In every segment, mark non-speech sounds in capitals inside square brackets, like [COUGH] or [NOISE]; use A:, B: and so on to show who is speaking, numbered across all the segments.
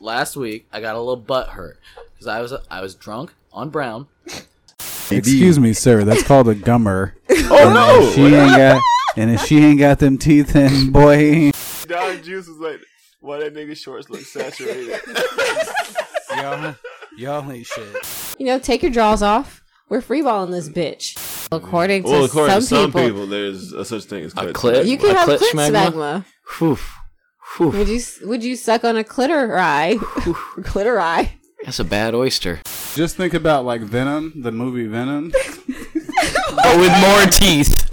A: last week I got a little butt hurt because I was I was drunk on brown.
B: Excuse me, sir. That's called a gummer.
C: [LAUGHS] Oh
B: If she ain't got, and if she ain't got them teeth, then boy,
C: Don Juice was like, "Why that nigga shorts look [LAUGHS] saturated?"
B: y'all, y'all ain't shit.
D: You know, take your draws off. We're freeballing this bitch. According to,
C: well, according
D: some,
C: to some people,
D: people,
C: there's a such thing as
A: A
C: clit.
A: clit?
D: you can
A: A
D: have
A: clit
D: clit
A: smegma?
D: smegma.
A: Whew. Whew.
D: Would you would you suck on a
E: [LAUGHS]
D: clitori? clitori.
A: That's a bad oyster.
B: Just think about like Venom, the movie Venom,
F: But with more teeth.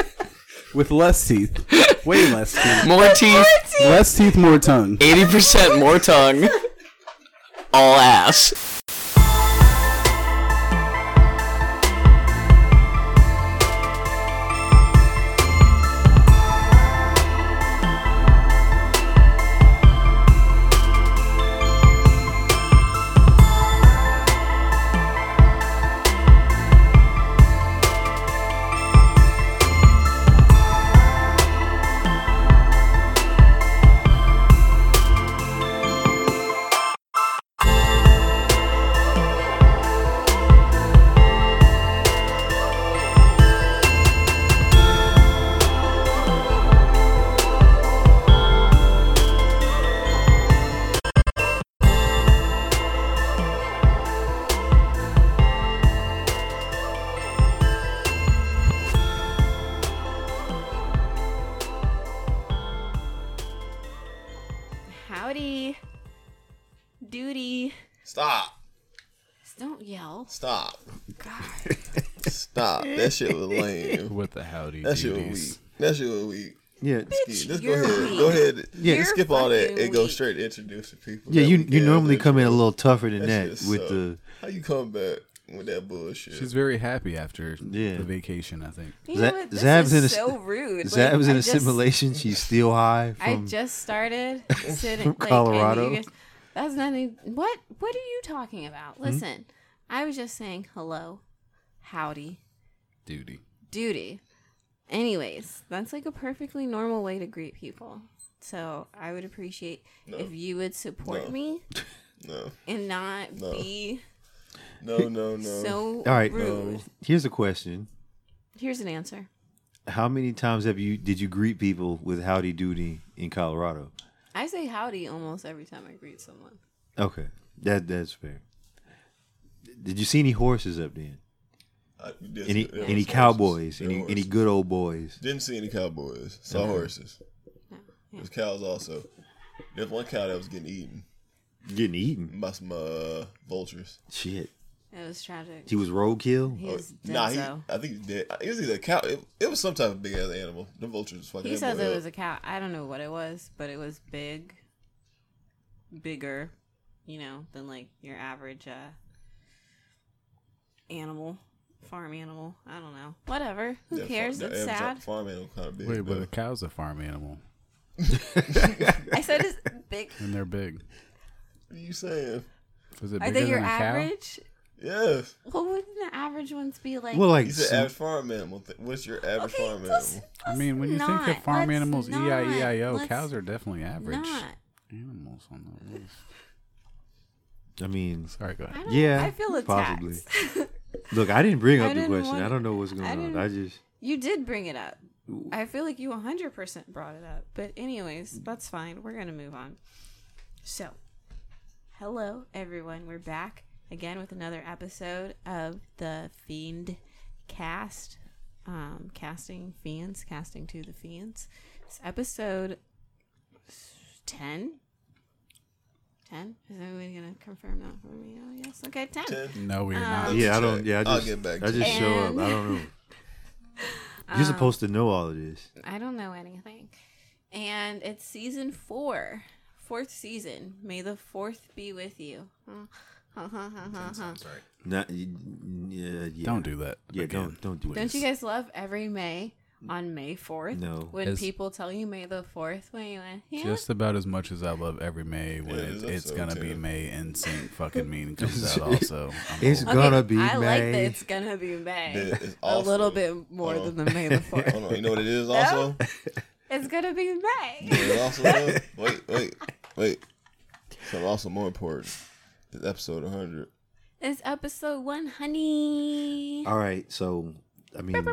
B: with less teeth, way less
C: [LAUGHS]
B: teeth,
F: More teeth.
B: less teeth, more tongue.
F: 80% more tongue. All ass.
D: Howdy. Duty.
C: Stop!
D: Don't yell.
C: Stop! Stop! That shit was
E: [LAUGHS]
C: lame.
B: With the howdy
C: That shit was weak. That shit was weak.
E: Yeah,
C: Let's go
D: you're
C: ahead.
D: weak.
C: Go ahead.
E: Yeah.
C: Let's skip all that
D: You're
C: and go
D: fucking
C: straight to introducing people.
E: yeah.
C: that
E: You
C: we
E: you
C: can.
E: normally come in a little tougher than
C: That
E: that
C: shit
E: with
C: sucked.
E: the
C: How you come back with that bullshit?
B: She's very happy after
E: Yeah.
B: the vacation, I think.
D: You
E: Zab-
D: know what? This
E: Zab's
D: is
E: in a-
D: so rude.
E: Zab
D: Like,
E: was in
D: I
E: a
D: just-
E: simulation. She's still high
D: I
E: from.
D: just started
E: [LAUGHS]
D: sitting like, and you
E: Colorado.
D: guys- that's nothing. What What are you talking
E: Hmm?
D: about? Listen, I was just saying hello, howdy,
B: Duty.
D: duty. Anyways, that's like a perfectly normal way to greet people. So I would appreciate if you would support
C: No.
D: me
C: no,
D: and not
C: No.
D: be
E: [LAUGHS]
C: no, no, no.
D: so
E: All right.
D: rude.
E: Here's a question:
D: Here's an answer.
E: How many times have you did you greet people with howdy doody in Colorado?
D: I say howdy almost every time I greet someone.
E: Okay, that that's fair. Did you see any horses up then?
C: I- this-
E: Any
C: there was
E: any
C: horses.
E: cowboys?
C: There
E: Any
C: was.
E: any good old boys?
C: Didn't see any cowboys. Saw horses. There's cows also. There's one cow that was getting eaten
E: Getting eaten?
C: by some uh, vultures.
E: Shit,
D: It was tragic.
E: he was roadkill.
D: He
C: Oh,
D: was dead.
C: nah, he, I think he's dead. It was either a cow. It, it was some type of big ass animal. The vultures was fucking.
D: He
C: that
D: says
C: boy uh,
D: it
C: up.
D: was a cow. I don't know what it was, but it was big, bigger, you know, than like your average uh, animal, farm animal. I don't know. Whatever. Who
C: That far-
D: cares?
C: that
D: it's
C: average
D: sad.
C: Farm animal kind of big.
B: Wait, but
C: though.
B: a cow's a farm animal,
D: I said it's big.
B: and they're big.
C: what are you saying?
B: Is it
D: Are
B: bigger
D: they your
B: than a
D: average?
C: Yes.
D: Well, wouldn't the average ones be like?
E: Well, like
C: You said
E: some-
C: average farm animal. Th- what's your average
D: Okay,
C: farm
D: let's-
C: animal?
B: cow? I mean, when you
D: Let's
B: think of farm
D: not.
B: animals,
D: Let's
B: E I E I
D: not.
B: O,
D: Let's
B: cows are definitely average
D: Not.
B: animals on that list.
E: I mean,
B: Sorry, go
D: I
B: ahead.
D: don't,
E: Yeah,
D: I feel attacked.
E: possibly.
D: [LAUGHS]
E: look, I didn't bring
D: I
E: up the
D: didn't
E: question.
D: want-
E: I don't know what's going
D: I
E: on.
D: didn't-
E: I just
D: You did bring it up. I feel like you 100% brought it up. But, anyways, that's fine. We're going to move on. So, hello, everyone. We're back again with another episode of the Fiend cast. Um, casting Fiends, casting to the Fiends. It's episode 10. 10? Is everybody going to confirm that for me? Oh, yes. Okay, 10.
C: Ten.
B: No, we're not.
C: Let's
E: yeah, I
C: check.
E: don't. Yeah, I just,
C: I'll get back
E: I
C: to
E: just
D: you.
E: show up.
D: [LAUGHS]
E: I don't know. You're
D: Um,
E: supposed to know all of this.
D: I don't know anything. And it's season four, fourth season. May the fourth be with you. Huh, huh, huh, huh, huh, huh.
E: Not, y- yeah, yeah.
B: Don't do that. uh,
E: Yeah,
B: again.
E: don't don't do it.
D: Don't you guys love every May on May 4th?
E: No.
D: When
B: It's-
D: people tell you May the 4th, when you went, yeah.
B: Just about as much as I love every May when
C: Yeah,
B: it's,
C: that's
B: it's
C: so
B: gonna be
C: too.
B: May and Sync fucking
E: [LAUGHS]
B: mean comes out also. I'm
E: It's
B: old.
D: Okay,
E: gonna be
D: I like that
E: May.
D: it's gonna be [LAUGHS] May.
C: That is
D: A little
C: awful.
D: bit more
C: Hold on.
D: than the May
E: [LAUGHS]
D: the 4th.
C: Hold on. You know what it
D: [LAUGHS]
C: is also?
D: it's gonna be May. [LAUGHS]
C: It also is? Wait, wait, wait. Something also more important. This episode 100.
D: It's episode one, honey.
E: All right, so I mean, [CLEARS THROAT]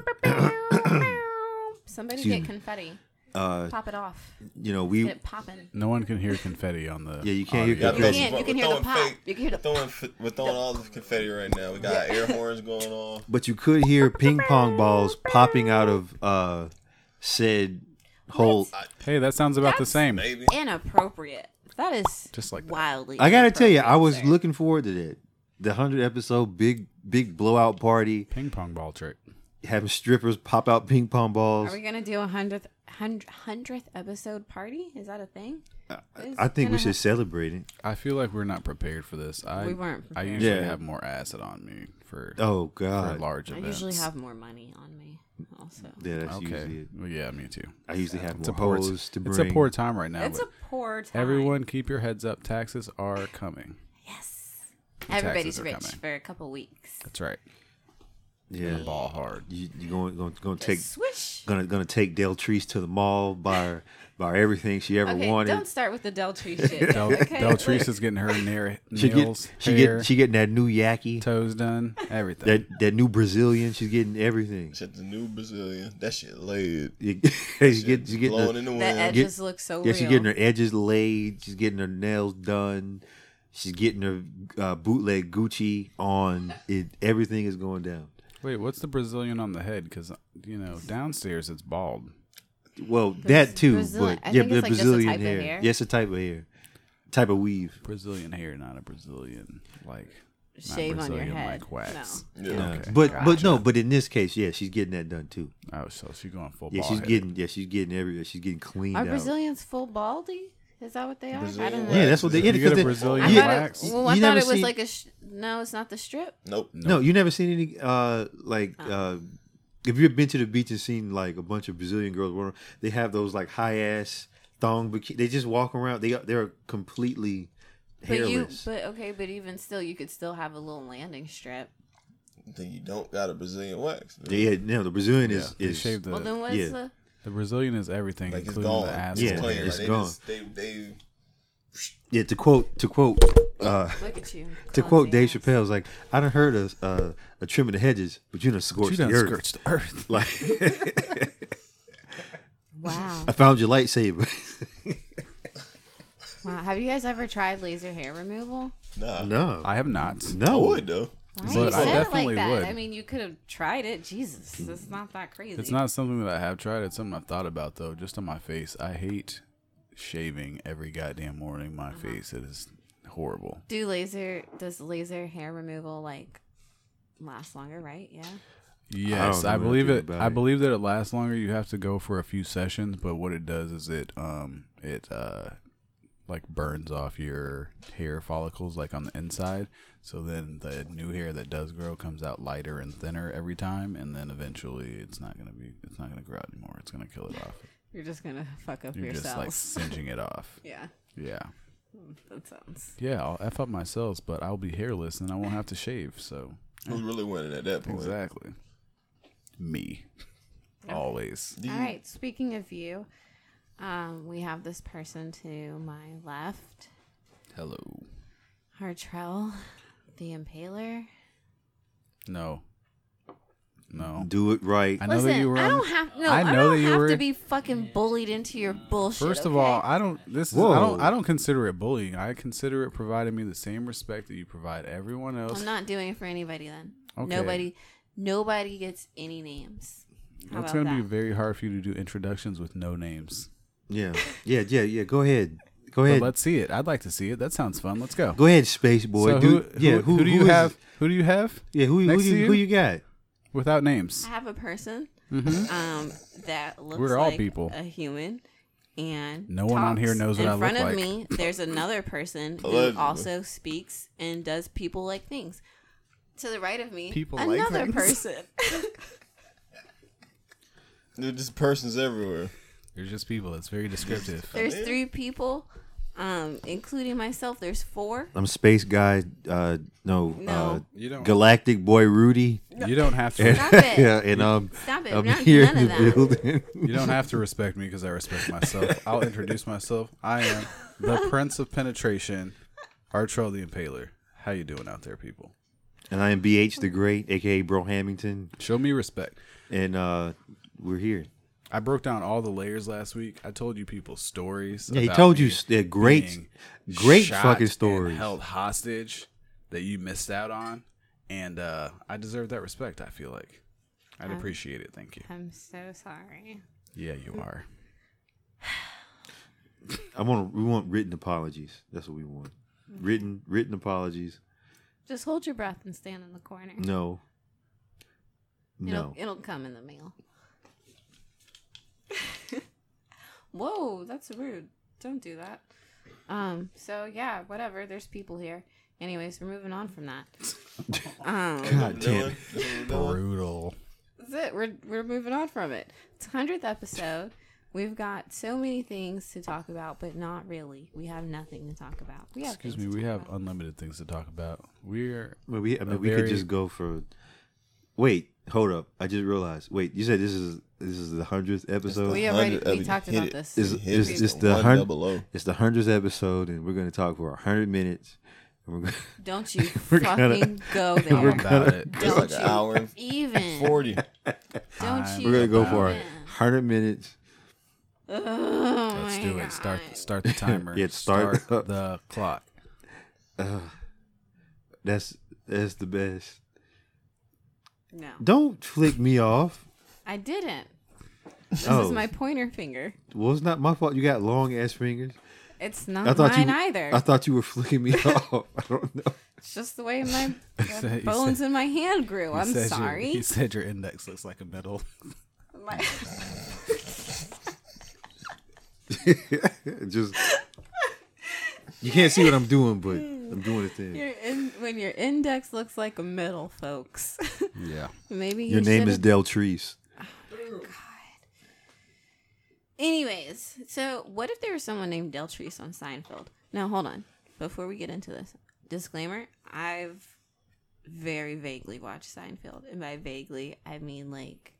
D: Somebody
E: Excuse
D: get
E: me.
D: confetti.
E: uh,
D: Pop it off.
E: you know,
D: Get
E: we
D: it popping.
B: No one can hear confetti on the.
E: Yeah, you can't hear
C: Yeah,
E: confetti.
D: You can, you can hear the pop. You can hear the
C: throwing, f- We're throwing all the confetti right now. We got
D: [LAUGHS]
C: air horns going on.
E: but you could hear ping pong balls popping out of uh said hole.
B: Hey, that sounds about the same.
C: Maybe.
D: Inappropriate. That is
B: Just like that.
D: wildly.
E: I gotta tell you, I was
D: inappropriate,
E: looking forward to that. The hundred episode big big blowout party,
B: Ping pong ball trick.
E: having strippers pop out ping pong
D: sir.
E: balls.
D: Are we gonna do a hundredth hundred- hundredth episode party? Is that a thing? It's
E: Uh, I think
D: gonna
E: we should celebrate it.
B: I feel like we're not prepared for this. I
D: We weren't
B: I
D: prepared.
B: usually
E: Yeah.
B: have more acid on me for,
E: Oh
B: for
E: God,
B: large
D: I
B: events.
D: usually have more money on me. Also,
E: yeah, that's usually
B: Okay.
E: it.
B: Well, yeah, me too.
E: I usually have
B: It's a
E: more
B: poor.
E: hoes
B: It's,
E: to
B: it's
E: bring.
B: a poor time right now.
D: it's a
B: but
D: poor time.
B: everyone, keep your heads up. Taxes are coming.
D: everybody's
B: taxes are
D: rich
B: coming.
D: for a couple weeks.
B: That's right.
E: yeah.
B: Ball hard.
E: You, you going going going to take
D: Swish.
E: gonna gonna take Del Treese to the mall,
D: [LAUGHS]
E: buy her, buy her everything she ever
D: Okay,
E: wanted.
D: don't start with the Del
E: [LAUGHS]
D: Tree shit.
B: Del,
D: [LAUGHS] okay,
B: Del
D: like-
B: Teresa's getting her nair,
E: she
B: nails,
E: get she
B: hair,
E: get she getting that new yaki,
B: toes done, everything.
E: that that new Brazilian. She's getting everything.
C: Shit, the new Brazilian. That shit laid.
E: You, [LAUGHS] she's getting she's getting
C: Blown
E: her,
C: in the
D: the
C: wind.
D: edges look so
E: yeah,
D: real.
E: she's getting her edges laid. She's getting her nails done. She's getting her uh, bootleg Gucci on. It everything is going down.
B: Wait, what's the Brazilian on the head? Because you know, downstairs it's bald.
E: Well, that too,
D: Brazili- I
E: but yeah,
D: think
E: the
D: it's like just a
E: Brazilian
D: type of
E: hair.
D: hair.
E: Yes, a type of hair, type of weave.
B: Brazilian hair, not a Brazilian like not
D: Shave on your
B: Brazilian,
D: head.
B: like wax.
C: Yeah.
E: Uh, but but no, but in this case, yeah, she's getting that done too.
B: Oh, so she's going full.
E: Yeah,
B: bald
E: she's
B: head.
E: getting yeah, she's getting everywhere. She's getting cleaned
D: No. Are
E: out.
D: Brazilians full baldy? Is that what they are? I
C: Brazilian
D: don't know.
E: yeah, that's what they
C: You
E: yeah,
B: get
E: because
B: a
E: they-
B: Brazilian
D: I
E: yeah,
D: thought
B: wax.
D: it, well, I
E: You
D: thought
E: never
D: it was
E: seen-
D: like a sh- no, it's not the strip.
C: Nope.
E: No, you never seen any uh like uh if you've been to the beach and seen like a bunch of Brazilian girls wearing they have those like high ass thong bikini they just walk around they are- they're completely
D: But you,
E: hairless.
D: but okay, but even still, you could still have a little landing strip.
C: Then you don't got a Brazilian wax. dude.
E: yeah, no, the Brazilian
B: Yeah,
E: is
B: they
E: is
B: shave the,
D: well, then what's
E: yeah.
D: the?
B: the Brazilian is everything,
C: Like it's
B: including
C: gone.
B: the ass.
E: Yeah,
C: it's
B: hair.
C: clean.
E: it's
C: like,
E: gone.
C: They, just, they, they
E: yeah, to quote to quote uh
D: Look at you.
E: to quote
B: [LAUGHS]
E: Dave
D: clumsy ass.
E: Chappelle, it's like I done heard of uh, a trim of the hedges, but you done
B: She
E: scorched
B: done
E: the earth.
B: scorched the earth.
E: [LAUGHS] Like
D: Wow.
E: I found your [LAUGHS] lightsaber.
D: wow. Have you guys ever tried laser hair removal?
C: nah.
E: no,
B: I have not.
C: I
E: no,
C: would though.
D: Why
B: But
D: you
B: I
D: said it like
B: definitely
D: that?
B: would.
D: I mean, you could have tried it. Jesus, it's not that crazy.
B: It's not something that I have tried. It's something I've thought about though, just on my face. I hate shaving every goddamn morning. My face it is horrible.
D: Do laser? Does laser hair removal like last longer? Right? Yeah.
B: Yes,
E: know
B: I, believe
E: nothing
B: it.
E: about
B: I
E: it.
B: believe that it lasts longer. You have to go for a few sessions, but what it does is it um it uh like burns off your hair follicles like on the inside. So then the new hair that does grow comes out lighter and thinner every time, and then eventually it's not gonna be it's not gonna grow out anymore. It's gonna kill it off.
D: You're just gonna fuck up
B: You're
D: your
B: just
D: cells.
B: like singeing it off.
D: yeah,
B: Yeah.
D: that sounds.
B: Yeah, I'll f up my cells, but I'll be hairless and I won't have to shave. So
C: Who's really winning at that point?
B: exactly,
D: [LAUGHS]
B: me always.
C: Do you-
D: All right. Speaking of you, um, we have this person to my left,
B: Hello.
D: Hartrell, the Impaler.
B: No. No.
E: do it right.
B: I know
D: Listen,
B: that you were.
D: I
B: on-
D: don't have no.
B: I
D: I,
B: know
D: don't
B: that you
D: have to
B: were-
D: be fucking bullied into your bullshit.
B: First of
D: okay?
B: all, I don't. This is. I
E: Whoa.
B: don't. I don't consider it bullying. I consider it providing me the same respect that you provide everyone else.
D: I'm not doing it for anybody then.
B: Okay.
D: Nobody nobody gets any names. How
B: it's
D: about
B: going to be
D: that?
B: very hard for you to do introductions with no names.
E: Yeah, yeah, yeah, yeah. Go ahead, go
B: But
E: ahead,
B: let's see it. I'd like to see it. That sounds fun. Let's go.
E: go ahead, space boy.
B: So
E: do,
B: who,
E: yeah,
B: who, who do you
E: is-
B: have? Who do you have?
E: Yeah, who who
B: next to
E: you,
B: you?
E: who you got?
B: Without names.
D: I have a person um, that looks
B: Mm-hmm. We're all
D: like
B: people.
D: a human and
B: No one on
D: talks.
B: here knows what
D: In
B: I look
D: front of
B: like.
D: me, there's another person who
C: Allegedly.
D: also speaks and does people like things. To the right of me,
B: People like
D: another
B: things. [LAUGHS]
D: person.
C: Dude, this person's everywhere.
B: There's just people. It's very descriptive.
D: there's three people, um, including myself. There's four.
E: I'm space guy. Uh, no, uh,
D: No.
B: You don't.
E: galactic boy Rudy.
B: You don't have to.
D: Stop it.
E: [LAUGHS] yeah, and um,
D: Stop it.
E: I'm
D: Not
E: here
D: none
E: in
D: of
E: the
D: that.
E: building. [LAUGHS]
B: You don't have to respect me because I respect myself. I'll introduce myself. I am the Prince of Penetration, Artrell the Impaler. How you doing out there, people?
E: And I am BH the Great, aka Bro Hamilton,
B: Show me respect.
E: and uh, we're here.
B: I broke down all the layers last week. I told you people stories.
E: Yeah, he
B: about
E: told you
B: me
E: s- they're great-
B: being
E: great
B: shot
E: fucking
B: and
E: stories.
B: held hostage that you missed out on, and uh, I deserve that respect. I feel like I'd appreciate it. Thank you.
D: I'm so sorry.
B: Yeah, you are.
E: I want we want written apologies. That's what we want. Written written apologies.
D: Just hold your breath and stand in the corner.
E: No.
D: It'll,
E: No.
D: it'll come in the mail. [LAUGHS] Whoa, that's rude. Don't do that. Um, so yeah, whatever. There's people here. Anyways, we're moving on from that. Um,
E: God damn it.
C: That's what we're doing.
B: Brutal.
D: that's it. We're we're moving on from it. It's hundredth episode. We've got so many things to talk about, but not really. We have nothing to talk about. We have
B: Excuse me.
D: things to
B: We
D: talk
B: have
D: about.
B: unlimited things to talk about. We're
E: Well, we I mean,
B: A
E: we could
B: very-
E: just go for. Wait, hold up. I just realized. Wait, you said this is this is the hundredth episode.
D: we already
C: 100
D: we talked
C: hit
D: about
C: it.
D: this.
E: Is-
C: Hit
E: is
C: it.
E: this the
C: One
E: hun-
C: double O.
E: It's the hundredth episode, and we're going to talk for hundred minutes. And we're gonna,
D: Don't you
E: We're
D: fucking
E: gonna-
D: go
B: all
D: there.
B: about [LAUGHS]
E: [LAUGHS]
B: it.
C: It's like
D: Don't
C: an
D: you
C: hour and
D: even.
C: forty.
D: Don't you?
E: we're going to go
B: Wow.
E: for
D: even.
E: hundred minutes.
D: Oh
B: Let's
D: my
B: do it. Start.
D: God.
E: [LAUGHS]
B: Start the timer.
E: Yeah, start-
B: the
D: [LAUGHS]
B: clock.
E: That's that's the best.
D: No,
E: Don't flick me off.
D: I didn't. This
E: oh,
D: is my pointer finger.
E: well, it's not my fault. You got long ass fingers.
D: It's
E: I
D: not
E: thought
D: mine
E: you
D: either.
E: I thought you were flicking me [LAUGHS] off. I don't know. [LAUGHS]
D: it's just the way my
B: He said- he
D: bones
B: said-
D: in my hand grew.
B: he
D: I'm
B: said your-
D: sorry.
B: He said your index looks like a
D: [LAUGHS]
B: middle.
D: My-
E: Just you can't see what I'm doing, but I'm doing a thing.
D: your in, when your index looks like a middle, folks. [LAUGHS]
B: Yeah.
D: Maybe
E: Your
D: you
E: name is
D: should've-
E: Del Trees.
D: Anyways, so what if there was someone named Deltrice on Seinfeld? Now, hold on. Before we get into this, disclaimer I've very vaguely watched Seinfeld. And by vaguely, I mean like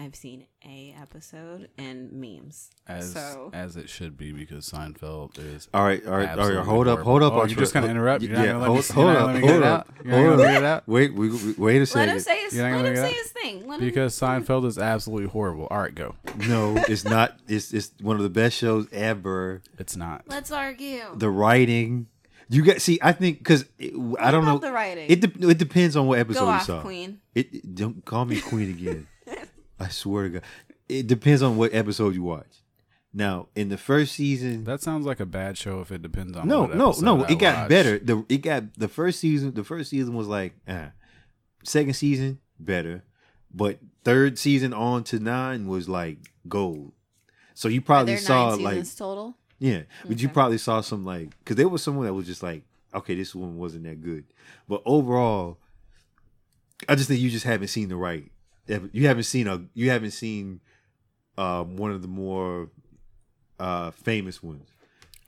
D: I've seen a episode and memes.
B: As
D: so,
B: as it should be because Seinfeld is
E: All right, all right, all
B: Absolutely
E: right. Hold up,
B: horrible.
E: hold up.
B: Oh,
E: Archer.
B: you're just gonna interrupt? You're not gonna let me-
E: hold,
B: you're
E: hold
B: not
E: up,
B: gonna let me
E: hold
B: get it
E: up,
B: out? You're not
E: hold
B: gonna let me get it
E: up.
B: out?
E: Wait, we, we, wait a
D: let
E: second.
D: him say his,
B: You're not
D: let
B: gonna
D: him
B: get
D: say
B: that?
D: his thing. Let him,
B: because Seinfeld is absolutely horrible. All right, go.
E: no, it's not. It's it's one of the best shows ever.
B: It's not.
D: let's argue.
E: The writing, you got. See, I think because I don't
D: about
E: know
D: the writing?
E: It de- it depends on what episode
D: Go
E: you
D: off,
E: saw.
D: Queen.
E: It, it- don't call me
D: [LAUGHS]
E: queen again. I swear to God, it depends on what episode you watch. Now, in the first season,
B: That sounds like a bad show if it depends on.
E: no,
B: what
E: no,
B: episode
E: no,
B: I
E: it got
B: watch.
E: better. The it got the first season. The first season was like, uh, second season better, but third season on to nine was like gold. So you
D: Are
E: probably
D: there
E: saw
D: nine
E: like
D: seasons total?
E: yeah, but you probably saw some like because there was someone that was just like, okay, this one wasn't that good, but overall, I just think you just haven't seen the right. You haven't seen a you haven't seen um, one of the more uh, famous ones.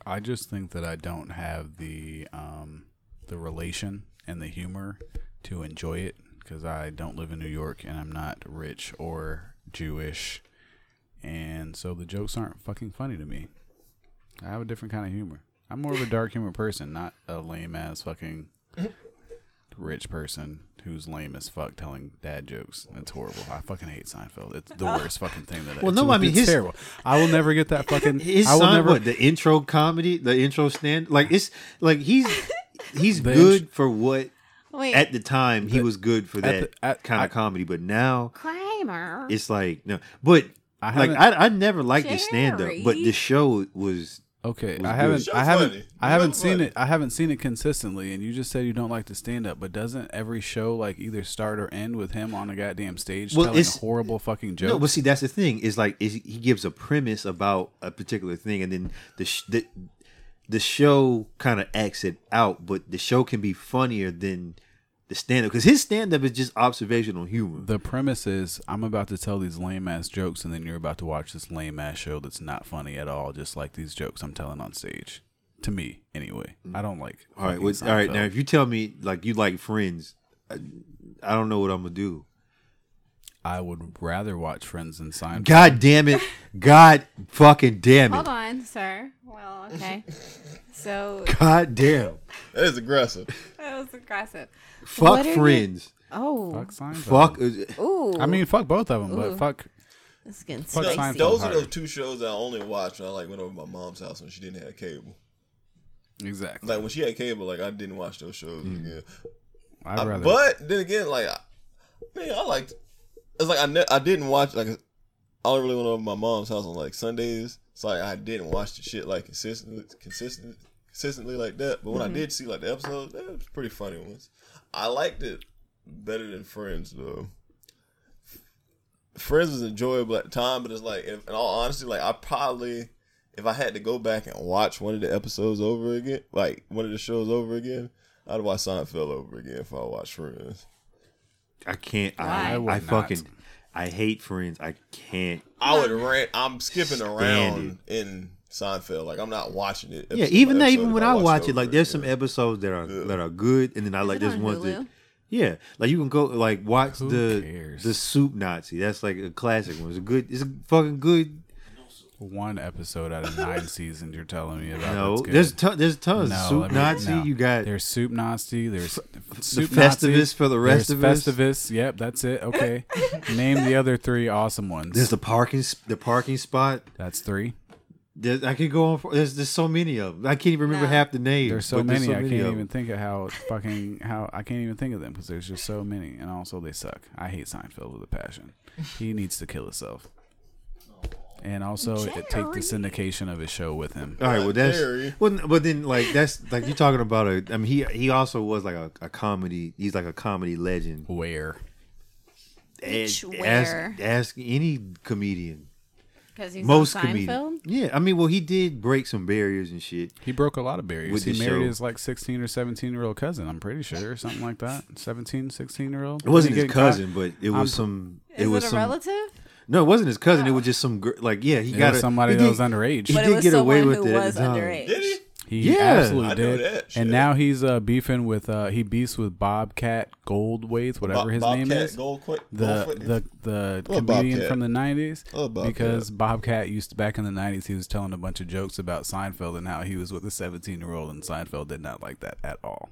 B: I just think that I don't have the um the relation and the humor to enjoy it because I don't live in New York and I'm not rich or Jewish, and so the jokes aren't fucking funny to me. I have a different kind of humor. I'm more of a dark humor person, not a lame ass fucking rich person who's lame as fuck telling dad jokes. It's horrible. I fucking hate Seinfeld. It's the worst fucking thing that.
E: Well,
B: it's-
E: no, I mean,
B: it's
E: his-
B: terrible. I will never get that fucking.
E: [LAUGHS] His
B: I will
E: son,
B: never.
E: what the intro comedy, the intro stand, like it's
B: [LAUGHS]
E: like he's he's
B: The
E: good
B: int-
E: for what
D: Wait,
E: at the time he
B: The-
E: was good for
B: at
E: that
B: the- at-
E: kind
B: I-
E: of comedy, but now
D: Kramer.
E: it's like no, but.
B: I
E: like
B: haven't-
E: I, I never liked the stand up, but
D: Jerry.
E: the show was
B: Okay,
E: was
B: I
E: good.
B: haven't,
C: Show's
B: I haven't,
C: funny.
B: I haven't
C: Show's
B: seen
C: funny.
B: it. I haven't seen it consistently. And you just said you don't like the stand up, but doesn't every show like either start or end with him on a goddamn stage
E: Well,
B: telling
E: it's-
B: horrible fucking jokes?
E: no, but see that's the thing is like is he gives a premise about a particular thing, and then the sh- the, the show kind of acts it out, but the show can be funnier than the stand up because his stand up is just observational humor.
B: the premise is I'm about to tell these lame ass jokes, and then you're about to watch this lame ass show that's not funny at all, just like these jokes I'm telling on stage. To me, anyway, I don't like.
E: Mm. all right,
B: fucking
E: what, all right. Now
B: Seinfeld.
E: if you tell me like you like Friends, I, I don't know what I'm gonna do.
B: I would rather watch Friends than Seinfeld.
E: God damn it. God fucking damn
D: Hold
E: it.
D: on, sir. Well,
E: [LAUGHS]
D: okay. So
E: God damn.
C: That is aggressive.
D: [LAUGHS] that was aggressive.
E: Fuck
D: What are you-
E: friends.
D: Oh,
B: Fuck Seinfeld.
E: Fuck. uh,
D: ooh.
B: I mean, fuck both of them, but fuck.
D: it's getting
B: fuck
D: spicy.
B: Seinfeld.
C: Those are
B: hard.
C: those two shows that I only watched when I like went over to my mom's house when she didn't have cable.
B: Exactly.
C: Like when she had cable, like I didn't watch those shows
E: Mm.
C: again.
E: uh,
B: I'd
C: I-
B: rather.
C: Uh, but then again, like, I, man, I liked. It's like I ne- I didn't watch like I only really went over to my mom's house on like Sundays, so like, I didn't watch the shit like consistently, consistent, consistently like that. But when
B: Mm-hmm.
C: I did see like the episodes, they was pretty funny ones. I liked it better than Friends though. Friends was enjoyable at the time, but it's like, if, in all honesty, like I probably, if I had to go back and watch one of the episodes over again, like one of the shows over again, I'd watch Seinfeld over again if I watched Friends.
E: I can't.
D: Why?
E: I,
D: I
B: would
E: I,
B: not.
E: fucking. I hate friends. I can't.
C: I would rant. I'm skipping
E: Standard.
C: around in Seinfeld. Like I'm not watching it.
E: Yeah,
C: episode
E: even
C: by
E: that,
C: episode
E: even
C: if
E: when I watch
C: over
E: it, like there's some
C: again.
E: episodes that are that are good, and then I like
D: it
E: there's
D: on
E: ones that.
D: Hulu?
E: Yeah, like you can go like watch
B: Who
E: the
B: cares?
E: the soup Nazi. That's like a classic one. It's a good. It's a fucking good.
B: one episode out of nine seasons you're telling me about.
E: No,
B: Oh, that's good.
E: there's ton, there's tons.
B: No,
E: soup
B: let me-
E: Nazi.
B: no.
E: You got
B: there's soup Nazi. There's soup
E: Festivus
B: Nazi,
E: for the rest
B: there's
E: of us.
B: Festivus. Yep, that's it. Okay, name the other three awesome ones.
E: there's the parking sp- the parking spot.
B: that's three.
E: There's, I could go on for there's there's so many of them. I can't even remember half the names.
B: There's so
E: but
B: many. I
E: of
B: can't
E: 'em.
B: even think of how fucking how I can't even think of them because there's just so many, and also they suck. I hate Seinfeld with a passion. He needs to kill himself. And also, it, take the syndication of his show with him.
E: All right, well that's
C: Larry.
E: well, n- but then like that's like you're talking about a. I mean, he he also was like a, a comedy. He's like a comedy legend.
B: Where?
D: Bitch,
E: Ask-
D: where?
E: Ask, ask any comedian.
D: Because he's
E: Most
D: Most
E: comedian.
D: Seinfeld.
E: Yeah, I mean, well, he did break some barriers and shit.
B: He broke a lot of barriers.
E: With
B: he
E: the
B: married
E: show.
B: his like 16 or 17 year old cousin, I'm pretty sure, something like that. [LAUGHS] 17, 16 year old.
E: It wasn't his cousin, but it was some.
D: Is
E: It was
D: it a
E: some.
D: relative?
E: No, it wasn't his cousin. It was just some. gr- Like, yeah, he
B: It
E: got
B: was
E: a-
B: somebody
E: he
B: that
E: did-
B: was underage.
E: He
D: But
E: did
D: it was
E: get away
D: someone
E: with
D: who
E: it at
D: was
E: the time.
D: underage.
C: Did he?
B: He
E: Yeah.
B: absolutely
C: I know
B: did.
C: that shit.
B: And now he's uh, beefing with, uh, he beefs with Bobcat Goldwaith, whatever
C: Bob-
B: his
C: Bobcat,
B: name is.
C: Goldqu-
B: the
C: Goldqu-
B: the the
C: Love
B: comedian
C: Bobcat.
B: from the nineties
C: Love Bobcat.
B: because Bobcat used to back in the nineties he was telling a bunch of jokes about Seinfeld and how he was with a seventeen year old and Seinfeld did not like that at all.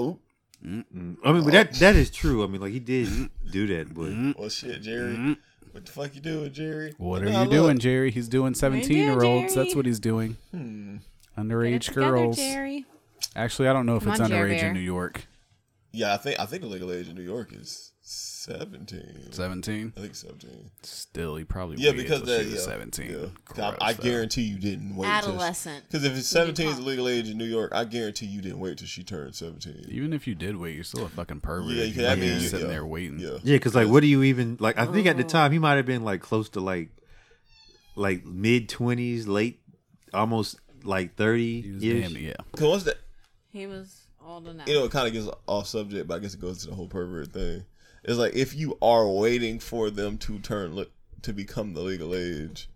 C: Oop.
E: I mean, but that that is true. I mean, like he did do that, but
C: Well, shit, Jerry. What the fuck you doing, Jerry?
B: What
C: Nah,
B: are you
C: look.
B: doing, Jerry? He's doing seventeen year olds.
D: Jerry?
B: That's what he's doing.
C: Hmm.
D: Get it
B: Underage
D: together,
B: girls.
D: Jerry.
B: Actually, I don't know if
D: Come
B: it's
D: on, Jerry
B: underage in
D: Bear.
B: New York.
C: Yeah, I think I think the legal age in New York is seventeen.
B: Seventeen.
C: I think seventeen.
B: Still, he probably
C: Yeah,
B: waited
C: because
B: till
C: that
B: she
C: yeah,
B: was seventeen.
C: yeah.
B: Gross,
C: I, I
B: though.
C: guarantee you didn't wait.
D: Adolescent.
C: Because if it's seventeen is the
D: pop.
C: legal age in New York, I guarantee you didn't wait till she turned seventeen.
B: Even if you did wait, you're still a fucking pervert.
C: Yeah,
B: if
C: because
B: you
C: that
B: fucking
C: means you-
B: sitting
C: yeah.
B: there waiting.
C: Yeah.
E: yeah, because like, what do you even like? I think at
D: Mm-hmm.
E: the time he might have been like close to like, like mid twenties, late, almost like
B: He
E: thirty.
B: was
E: ish.
B: damn- yeah.
C: Because once that
D: He was old enough.
C: you know, it kind of gets off subject, but I guess it goes to the whole pervert thing. It's like if you are waiting for them to turn look to become the legal age.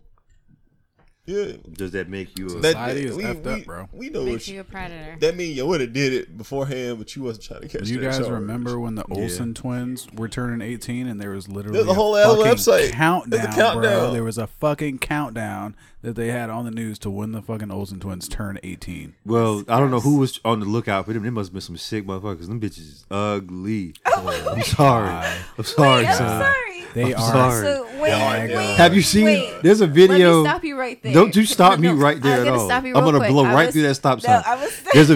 C: Yeah,
E: Does that make you? A,
B: That- Society is effed up,
C: we-
B: bro.
C: We know
D: Makes
C: what
D: you
C: you,
D: a predator.
C: that mean. You would have did it beforehand, but you wasn't trying to catch.
B: Do you
C: that
B: guys
C: charge.
B: remember when the Olsen twins were turning 18 and there was literally
C: There's a whole ass
B: fucking
C: website. There's a
B: countdown, bro?
C: countdown.
B: There was a fucking countdown that they had on the news to when the fucking Olsen twins turn 18.
E: well, I don't know who was on the lookout for them. There must have been some sick motherfuckers. Them bitches is ugly. I'm sorry. I'm sorry.
D: Oh I'm
E: son.
D: sorry.
B: They
E: I'm
B: are
E: sorry.
D: So wait,
C: Yeah,
D: wait.
C: yeah.
E: Have you seen?
D: Wait.
E: there's a
D: Let
E: video.
D: me stop you right there.
E: Don't you
D: [LAUGHS]
E: stop me
D: No,
E: right there
D: I was
E: at
D: gonna
E: all.
D: Stop you
E: I'm
D: real
E: gonna
D: quick.
E: blow
D: I
E: right
D: was-
E: through that stop
D: No,
E: sign.
D: I was [LAUGHS]
E: There's a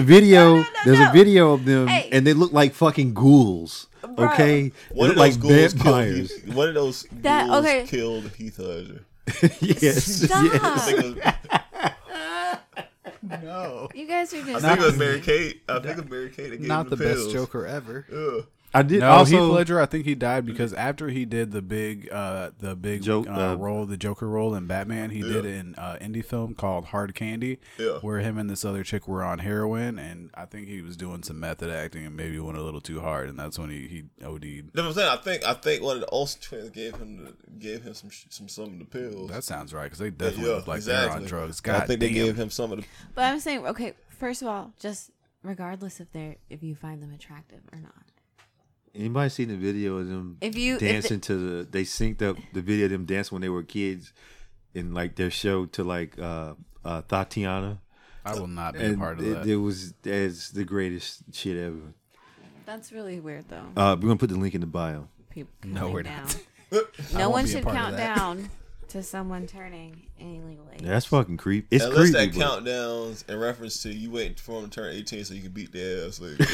D: No,
E: video.
D: no, no,
E: there's
D: no. [LAUGHS]
E: a video of them,
D: Hey.
E: and they look like fucking ghouls. Okay, They
C: One of
E: look
C: those
E: like
C: ghouls killed [LAUGHS]
E: vampires.
C: Heath- One of those
D: That-
C: ghouls
D: okay. Uh,
C: killed Heath Ledger.
E: yes,
D: Stop.
C: I think it was, I
D: You guys are just.
C: think it was Mary Kate. I think it was Mary Kate. that gave him
G: Not the best
C: pills.
G: Joker ever.
C: Ugh.
E: I did
B: No, Heath
E: also.
B: Ledger. I think he died because after he did the big, uh, the big
E: Joke-
B: uh,
E: uh,
B: role, the Joker role in Batman, he did an uh, indie film called Hard Candy,
C: Yeah.
B: where him and this other chick were on heroin, and I think he was doing some method acting and maybe went a little too hard, and that's when he he OD'd.
C: That's what I'm saying. I think I think one of the Olsen twins gave him the, gave him some sh- some some of the pills.
B: That sounds right because they definitely
C: Yeah,
B: look like they're on
C: exactly.
B: drugs.
C: I
B: God
C: think
B: damn.
C: they gave him some of the.
D: But I'm saying, okay, first of all, just regardless if they're if you find them attractive or not,
E: Anybody seen the video of them
D: If you- if
E: dancing to the? They synced up the video of them dancing when they were kids, in like their show to like uh, uh, Tatiana,
B: I will not be a
E: and
B: part of
E: it,
B: that.
E: it was as the greatest shit ever.
D: That's really weird, though.
E: Uh, we're gonna put the link in the bio.
D: People
B: No,
D: counting
B: we're
D: down.
B: not. [LAUGHS]
D: no
B: won't
D: one
B: be a
D: should
B: part of
D: count
B: that.
D: down to someone turning an illegal age.
E: That's fucking creep. It's
C: Unless
E: creepy.
C: that
E: but-
C: countdown's in reference to you waiting for them to turn 18 so you can beat
B: [LAUGHS]
C: their ass later.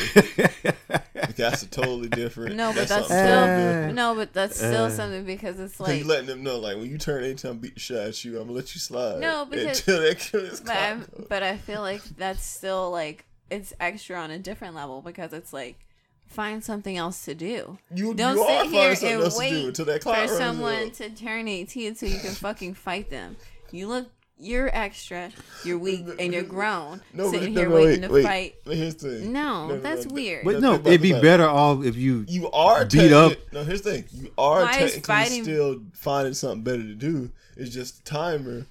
C: Like, that's a totally different.
D: No, but that's
C: something totally
E: still-
C: different.
D: No, but that's
B: Uh,
D: still something because it's
C: 'Cause
D: like.
C: you letting them know, like, when you turn 18, I'm beat the shit at you. I'm going to let you slide.
D: No, because-
C: Until that kid is
D: but, I'm,
C: caught.
D: but I feel like that's still like it's extra on a different level because it's like find something else to do.
C: You-
D: don't
C: you are
D: sit here
C: finding something
D: and
C: else to do
D: wait
C: until that clock
D: for
C: runs
D: someone
C: out.
D: to turn 18 so you can fucking fight them. You look, you're extra, you're weak, and you're grown
C: No, but
D: sitting
C: no,
D: here
C: no,
D: waiting
C: wait,
D: to
C: wait.
D: fight.
C: But here's the thing.
D: No, that's weird.
E: But no,
C: think
E: it'd be
C: about it.
E: better off if you.
C: You are
E: Beat up.
C: techni- No, here's the thing. You are
D: Why is
C: technically
D: fighting-
C: still finding something better to do. It's just the timer.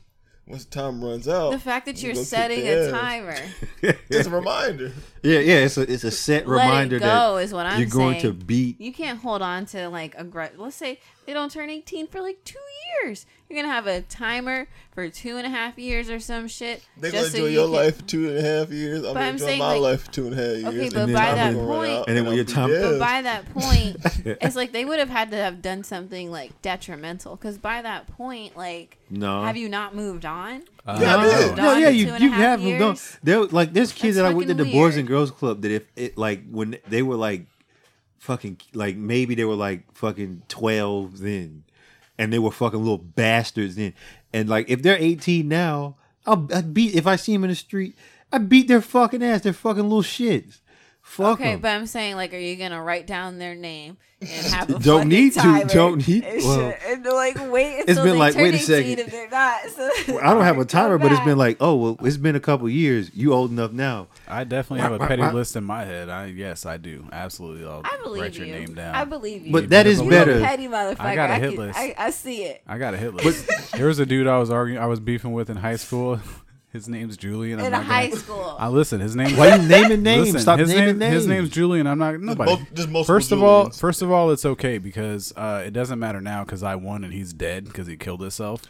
C: Once the time runs out,
D: The fact that
C: you
D: you're
C: gonna kick
D: setting
C: their ass.
D: a timer,
C: Just a reminder.
E: Yeah, yeah. It's a it's a set
D: Let it
E: reminder
D: go
E: that
D: is what I'm
E: you're going to
D: saying.
E: beat.
D: you can't hold on to like a grudge. Let's say they don't turn 18 for like two years. You're gonna have a timer for two and a half years or some shit.
C: They're gonna
D: just so
C: enjoy
D: you
C: your
D: can-
C: life for two and a half years. I'm gonna
D: I'm
C: enjoy
D: saying,
C: my
D: like-
C: life for two and a half years.
D: Okay,
C: and
D: but
C: then
D: by
C: I'm
D: that
C: gonna run
D: point-
C: out
E: And then when
C: I'll
E: your
C: be
E: time-
C: dead.
D: But by that
E: [LAUGHS]
D: point, it's like they would have had to have done something like detrimental. Because by that point, like,
E: No.
D: have you not moved on?
C: I
E: Yeah, Uh, no,
C: did.
E: no,
D: Dog
E: yeah,
D: in
E: you
D: two and a
E: you
D: half
E: have them gone.
D: years.
E: There, was- like there's kids
D: That's
E: that I went to
D: fucking
E: the Boys
D: weird.
E: and Girls Club that if it like when they were like fucking like maybe they were like fucking twelve then, and they were fucking little bastards then, and like if they're eighteen now, I'll I beat if I see them in the street, I beat their fucking ass. They're fucking little shits. Fuck
D: Okay,
E: 'em.
D: but I'm saying, like, are you gonna write down their name and have a
E: [LAUGHS] Don't
D: fucking
E: need to,
D: timer
E: don't need-
D: and,
E: well,
D: shit, and like wait until
E: been
D: they
E: like,
D: turn
E: wait a
D: 18
E: second.
D: if they're not. So
E: I don't have a
D: Go
E: timer, but it's been
D: back.
E: like, oh well, it's been a couple years. You old enough now.
B: I definitely have a petty list in my head. I yes, I do. Absolutely, I'll
D: I believe
B: write
D: you.
B: your name down.
D: I believe you.
E: But
B: You
E: that
B: better
E: is
B: believe
D: you a
E: better.
D: petty motherfucker.
B: I got a hit list.
D: I, I see it.
B: I got a hit list.
D: [LAUGHS]
B: there was a dude I was arguing, I was beefing with in high school. [LAUGHS] His name's Julian. I'm
D: In
B: not
D: high
B: gonna-
D: school.
B: Oh I listen. His name.
E: Why you naming names?
B: Listen,
E: Stop
B: his
E: naming
B: name,
E: names.
B: His name's Julian. I'm not nobody.
C: mul- there's multiple
B: first of all,
C: Julians.
B: first of all, it's okay because uh, it doesn't matter now because I won and he's dead because he killed himself.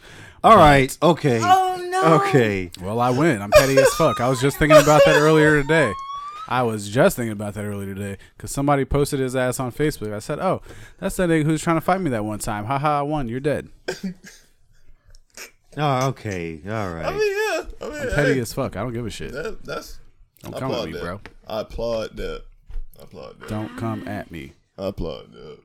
E: All right. Okay.
D: Oh no.
E: Okay.
B: Well, I win. I'm petty as fuck. I was just thinking about that earlier today. I was just thinking about that earlier today because somebody posted his ass on Facebook. I said, "Oh, that's that nigga who's trying to fight me that one time. Haha, I won. You're dead.
E: Oh, okay. All right.
C: I mean, yeah. I mean,
B: Petty
C: hey,
B: as fuck. I don't give a shit.
C: that, that's.
B: Don't
C: I
B: come at
C: applaud
B: me,
C: that.
B: bro.
C: I applaud that. I applaud that.
B: Don't come at me.
C: I applaud that.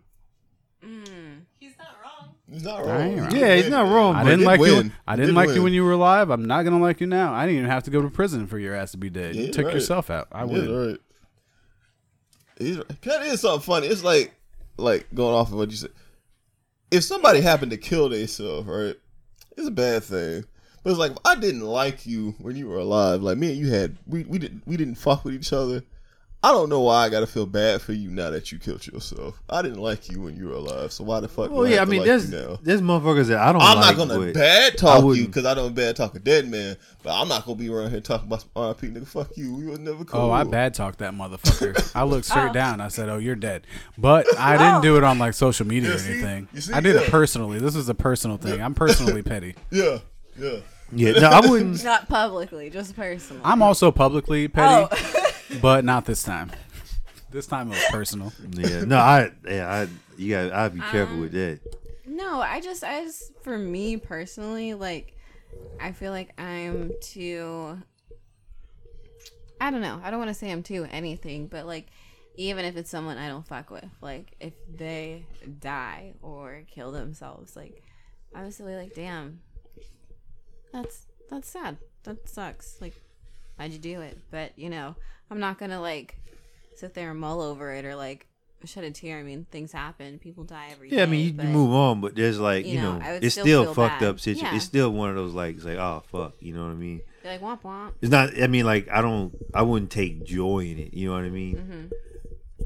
C: He's not
B: I
C: wrong.
B: ain't
C: He's not
B: wrong.
C: wrong.
E: yeah, he's not wrong.
B: I
E: but-
B: didn't
C: did
B: like you.
C: win.
B: I
C: You
B: didn't
C: did
B: like you
C: win.
B: when you were alive. I'm not gonna like you now. I didn't even have to go to prison for your ass to be dead.
C: Yeah,
B: you took
C: right.
B: yourself out. I
C: He's
B: would.
C: right. He's right. That is something funny. It's like, like going off of what you said. If somebody happened to kill themselves, right, it's a bad thing. But it's like if I didn't like you when you were alive. Like me and you had we we didn't we didn't fuck with each other. I don't know why I gotta feel bad for you now that you killed yourself. I didn't like you when you were alive, so why the fuck?
E: Well,
C: do I
E: yeah. I
C: have to
E: mean,
C: like
E: there's
C: you now?
E: there's motherfuckers that I don't.
C: I'm
E: like,
C: not gonna
E: but
C: bad
E: I
C: talk you
E: wouldn't.
C: because I don't bad talk a dead man, but I'm not gonna be around here talking about some RIP nigga. Fuck you, we was never cool.
B: Oh, I bad talked that motherfucker. I looked straight down. I said, "Oh, you're dead," but I didn't do it on like social media or
C: see?
B: anything.
C: You see?
B: I did it
C: Yeah.
B: personally. This is a personal thing. I'm
C: [LAUGHS]
B: personally petty.
C: Yeah, yeah.
E: Yeah. No, I
C: [LAUGHS]
E: wouldn't.
D: Not publicly, just personally. Oh.
B: I'm also publicly petty, but not this time. This time it was personal.
E: yeah. No. I. Yeah. I. You got. I'd be careful
D: Um,
E: with that.
D: No, I just, I just, for me personally, like, I feel like I'm too. I don't know. I don't want to say I'm too anything, but like, even if it's someone I don't fuck with, like, if they die or kill themselves, like, I'm just really like, damn, that's that's sad. That sucks. Like, why'd you do it? But you know, I'm not gonna like sit there and mull over it or like shed a tear. I mean, things happen. People die every day.
E: Yeah. I mean, you,
D: but-
E: you move on, but there's like
D: you
E: you
D: know,
E: know,
D: I would
E: it's
D: still
E: still,
D: feel
E: fucked
D: bad.
E: up situation.
D: Yeah.
E: It's still one of those like, it's like, oh fuck. You know what I mean?
D: Be like womp womp.
E: It's not. I mean, like, I don't. I wouldn't take joy in it. You know what I mean?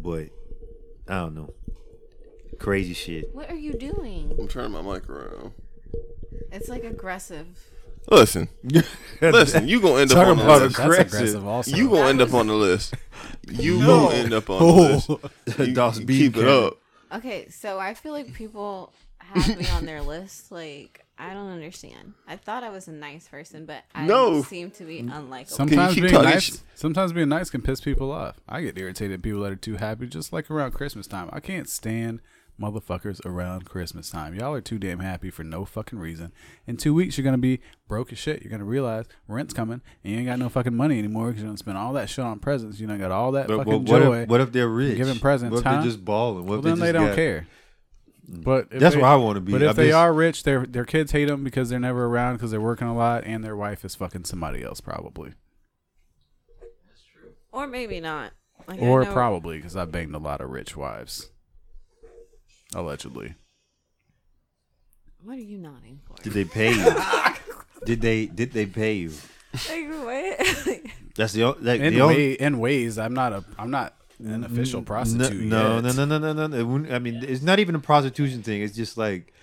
E: But I don't know.
C: [LAUGHS]
E: Crazy shit.
D: What are you doing?
C: I'm turning my mic around.
D: It's like aggressive.
E: [LAUGHS]
C: Listen, listen, you gonna end up on the
B: That's
C: list.
B: aggressive. Also,
C: You gonna end up on the list. You
B: No.
C: will end up on
E: [LAUGHS]
C: this.
B: Oh.
C: You,
E: Das
C: you
E: Beam
C: keep it
E: Cannon.
C: up.
D: Okay, so I feel like people have me on their list. Like I don't understand. I thought I was a nice person, but I
C: No.
D: seem to be unlikable.
B: Sometimes
C: keep
B: being
C: talking
B: nice,
C: shit.
B: sometimes being nice can piss people off. I get irritated at people that are too happy, just like around Christmas time. I can't stand motherfuckers around Christmas time. Y'all are too damn happy for no fucking reason. In two weeks, you're gonna be broke as shit. You're gonna realize rent's coming, and you ain't got no fucking money anymore because you're gonna spend all that shit on presents. You know, got all that
E: But, but
B: fucking
E: what,
B: joy.
E: if, what if they're rich?
B: giving presents,
E: What if
B: huh?
E: they're just balling? What
B: well,
E: if
B: then they
E: just
B: don't
E: got-
B: care. But if
E: That's
B: they-
E: where I wanna be.
B: But if
E: I
B: they
E: just-
B: are rich, their their kids hate them because they're never around because they're working a lot, and their wife is fucking somebody else probably.
D: or maybe not. Like, I
B: or
D: know-
B: probably because I banged a lot of rich wives, allegedly.
D: What are you nodding for?
E: Did they pay you?
B: [LAUGHS]
E: did they? Did they pay you?
D: like what? [LAUGHS] Like,
E: That's the o- like,
B: In
E: the only.
B: way, in ways, I'm not a, I'm not an official
E: No,
B: prostitute.
E: no,
B: yet.
E: no, no, no, no, no, no. It wouldn't- I mean, it's not even a prostitution thing. It's just like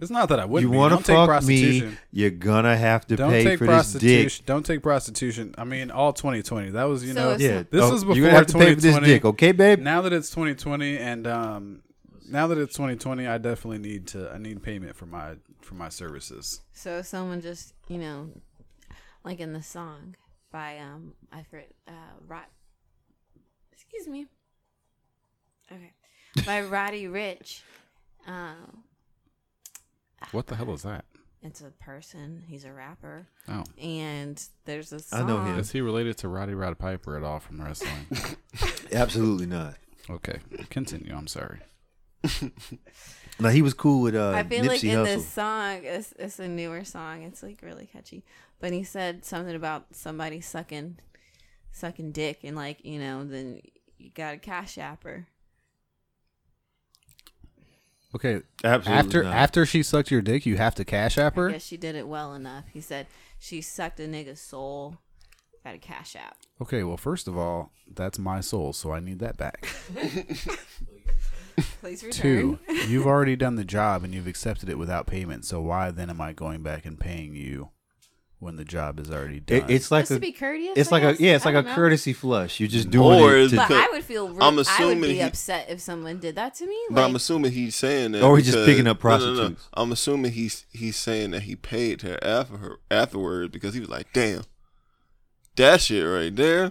B: It's not that I wouldn't.
E: you
B: want to
E: want to fuck me, you're gonna have to
B: Don't
E: pay
B: take
E: for this dick.
B: prostitution. Don't take prostitution. I mean, all 2020. That was you
D: So
B: know.
D: it's-
E: Yeah,
B: This
E: oh,
B: was
E: You're
B: before
E: gonna have to pay for this
B: 2020.
E: dick, okay, babe?
B: Now that it's 2020, and um, now that it's 2020, I definitely need to. I need payment for my for my services.
D: so if someone just you know, like in the song by um I forget uh Rod. Excuse me. Okay, by Roddy Rich. Um,
B: What the hell is that?
D: it's a person. He's a rapper,
B: Oh,
D: and there's a song.
E: I know him.
B: is he related to Roddy Rod Piper at all from wrestling?
E: Absolutely not.
B: Okay, continue. I'm sorry.
E: No, he was cool with uh,
D: I feel
E: Nipsey
D: like in
E: Hussle.
D: this song, it's, it's a newer song. It's like really catchy, but he said something about somebody sucking, sucking dick, and like you know, then you got a cash apper.
B: Okay,
E: Absolutely
B: after
E: not.
B: after she sucked your dick, you have to cash app
D: I
B: her.
D: guess she did it well enough. He said she sucked a nigga's soul. Got a cash app.
B: Okay, well, first of all, that's my soul, so I need that
D: [LAUGHS]
B: back.
D: Please
B: Two,
D: return.
B: you've already done the job and you've accepted it without payment. So why then am I going back and paying you when the job is already done?
E: It- it's like
D: Just
E: a,
D: to be courteous.
E: it's
D: I
E: like a
D: guess?
E: yeah, it's
D: I
E: like a
D: don't know.
E: courtesy flush. You're just doing
C: Or
E: it
C: is
E: to-
D: But
C: Because-
D: I would feel. Rude.
C: I'm
D: I would
C: assuming
D: be
C: he-
D: upset if someone did that to me.
C: But I'm
D: like-
C: assuming he's saying that.
E: Or he's just
C: because-
E: picking up
C: No, no, no.
E: prostitutes.
C: I'm assuming he's he's saying that he paid her after her afterwards because he was like, "Damn, that shit right there,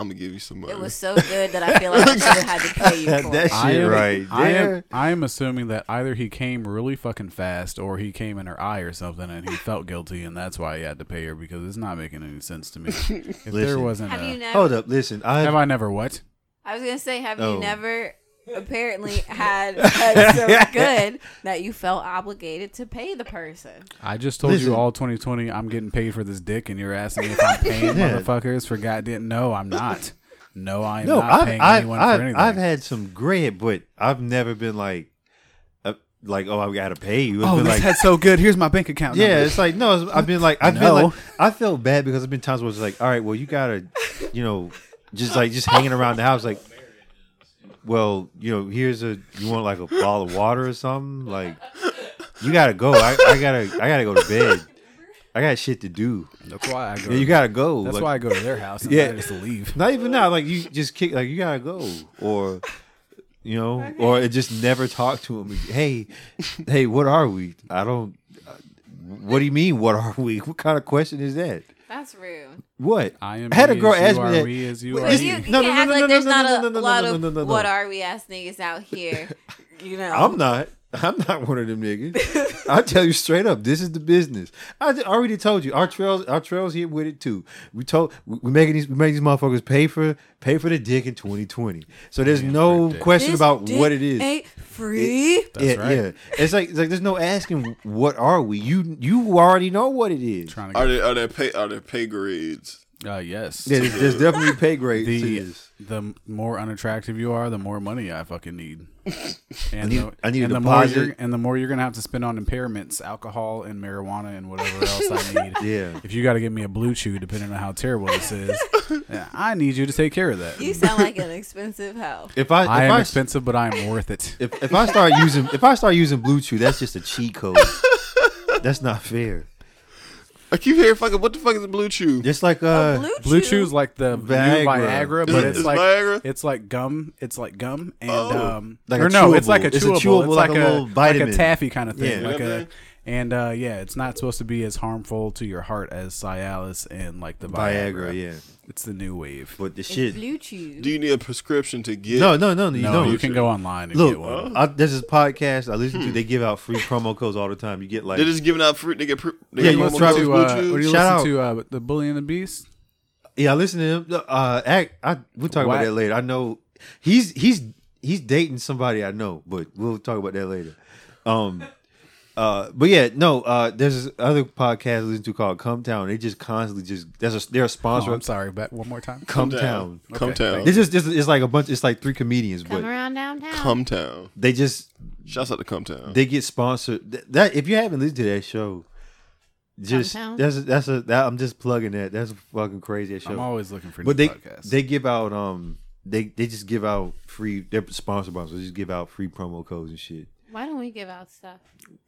C: I'm gonna give you some money."
D: It was so good that I feel like I should have had
E: [LAUGHS]
D: to pay you for
E: That
D: it.
E: shit right
B: I am,
E: there.
B: I am assuming that either he came really fucking fast or he came in her eye or something and he felt guilty and that's why he had to pay her because it's not making any sense
E: [LAUGHS]
B: to me. If there
E: Listen.
B: wasn't
D: Have
B: a,
D: you never?
E: Hold up, listen. I
B: have I never what?
D: I was gonna say, have
E: Oh.
D: you never
E: [LAUGHS]
D: apparently had had so good that you felt obligated to pay the person?
B: I just told
E: Listen.
B: you all 2020. I'm getting paid for this dick, and you're asking me if
E: [LAUGHS]
B: I'm paying
E: Yeah.
B: motherfuckers for goddamn. No, I'm not. No, I am
E: no,
B: not
E: I've
B: paying
E: I've,
B: anyone
E: I've,
B: for anything.
E: I've had some bread, but I've never been like, uh, like oh, I gotta pay you. It's
B: oh,
E: been
B: this
E: like,
B: head's so good. Here's my bank account.
E: yeah,
B: number.
E: it's like no, it's, I've been like I've
B: No.
E: been like I felt bad because there've been times where it's like, all right, well, you gotta, you know, just like just hanging around the house, like, well, you know, here's a you want like a bottle of water or something, like, you gotta go. I, I gotta I gotta go to bed. I got shit to do.
B: that's why I go.
E: Yeah, you gotta go.
B: That's
E: like,
B: why I go to their house. And
E: Yeah.
B: yeah, just leave.
E: Not even now. Like you just kick. Like you gotta go, or you know, or it just never talk to him. Hey, hey, what are we? I don't. What do you mean? What are we? What kind of question is that?
D: That's rude.
E: What?
B: I am.
E: I had a
B: me
E: girl
B: as you
E: ask
B: are,
E: me that.
B: We as you
D: You,
B: are.
E: Well,
B: you.
D: you
E: No,
D: can't
E: no, no,
D: act
E: no,
D: like
E: no,
D: there's
E: no,
D: not
E: no,
D: a
E: no, no,
D: lot
E: no,
D: of
E: no, no, no.
D: what are we ass niggas out here. You know,
E: I'm not. I'm not one of them niggas. I tell you straight up, this is the business. I j- already told you our trails. Our trails here with it too. We told we we making these we making these motherfuckers pay for pay for the dick in 2020. So there's no question
D: This
E: about
D: dick
E: what it is.
D: Ain't free.
E: yeah,
B: right.
E: yeah. It's like, it's like there's no asking what are we. You you already know what it is.
B: Trying
C: Are
B: to
C: there are there pay are there pay grades?
B: get, uh, yes.
E: Yeah, there's, there's definitely pay grade to
B: the
E: this.
B: the more unattractive you are, the more money I fucking need.
E: [LAUGHS]
B: And
E: need-
B: the,
E: I need a
B: and the more
E: deposit.
B: you're, and the more you're gonna have to spend on impairments, alcohol and marijuana and whatever else I
E: [LAUGHS]
B: need.
E: Yeah.
B: If you got to give me a blue chew, depending on how terrible this is, yeah, I need you to take care of that.
E: [LAUGHS]
D: You sound like an expensive hoe.
E: If I if
B: I
E: I,
B: am
E: s-
B: expensive, but I am worth it.
E: if, if I start using if I start using Blue Chew, that's just a cheat code. that's not fair.
C: I keep hearing fucking what the fuck is a blue chew?
E: Just like
D: Oh,
E: uh,
D: blue,
B: Blue
D: chew.
B: Chew's like the Viagra, Viagra
E: Viagra.
B: but
C: Is-
B: it's
C: is
B: like
C: Viagra?
B: it's like gum. It's like gum, and
C: Oh.
B: um,
E: Like a
B: or no, it's
E: chewable.
B: like a chewable. It's,
E: It's a chewable,
B: like, a,
E: little vitamin.
B: like a taffy kind of thing.
E: Yeah.
B: like
C: Yeah,
B: a,
C: man.
B: and uh, yeah, it's not supposed to be as harmful to your heart as Cialis and like the Viagra.
E: Viagra, yeah.
B: It's the new wave.
E: But the
D: It's
E: shit.
D: Blue chew.
C: Do you need a prescription to get?
E: No, no, no, no, you
B: no,
E: don't.
B: you can go online and get
E: Look, uh,
B: one. Hmm.
E: I, there's this podcast I listen to. They give out free promo codes all the time. You get like
C: They're just giving out fruit. They get. Pr- they
E: Yeah,
C: get
E: you
C: promo
E: try
C: codes,
B: to,
C: blue
B: uh,
C: chew.
B: what do you
E: Shout
B: listen to? Uh, the Bully and the Beast.
E: Yeah, I listen to him. Uh, act, I we'll talk
B: Why-
E: about that later. I know he's he's he's dating somebody I know, but we'll talk about that later. Um, [LAUGHS] uh, but yeah, no. Uh, there's this other podcast I listen to called Come Town. They just constantly just there's a they're a
B: Oh,
E: sponsor
B: I'm
E: of
B: sorry, but one more time.
E: Come Town.
C: Come town.
E: It's just it's, it's like a bunch. It's like three comedians,
D: Come
E: but
D: around downtown.
C: Come town.
E: they just
C: Shouts out to Come town.
E: they get sponsored. Th- That if you haven't listened to that show. Just
D: Come Town?
E: that's a, that's a that, I'm just plugging that. That's a fucking crazy ass show.
B: I'm always looking for new
E: but they
B: podcasts.
E: they give out um they they just give out free they're sponsored by us, so they just give out free promo codes and shit.
D: Why don't we give out stuff?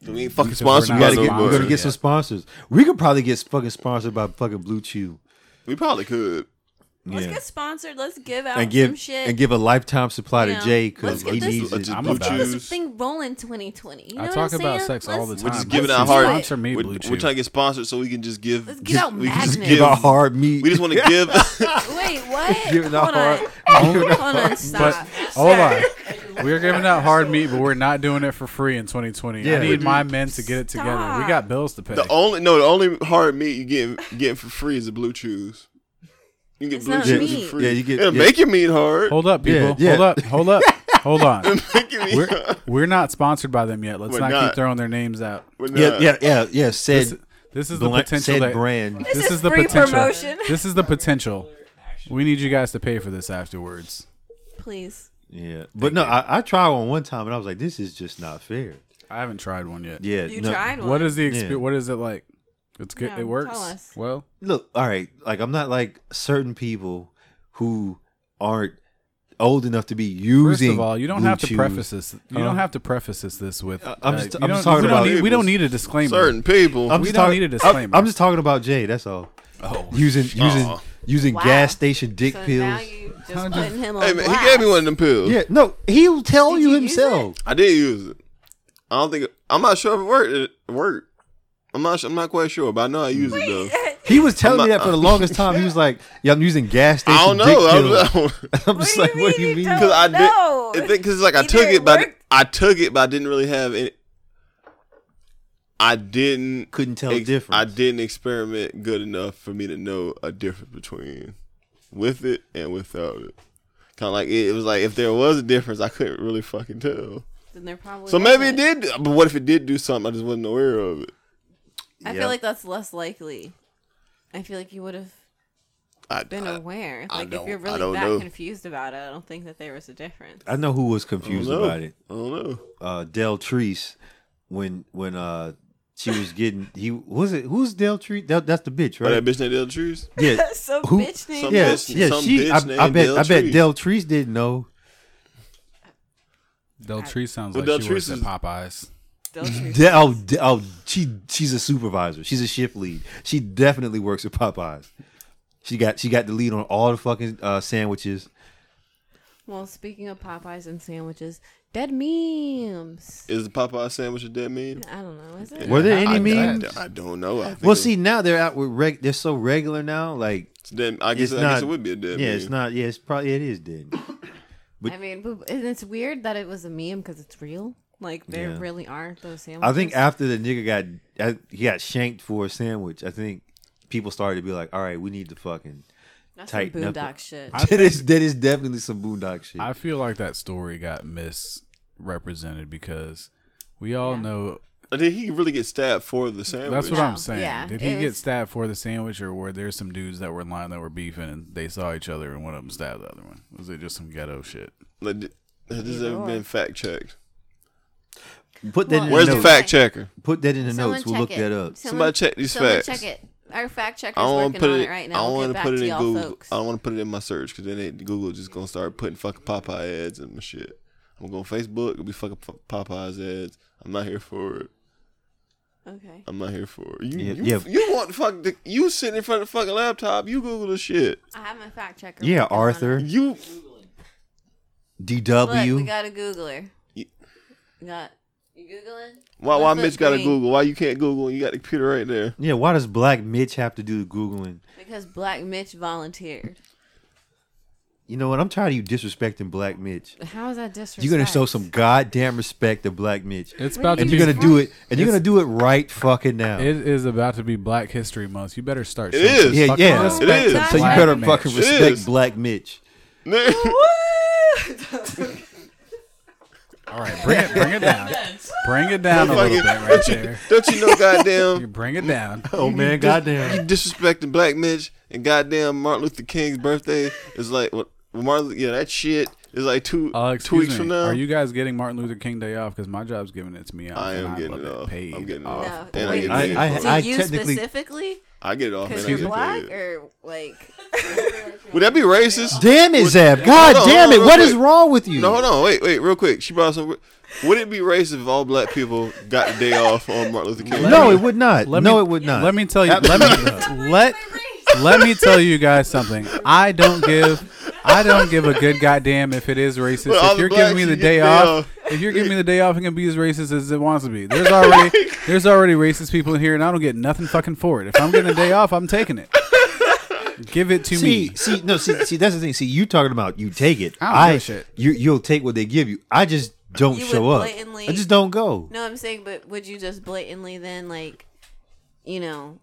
C: we ain't fucking
B: Because we're
C: sponsored
B: not
C: by
E: Gotta get- we're
C: nobody.
E: gonna get some
B: Yeah.
E: sponsors. We could probably get fucking sponsored by fucking Blue Chew.
C: We probably could.
D: Let's
E: Yeah.
D: get sponsored. Let's give out
E: And give
D: Oh, some shit.
E: and give a lifetime supply
D: You
E: to
D: know,
E: Jay
D: let's
E: because
D: get
E: he
D: this-
E: needs
C: Let's
E: it.
C: just
B: I'm
C: blue
B: about it.
D: Get this
C: chews.
D: thing rolling 2020. You know
B: I
D: what
B: talk
D: I'm
B: about
D: saying?
B: sex
D: Let's-
B: all the time.
C: We're just
D: Let's
C: giving
D: do
C: out
D: it.
C: hard.
B: Sponsor me,
C: we're,
B: Blue
C: we're
B: Chew.
C: trying to get sponsored so we can just give. [LAUGHS]
D: Let's give out
C: we can just
D: magnets.
E: Give
C: give.
E: out hard meat.
C: We just want to give. [LAUGHS]
D: Wait,
B: [LAUGHS]
D: what?
E: Give it a
D: Hold on.
E: hard-
D: Hold on. Stop.
B: Hold on. We're giving out hard meat, but we're not doing it for free in 2020.
E: Yeah.
B: I need my men to get it together.
D: Stop.
B: We got bills to pay.
C: the only no, the only hard meat you get getting for free is the blue chews. You can get
D: It's
C: blue
D: not
C: chews
D: meat.
C: for free.
E: Yeah, you get-
C: It'll
E: yeah.
C: make your meat hard.
B: hold up,
E: Yeah,
B: people.
E: yeah.
B: Hold up. Hold up. Hold on.
C: [LAUGHS] Make your meat
B: We're
C: hard.
B: we're not sponsored by them yet. Let's
C: We're
B: not,
C: not.
B: keep throwing their names out.
C: We're
E: [LAUGHS] yeah,
C: not-
E: yeah, yeah, yeah. Said
B: This, this is the
E: blan-
B: potential
E: said
B: that
E: brand.
D: This is
B: the
D: free
B: potential.
D: promotion.
B: This is the potential. We need you guys to pay for this afterwards.
D: Please.
E: Yeah, but no, I, I tried one one time and I was like, this is just not fair.
B: I haven't tried one yet.
E: Yeah,
D: You
E: no,
D: tried one.
B: What is the exp-
E: Yeah.
B: what is it like? It's good.
D: No,
B: it works.
D: tell us.
B: Well,
E: look, all right, like I'm not like certain people who aren't old enough to be
B: First
E: using.
B: of all, you don't
E: blue
B: have to
E: chews.
B: preface this. You
E: Huh?
B: don't have to preface this this with.
E: Uh, I'm just-
B: you
E: I'm
B: don't-
E: just talking
B: we don't
E: about-
B: need- we don't need a disclaimer.
C: certain people.
E: I'm
B: we
E: just
B: don't
E: talking-
B: need a
E: I'm-
B: disclaimer.
E: I'm, just talking about Jay. That's all.
B: Oh,
E: Using using
C: Aw.
E: using
D: Wow.
E: gas station dick
D: so
E: pills.
D: now you just
B: Hundred-
D: putting him on
C: hey man,
D: blast.
C: he gave me one of them pills.
E: yeah, no, he'll tell
D: Did
E: you,
D: you use
E: himself.
C: I did use it. I don't think I'm not sure if it worked. It worked. I'm not. su- I'm not quite sure, but I know I used it though.
E: He was telling
C: I'm
E: me
C: not-
D: [LAUGHS]
E: that for the longest time. He was like, "Yeah, I'm using gas station
C: I don't
E: dick
C: know. I
E: pills."
C: don't know. [LAUGHS]
E: [LAUGHS] I'm just
D: What
E: like,
D: do you
E: "What do
D: mean
E: you
D: you
E: mean?"
D: don't?
C: Because I
D: No.
C: did. Because like I
D: Either
C: took
D: it
C: it, but I di-
D: worked-
C: I took it, but I didn't really have any. I didn't.
E: Couldn't tell the
C: ex- I
E: difference.
C: didn't experiment good enough for me to know a difference between with it and without it. Kind of like it, it was like if there was a difference, I couldn't really fucking tell.
D: Then they're probably
C: So maybe it
D: wasn't.
C: did. do- But what if it did do something? I just wasn't aware of it.
D: I
E: Yeah.
D: feel like that's less likely. I feel like you would have
C: I,
D: been
C: I,
D: aware.
C: I
D: Like
C: don't-
D: if you're
C: I
D: really
C: don't
D: that
C: know. Uh,
D: confused about it, I don't think that there was a difference.
E: I know who
C: I
E: was
C: don't
E: confused
C: know.
E: about it.
C: I don't know.
E: uh Del Treese when when uh she was getting he was it who's Del Treese that, that's the bitch
C: But that
E: right
C: bitch named Del Trees.
E: yeah
D: Some
E: Who-
D: bitch named
C: some
E: yeah
C: bitch-
E: yeah
C: some
E: she I,
C: bitch
E: I
C: named
E: bet
C: Del
E: I bet
C: Treese.
E: Del Treese didn't know
B: Del Tree sounds
C: Well,
B: like
C: Del
B: she works
C: Treese
B: at
C: is-
B: Popeyes.
D: Deltry.
E: De- oh, De- oh she she's a supervisor she's a shift lead she definitely works at Popeyes she got she got the lead on all the fucking uh sandwiches
D: Well, speaking of Popeyes and sandwiches, dead memes.
C: Is the Popeye sandwich a dead man?
D: I don't know. Is it?
E: were there any
C: I,
E: memes
C: I, I don't know. I think
E: well
C: it-
E: see now they're out with reg they're so regular now like
C: it's dead. I guess,
E: it's
C: I
E: not
C: guess it would be a dead
E: yeah
C: meme.
E: it's not yeah it's probably it is dead
D: I mean, but- and it's weird that it was a meme because it's real. Like there
E: Yeah.
D: really are those sandwiches.
E: I think after the nigga got uh, he got shanked for a sandwich, I think people started to be like, "All right, we need to fucking."
D: that's some
E: tight
D: boondock
E: knuckle-
D: shit.
B: I
E: [LAUGHS] that is that is definitely some boondock shit.
B: I feel like that story got misrepresented because we all know
C: But Did he really get stabbed for the sandwich?
B: that's what
D: No,
B: I'm saying.
D: yeah,
B: Did he
D: it
B: get
D: was-
B: stabbed for the sandwich, or were there some dudes that were in line that were beefing and they saw each other and one of them stabbed the other one? Was it just some ghetto shit?
C: Like, did- has this ever been fact checked?
E: put that. in
D: Well,
C: Where's
E: the,
C: the
E: notes.
C: fact checker?
E: Put that in the
D: Someone
E: notes. We'll
D: check
E: look
D: it.
E: that up.
D: Someone,
C: Somebody check these
D: someone
C: facts.
D: check it. Our fact checker's
C: I don't want
D: working
C: to put
D: on
C: it.
D: it right now.
C: I don't
D: we'll
C: want
D: get
C: to
D: back
C: put it
D: to
C: in
D: y'all
C: Google.
D: folks.
C: I don't want to put it in my search because then they, Google just gonna start putting fucking Popeye ads and my shit. I'm gonna go on Facebook. It'll be fucking P- Popeyes ads. I'm not here for it.
D: Okay.
C: I'm not here for it. You,
E: Yeah,
C: you,
E: yeah.
C: you want fuck the, you sitting in front of the fucking laptop, you Google the shit.
D: I have my fact checker.
E: Yeah,
D: working on it.
E: Arthur.
C: You
D: Look, we
E: DW.
D: got a Googler.
C: You-
D: Got you googling?
C: why why
D: What's up,
C: Mitch gotta
D: green?
C: Google? Why you can't Google and you got the computer right there? [LAUGHS]
E: yeah, why does Black Mitch have to do the googling?
D: Because Black Mitch volunteered.
E: You know what? I'm tired of you disrespecting Black Mitch.
D: How is that disrespect?
E: You're gonna show some goddamn respect to Black Mitch,
B: It's
D: What
B: about
D: do
B: to
E: and
B: be.
E: you're gonna do it, and you're gonna do it right fucking now.
B: It is about to be Black History Month. You better start.
C: It
B: showing some
C: is.
E: Yeah,
B: fucking
E: yeah.
B: respect
C: It
B: to
C: is.
E: so you
B: Black
E: better
B: man.
E: fucking
C: It
E: respect
C: is.
E: Black Mitch.
B: All right, bring it, bring it
E: [LAUGHS]
B: down, bring it down a little bit right
C: don't, you, [LAUGHS]
B: there.
C: don't you know
B: You
C: goddamn
B: bring it
C: [LAUGHS]
B: down.
E: Oh man,
C: you
E: goddamn.
C: disrespecting black Mitch and goddamn Martin Luther King's birthday is like what Martin yeah, that shit is like two
B: Uh,
C: two
B: excuse
C: weeks
B: me.
C: from now.
B: Are you guys getting Martin Luther King Day off? Because my job's giving it to me. Off,
C: I am
B: and
C: getting
B: love
C: it off. I'm
B: Paid
C: getting it
B: off.
C: off.
D: No.
C: And I
D: Wait,
C: get
E: I-
C: paid
E: I-
C: for
D: to
C: it.
E: I
D: you
E: technically-
D: specifically?
C: I get it off and
D: Because
C: I
D: you're
C: get
D: black
C: paid.
D: or like
C: Would that be racist?
E: Damn it, Zab. God
C: Hold on,
E: damn it.
C: hold on,
E: What
C: real
E: is
C: quick.
E: wrong with you?
C: No, hold on, wait, wait, real quick. She brought some. Would it be racist if all black people got the day off on Martin Luther King?
E: No, it would not.
B: Let
E: No,
B: me-
E: it would not.
B: Let me tell
C: [LAUGHS]
B: you.
E: [LAUGHS]
B: Let me let let me tell you guys something. I don't give I don't give a good goddamn if it is racist.
C: But all
B: if you're
C: the
B: giving
C: blacks
B: me
C: you
B: the
C: get
B: day
C: there
B: off,
C: are-
B: if you're giving me the day off, it can be as racist as it wants to be.
C: [LAUGHS]
B: There's already there's already racist people in here, and I don't get nothing fucking for it. If I'm getting a day off, I'm taking it. Give it to
E: See,
B: me.
E: see, no, see, see. That's the thing. See, you talking about you take it.
B: I don't give a
E: I-
B: shit.
E: You, you'll take what they give you. I just don't
D: You would
E: show up.
D: blatantly-
E: I just don't go.
D: No, I'm saying, but would you just blatantly then, like, you know,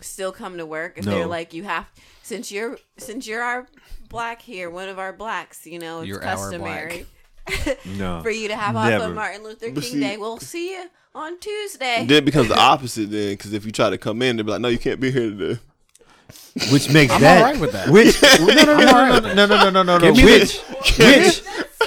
D: still come to work if
E: No.
D: they're like, you have since you're since you're our black here, one of our blacks, you know, it's
B: You're our
D: customary
E: No.
D: for you to have off
E: Never.
D: on Martin Luther King
C: But see-
D: Day. We'll see you on Tuesday.
C: Then it becomes the opposite then, because if you try to come in, they'll be like, "No, you can't be here today."
D: [LAUGHS]
E: Which makes
B: I'm
E: that.
B: alright with that.
C: [LAUGHS]
E: Which no no no no no no no no no no no.
B: Give me
E: Which which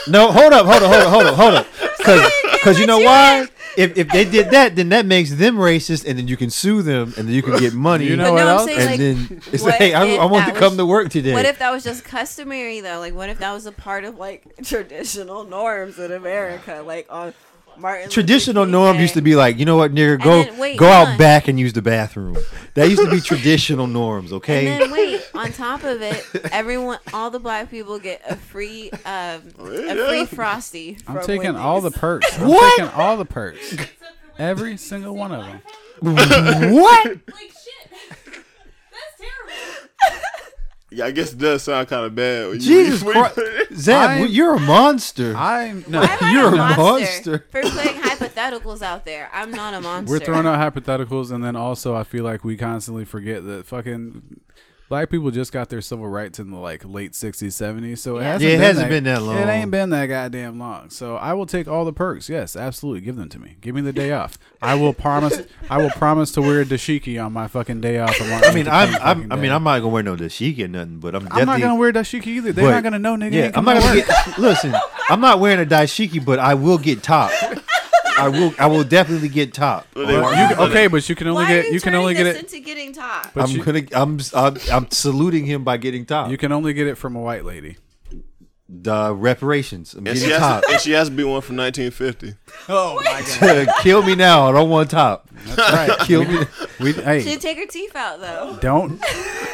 E: no hold up hold up hold up hold up
D: [LAUGHS]
E: hold up because because you know why if if they did that then that makes them racist and then you can sue them and then you can get money
B: You know
D: but no,
B: what
D: I'm
B: else?
D: saying,
E: and
D: like,
E: then it's
D: what
E: like hey I,
D: if
E: I
D: that
E: want to
D: was-
E: come to work today.
D: What if that was just customary though? Like, what if that was a part of like [LAUGHS] traditional norms in America? Like on Martin Luther
E: Traditional
D: King
E: norm
D: Day?
E: used to be like, you know what, nigga, go
D: then, wait,
E: go
D: hold
E: out
D: on.
E: back and use the bathroom. That used to
D: [LAUGHS]
E: be traditional norms, okay?
D: And
B: [LAUGHS]
D: then wait, on top of it, everyone, all the black people get a free, um, a free frosty. From
B: I'm taking
D: Wendy's.
B: all the perks.
E: [LAUGHS]
B: I'm
E: What?
B: taking all the
E: [LAUGHS]
B: perks. Every single one of them.
D: [LAUGHS]
E: what?
G: Like shit. That's terrible.
C: Yeah, I guess it does sound kind of bad. When you,
E: Jesus
C: when you [LAUGHS]
E: Christ,
C: put it-
E: Zab,
B: I'm-
E: you're a monster.
B: I'm no.
D: Am
B: [LAUGHS]
D: I
E: You're a monster.
D: for playing hypotheticals out there. I'm not a monster.
B: We're throwing out hypotheticals, and then also I feel like we constantly forget that fucking black people just got their civil rights in the like late sixties, seventies. So it hasn't,
E: Yeah, it
B: been,
E: hasn't
B: that,
E: been that long.
B: It ain't been that goddamn long. So I will take all the perks. Yes, absolutely. Give them to me. Give me the day off. I will promise. I will promise to wear a dashiki on my fucking day off.
E: I mean, I'm, I'm, I mean, I'm not gonna wear no dashiki or nothing, but I'm definitely.
B: I'm not gonna wear dashiki either. They're
E: but-
B: not gonna know, nigga.
E: Yeah, I'm not gonna get. Listen, I'm not wearing a dashiki, but I will get top. I will, I will definitely get top.
B: you, okay, but you can only
D: Why are
B: get
D: you,
B: you can only get
D: this
B: it.
D: into getting top?
B: But
E: I'm
B: you,
E: gonna, I'm, I'm, I'm saluting him by getting top.
B: you can only get it from a white lady.
E: the reparations. I'm
C: and she, has
E: getting top.
C: to, and she has to be one from 1950.
B: Oh my god!
E: [LAUGHS] Kill me now. I don't want top.
B: Right?
E: [LAUGHS] Kill me.
B: We, hey,
D: Should take her teeth out though. [LAUGHS]
B: Don't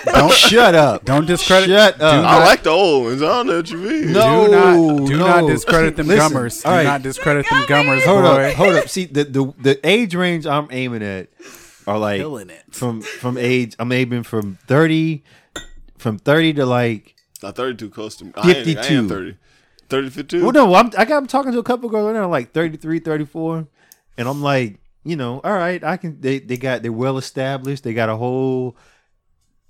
B: don't
E: Shut up.
B: don't discredit.
E: Shut up.
C: I like the old ones. I don't know what you mean.
E: No.
B: Do not do
E: No,
B: not
E: no.
B: discredit them
E: Listen,
B: gummers. Do
E: all right.
B: not discredit them gummers,
E: Hold
B: boy.
E: up, hold up. See the, the the age range I'm aiming at are like
B: Killing it.
E: from from age I'm aiming from thirty from thirty to like
C: Not 32 close to me. I ain't- I
E: 52.
C: am 30. 30, 52.
E: well no I'm I got I'm talking to a couple girls right now like 33, 34, and I'm like you know all right I can they they got they're well established they got a whole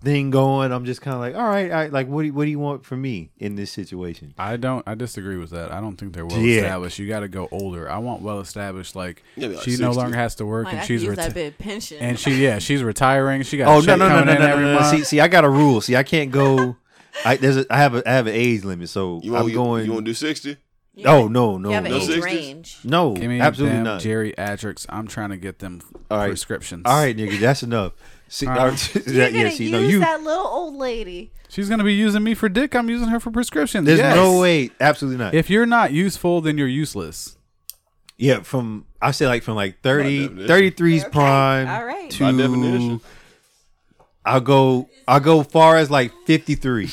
E: thing going I'm just kind of like all right I like what do you, what do you want from me in this situation
B: I don't. I disagree with that. I don't think they're well
E: Yeah.
B: established. You got to go older. I want well established. Like
C: Yeah, be like
B: she no
C: 60.
B: longer has to work,
D: Like, I
B: and
D: could
B: she's
D: use
B: reti-
D: that bit of pension.
B: and she yeah she's retiring. She got
E: oh
B: a
E: no
B: check
E: no no
B: coming
E: no
B: in
E: no,
B: every
E: no, no.
B: month.
E: see see I got a rule see I can't go. I, there's a, I have a I have an age limit, so
C: you
E: I'm
C: want,
E: going.
C: You, want to do 60?
D: You
E: Oh
D: have-
E: no,
D: you
E: no,
D: have an
C: No
E: no,
D: age
C: 60s?
D: range.
E: no
B: Give me
E: absolutely
B: them
E: not.
B: geriatrics. I'm trying to get them
E: All right.
B: prescriptions.
E: All right, nigga, that's enough. See, all right, [LAUGHS]
D: You're
E: yeah,
D: gonna
E: see,
D: use
E: no, you.
D: that little old lady.
B: she's gonna be using me for dick. I'm using her for prescriptions.
E: There's
B: Yes.
E: no way, absolutely not.
B: If you're not useful, then you're useless.
E: Yeah, from I say like from like 30,
C: definition.
E: 33's prime
D: all right.
E: to
C: By definition.
E: I'll go I'll go far as like fifty three.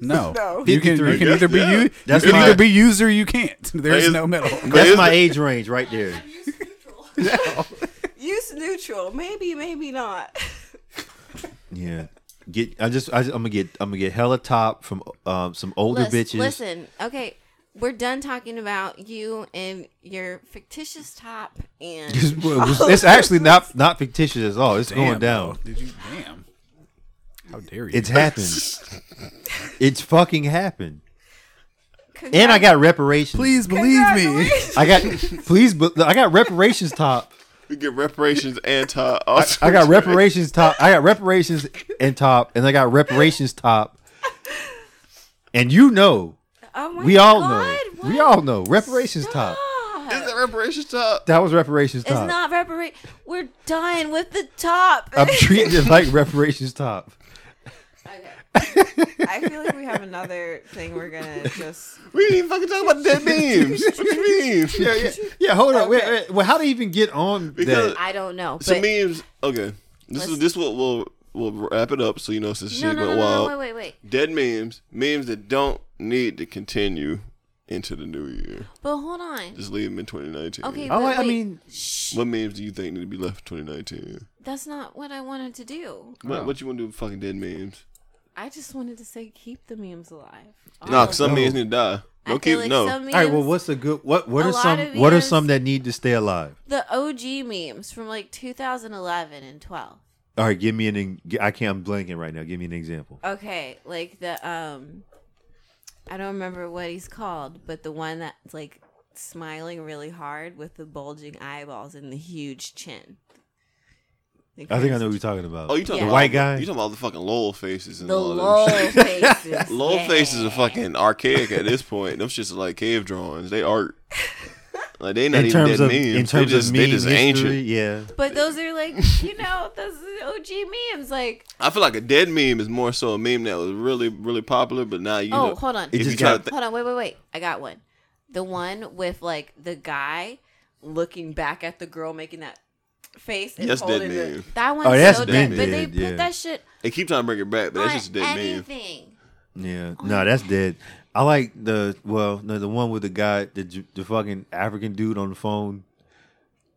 B: No,
D: No.
B: you can you
E: 53.
B: can either be
C: Yeah.
B: you,
E: That's
B: you can
E: my-
B: either be used or you can't. [LAUGHS] There is
C: is-
B: no
E: [LAUGHS]
B: middle.
E: That's
C: is
E: my
C: the-
E: age range right there.
G: Use neutral.
D: Use neutral. Maybe, maybe not. [LAUGHS]
E: Yeah. Get I just, I am gonna get I'm gonna get hella top from um some older
D: Lis-
E: bitches.
D: Listen, okay, we're done talking about you and your fictitious top and
E: [LAUGHS] It's, it's actually not not fictitious at all. It's
B: Damn,
E: going down.
B: bro. Did you? Damn. How dare you?
E: It's happened.
C: [LAUGHS]
E: it's fucking happened.
D: Congrat-
E: And I got reparations.
B: Please believe me. [LAUGHS]
E: I got please, but I got reparations top.
C: We get reparations and top.
E: I [LAUGHS] got reparations top. I got reparations and top, and I got reparations top. And you know,
D: Oh my
E: we all know,
D: God,
E: we
D: what?
E: all know reparations top.
C: [LAUGHS]
D: Stop.
C: Is that reparations top?
E: That was reparations
D: It's
E: top.
D: not reparate. We're done with the top. [LAUGHS]
E: I'm treating it like reparations top.
D: I feel like we have another thing we're gonna just.
C: We didn't even fucking talk about
E: [LAUGHS]
C: dead memes. What you mean?
E: Yeah, yeah, yeah. Hold on. Wait, wait, well, how do you even get on
C: Because-
E: that?
D: I don't know.
C: So
D: but-
C: memes. Okay, this is
D: Let's-
C: this will will will wrap it up. So you know since
D: no,
C: shit
D: no, no,
C: went
D: no,
C: wild.
D: no, wait, wait, wait.
C: Dead memes, memes that don't need to continue into the new year.
D: But hold on.
C: Just leave them in 2019.
D: Okay,
E: Oh,
D: but
E: I- I
D: wait.
E: mean-
D: Shh,
C: What memes do you think need to be left for 2019?
D: that's not what I wanted to do.
C: What, what you want to do with fucking dead memes?
D: I just wanted to say keep the memes alive.
C: No,
D: All of
C: cause some
E: no.
C: memes need to die.
D: Oh. I
C: No,
D: feel
C: keep
D: like
C: no.
D: some memes,
E: All right. Well, what's a good? What What
D: A
E: are
D: lot
E: some?
D: of
E: What are
D: years-
E: some that need to stay alive?
D: the OG memes from like 2011 and 12?
E: All right. Give me an. en- I can't. I'm blanking right now. Give me an example.
D: Okay, like the um, I don't remember what he's called, but the one that's like smiling really hard with the bulging eyeballs and the huge chin.
E: I think I know what you're talking about.
C: oh, you talking
D: Yeah.
C: about
E: White guy?
C: You talking about the fucking lol faces and
D: the
C: all
D: lol
C: that shit.
D: [LAUGHS] faces.
C: Lol
D: yeah.
C: faces are fucking archaic at this point. Them shits are like cave drawings. They art. Like they not
E: in
C: even
E: terms
C: dead
E: of
C: memes.
E: in terms
C: they just,
E: of
C: they
E: meme
C: just
E: history,
C: ancient.
E: yeah.
D: But those are [LAUGHS] like you know those are OG memes. Like
C: I feel like a dead meme is more so a meme that was really, really popular, but now you
D: oh,
C: know,
D: hold on,
C: if
E: It just
C: you try
E: got-
C: to thi-
D: hold on, wait, wait, wait. I got one. The one with like the guy looking back at the girl making that face and
C: That's dead
D: holding the,
C: meme.
D: that one's
E: Oh, that's
D: so
E: dead
D: dead. But they
E: meme, yeah.
D: put that shit
C: they keep trying to bring it back, but that's
D: on
C: just a dead meme.
D: anything.
E: Yeah, no, that's dead. I like the well, no, the one with the guy, the J- the fucking African dude on the phone,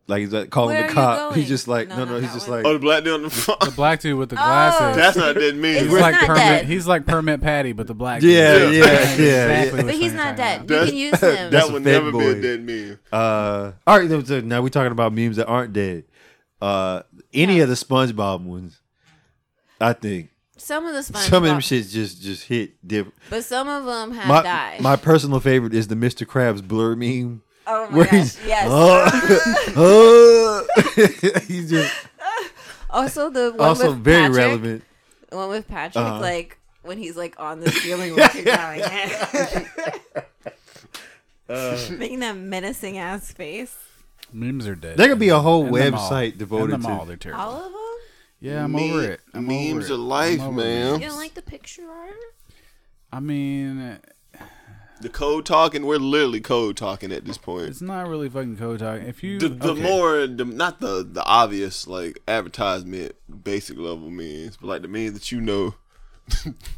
E: like he's like calling
D: Where are
E: the
D: you
E: cop. He's
D: going?
E: just like,
D: No,
E: no, no,
D: not
E: he's
D: that
E: just
D: one.
C: Oh,
E: like,
C: the black dude on the [LAUGHS]
B: the
C: phone.
B: black dude with the glasses.
C: That's not a dead meme.
B: He's
D: It's
B: like
D: not
B: permit.
D: dead.
B: He's like permit Patty, but the black.
E: Yeah,
B: dude.
E: yeah, yeah, yeah.
D: But
B: what
D: he's
B: you're talking
D: not dead.
B: about.
D: You
C: That's- [LAUGHS]
D: can use him.
E: that's
C: that would
E: a fed
C: never be a
E: boy.
C: dead meme.
E: uh, all right. no, So now we're talking about memes that aren't dead. Uh, any of the SpongeBob ones, I think
D: some of the SpongeBob,
E: some of them shits just just hit different.
D: but some of them have
E: My
D: died.
E: my personal favorite is the Mr. Krabs blur
D: [LAUGHS]
E: meme.
D: oh my
E: Where
D: gosh,
E: he's
D: yes.
E: [LAUGHS] oh, oh. [LAUGHS] he's just
D: also the one
E: also
D: with
E: very
D: Patrick,
E: relevant.
D: The one with Patrick,
E: Uh-huh.
D: like when he's like on the ceiling looking down, [LAUGHS] making that menacing ass face.
B: Memes are dead.
E: There could be a whole
B: In the mall.
E: website devoted
B: In the
E: to-
B: mall, they're terrible.
D: All of them.
B: Yeah, I'm
C: Me-
B: over it. I'm over
C: memes
B: it.
C: are life,
B: I'm over
C: man.
B: it.
D: You don't like the picture art?
B: I mean,
C: The code talking, we're literally code talking at this point.
B: it's not really fucking code talking. If you
C: The, the
B: okay.
C: more, the, not the the obvious like advertisement, basic level memes, but like the memes that you know,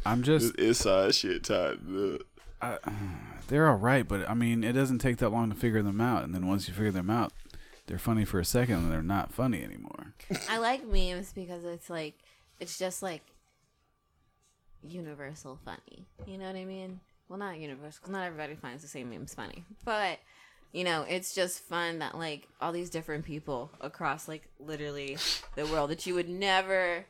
B: I'm just
C: this inside shit tied up.
B: they're all right, but I mean, it doesn't take that long to figure them out, and then once you figure them out, they're funny for a second, and they're not funny anymore.
D: I like memes because it's like it's just like universal funny. You know what I mean? Well, not universal. 'cause Not everybody finds the same memes funny, but you know, it's just fun that like all these different people across like literally the world that you would never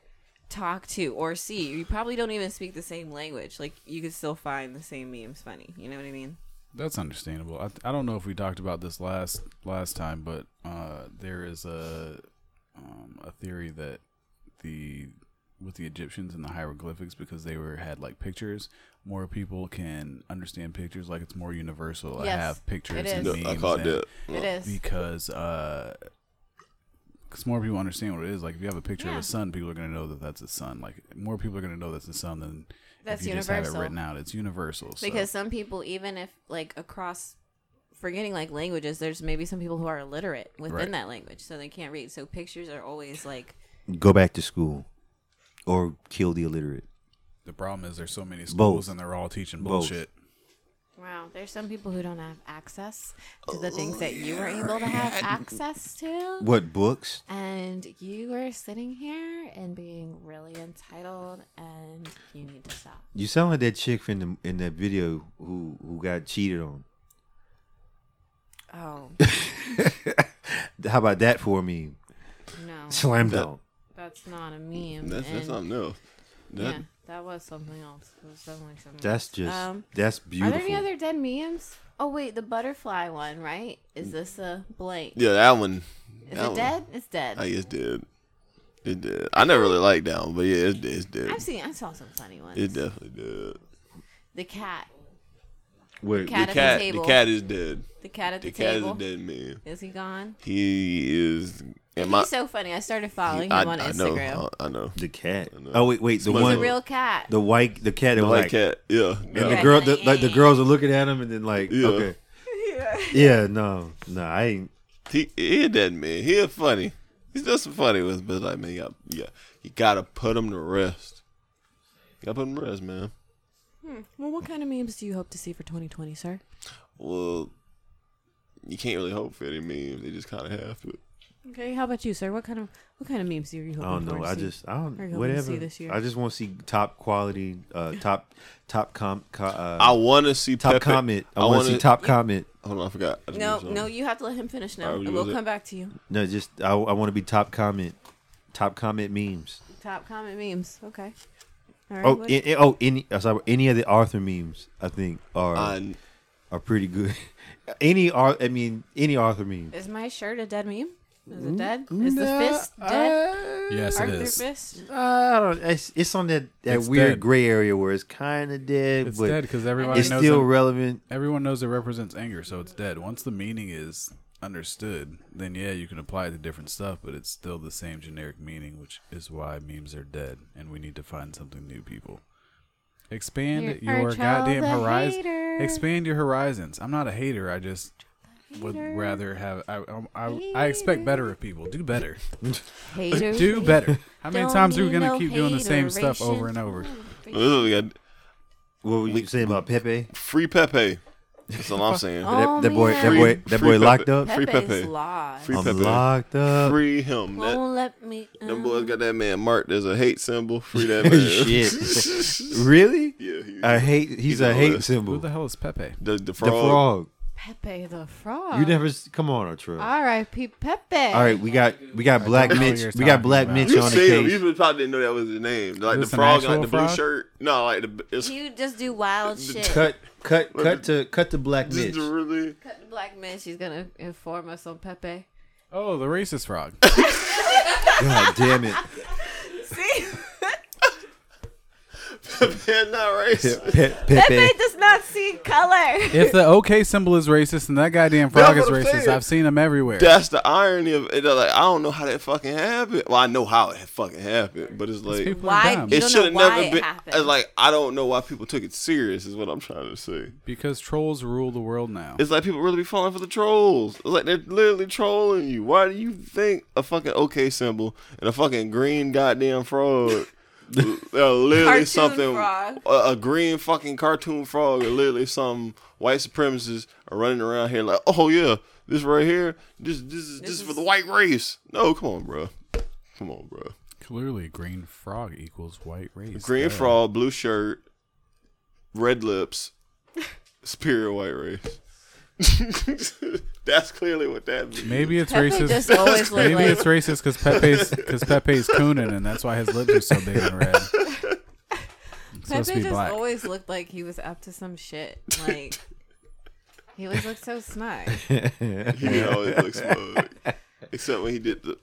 D: talk to or see. You probably don't even speak the same language. Like you could still find the same memes funny. You know what I mean?
B: That's understandable. I, I don't know if we talked about this last last time, but uh, there is a um, a theory that the with the Egyptians and the hieroglyphics because they were had like pictures, more people can understand pictures. Like it's more universal. I
D: Yes,
B: have pictures
D: it
B: and
D: is.
B: memes.
C: I caught
B: and-
C: that.
D: It is.
B: because uh 'cause more people understand what it is. Like if you have a picture of
D: Yeah.
B: a sun, people are gonna know that that's a sun. Like more people are gonna know that's a sun than
D: That's
B: if you just have
D: universal.
B: it written out. It's universal. so-
D: Because some people, even if like across forgetting like languages, there's maybe some people who are illiterate within
B: Right.
D: that language, so they can't read. So pictures are always like
E: Go back to school, or kill the illiterate.
B: The problem is there's so many schools
E: Both.
B: and they're all teaching
E: Both.
B: bullshit.
D: Wow, there's some people who don't have access to the things that you were able to have access to.
E: What books?
D: And you were sitting here and being really entitled, and you need to stop.
E: You sound like that chick from the, in that video who who got cheated on.
D: Oh,
E: How about that for a meme? [LAUGHS]
D: no.
E: Slam dunk.
D: That's not a meme.
C: That's that's
D: and-
C: something else. That,
D: yeah, that was something else. It was definitely something
E: That's
D: else.
E: just
D: Um,
E: that's
D: are
E: beautiful.
D: there any other dead memes? Oh, wait, the butterfly one, right? Is this a blank?
C: Mm. yeah, that one. that
D: Is it
C: one.
D: dead? It's dead.
C: I guess dead. It dead. I never really liked that one, but yeah, it's, it's dead.
D: I've seen, I saw some funny ones.
C: It definitely dead.
D: the cat.
E: Wait,
D: Cat
C: the
D: at
C: cat,
D: the table.
C: the cat is dead.
D: The cat at
C: The,
D: the,
C: cat is a
D: table.
C: dead man.
D: Is he gone?
C: He is. Am I?
D: He's so funny. I started following
C: Uh, I,
D: him on
C: I know.
D: Instagram.
C: I, I know.
E: the cat.
C: I know.
E: Oh wait, wait, the
C: He's a
D: He's
E: one,
D: a real cat.
E: the white, the cat that
C: The
E: was
C: white
E: like,
C: cat. Yeah.
E: and
C: yeah.
E: the girl, the, like the girls are looking at him, and then like,
C: Yeah.
D: [LAUGHS]
E: okay, yeah, no, no, I ain't.
C: He, he a dead man. He a funny. He's just some funny ones, but like man, you got, yeah, you gotta put him to rest. You gotta put him to rest, man.
D: well, what kind of memes do you hope to see for 2020, sir?
C: Well, you can't really hope for any memes. They just kind of have to.
D: Okay, how about you, sir? What kind of what kind of memes are you hoping
E: I don't
D: for
E: know.
D: to
E: I
D: see?
E: just, I don't,
D: Or you hoping to
E: whatever.
D: see this year?
E: I just want to see top quality, uh, top, top com, co- uh,
C: I want to see
E: top
C: Pepe-
E: comment. I, want to see
C: wanna-
E: top comment.
C: Hold on, I forgot. I just
D: No,
C: moved on.
D: no, you have to let him finish now.
C: Alright, what
D: we'll
C: was it?
D: come back to you.
E: No, just I, I want to be top comment, top comment memes.
D: Top comment memes. Okay. All right.
E: Oh,
D: what-
E: in, in- oh, any, uh, sorry, any of the Arthur memes I think are
C: I,
E: are pretty good. [LAUGHS] any Ar, I mean, any Arthur meme.
D: is my shirt a dead meme? Is
C: Mm,
D: it dead? Is the fist dead?
E: Uh,
B: Yes, it
D: Arthur
B: is.
D: fist.
E: I don't. It's, it's on that, that
B: It's
E: weird
B: dead.
E: gray area where it's kind of dead,
B: It's
E: but
B: dead because everybody
E: it's
B: knows.
E: still
B: it,
E: relevant.
B: everyone knows it represents anger, so it's dead. Once the meaning is understood, then yeah, you can apply it to different stuff, but it's still the same generic meaning, which is why memes are dead, and we need to find something new, people. Expand
D: Your- our
B: your
D: child's
B: goddamn
D: a
B: horizon.
D: hater.
B: Expand your horizons. I'm not a hater. I just would
D: Hater.
B: rather have. I, I, I, I expect better of people. Do
D: [LAUGHS]
B: better.
D: Haters.
B: Do better. How many
D: Don't
B: times are we
D: need
B: gonna
D: no
B: keep doing the same stuff
D: hateration.
B: over and over?
C: Ooh, we got
E: What were you
C: We-
E: saying about Pepe?
C: free Pepe. That's all
E: [LAUGHS]
C: I'm saying.
D: Oh,
E: that, that boy, that
D: man.
E: boy, that
C: Free
E: boy
C: Pepe.
E: locked up.
C: Free
D: Pepe's
C: Pepe.
D: live.
C: Free
E: I'm
C: Pepe.
E: locked
D: Oh.
E: up.
C: Free him. That,
D: Won't let me. um,
C: Them
D: out.
C: boys got that man marked as a hate symbol. Free
E: [LAUGHS]
C: that man.
E: Shit. really?
C: [LAUGHS] Yeah, he-
E: I hate. He's,
C: he's
E: a
C: on
E: hate
C: the-
B: Who
E: symbol.
B: the
E: The,
B: hell is Pepe?
C: The, the frog.
E: frog.
D: Pepe the Frog.
E: You never s- come on, Arturo. All
D: R.I.P. Pepe.
E: right, we got we got Black
B: know what
E: Mitch.
B: you're
E: We got
B: talking
E: Black
B: about.
E: Mitch
C: You
E: on the
C: see him.
E: case.
C: You probably didn't know that was his name. Like
B: this
C: the
B: an
C: frog,
B: actual
C: like the blue
B: frog?
C: shirt. No, like the it's
D: You just do wild shit.
E: Cut, cut,
C: What
E: cut
C: the-
E: to cut to Black
C: this is
D: [LAUGHS]
E: Mitch.
C: really. [LAUGHS]
D: Cut to Black Man. She's gonna inform us on Pepe.
B: Oh, the racist frog.
E: God
C: [LAUGHS]
E: damn it,
D: See, [LAUGHS]
C: man, not
E: Pe-
C: racist.
E: Pe- Pepe.
D: Pepe does not see color.
B: if the OK symbol is racist and that goddamn frog is
C: That's what I'm
B: racist,
C: saying.
B: I've seen them everywhere.
C: That's the irony of it. Like I don't know how that fucking happened. Well, I know how it fucking happened, but it's like
B: people
D: Why?
B: are dumb.
D: You
C: it
D: don't
C: should have
D: know why
C: never
D: it
C: been.
D: happened.
C: It's like I don't know why people took it serious. Is what I'm trying to say.
B: because trolls rule the world now.
C: It's like people really be falling for the trolls. It's like they're literally trolling you. Why do you think a fucking OK symbol and a fucking green goddamn frog are literally
D: Cartoon
C: something?
D: frog.
C: A, a green fucking cartoon frog are literally something white supremacists are running around here like, oh yeah, this right here, this this is this, is for the white race. No, come on, bro. Come on, bro.
B: Clearly, green frog equals white race.
C: Green
B: Duh.
C: frog, blue shirt, red lips, superior white race. [LAUGHS] That's clearly what that means.
B: Maybe it's
D: Pepe
B: racist.
D: just always
B: [LAUGHS]
D: look
B: Maybe
D: like
B: it's racist because Pepe's because Pepe's cooning and that's why his lips are so big and
C: [LAUGHS]
B: red. supposed to
D: Pepe
B: be
D: just
B: black.
D: always looked like he was up to some shit. Like he always looked so smug.
C: He did always look smug. Except when he did the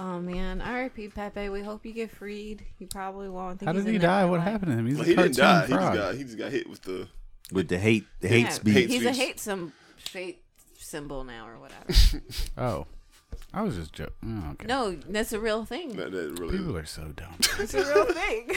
D: Oh man, R.I.P. Pepe. We hope you get freed. You probably won't. Think
B: How
D: he's
B: did
D: in
B: he
D: there
B: die?
D: for
B: What
D: life.
B: happened to him? He's
C: Well,
B: a
C: he
B: cartoon
C: didn't die. He just
B: frog.
C: got he just got hit with the
E: With the hate, the hate
D: Yeah,
E: speech.
C: Hate
D: He's a
C: speech.
D: hate some hate symbol now or whatever.
E: [LAUGHS]
B: Oh, I was just joking. Oh, okay.
D: no, that's a real thing.
C: that, that really
B: People are so
C: [LAUGHS]
B: dumb.
D: It's a real thing.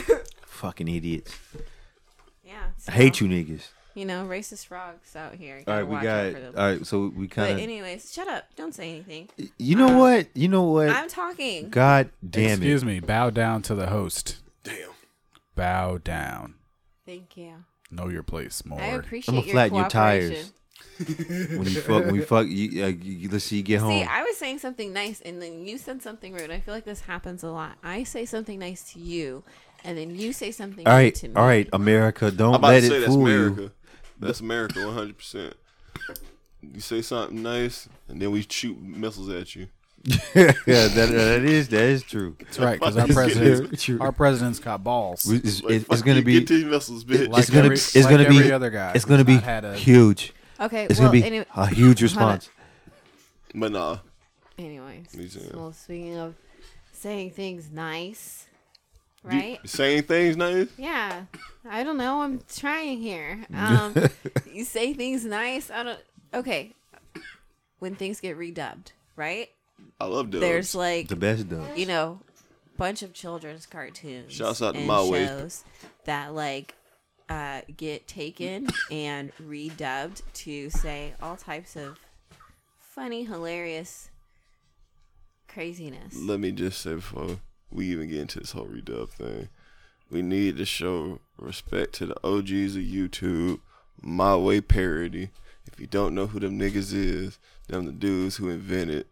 E: Fucking idiots.
D: [LAUGHS] yeah.
E: I hate you niggas.
D: You know, racist frogs out here.
E: All right, we got. All right, so we
D: But
E: kind of.
D: anyways, shut up. Don't say anything.
E: you know what? You know what?
D: I'm talking.
E: God damn
B: Excuse
E: it!
B: me. Bow down to the host.
C: Damn.
B: Bow down.
D: Thank you.
B: Know your place more.
D: I appreciate your
E: flatten your
D: cooperation.
E: tires. When you fuck, [LAUGHS] when you fuck, you, uh, you, you- let's see you get
D: See,
E: home.
D: I was saying something nice, and then you said something rude. I feel like this happens a lot. I say something nice to you, and then you say something
E: all
D: rude
E: right,
D: to me.
E: all right, America,
C: I'm
E: don't
C: about
E: let
C: to say
E: it
C: that's
E: fool
C: America.
E: you.
C: That's America, 100. percent You say something nice, and then we shoot missiles at you.
E: yeah, that, that is that is
C: [LAUGHS]
E: true.
B: That's right, because our president's our president's got balls.
E: We- It's,
C: Like,
E: it's,
C: fuck
E: it's gonna
C: you,
E: be.
C: get these missiles, bitch.
E: It's
B: Like
E: gonna,
B: every-
E: it's
B: like
E: gonna be
B: every other guy
E: It's gonna
B: who's
E: be
B: not had a-
E: huge.
D: Okay.
E: It's
D: well,
E: gonna be
D: any- [LAUGHS]
E: a huge response.
C: but nah, Me
D: anyways,
C: too.
D: well, speaking of saying things nice,
C: You-
D: right?
C: saying things nice.
D: Yeah. I don't know. I'm trying
E: [LAUGHS]
D: here. Um, you say things nice. I don't. Okay. When things get redubbed, right?
C: I love those.
D: There's like
E: The best though.
D: you know, bunch of children's cartoons.
C: Shouts out to
D: and
C: my way.
D: shows that like uh, get taken and redubbed to say all types of funny, hilarious craziness.
C: Let me just say before we even get into this whole redub thing, we need to show respect to the OGs of YouTube. My Way parody. If you don't know who them niggas is, them the dudes who invented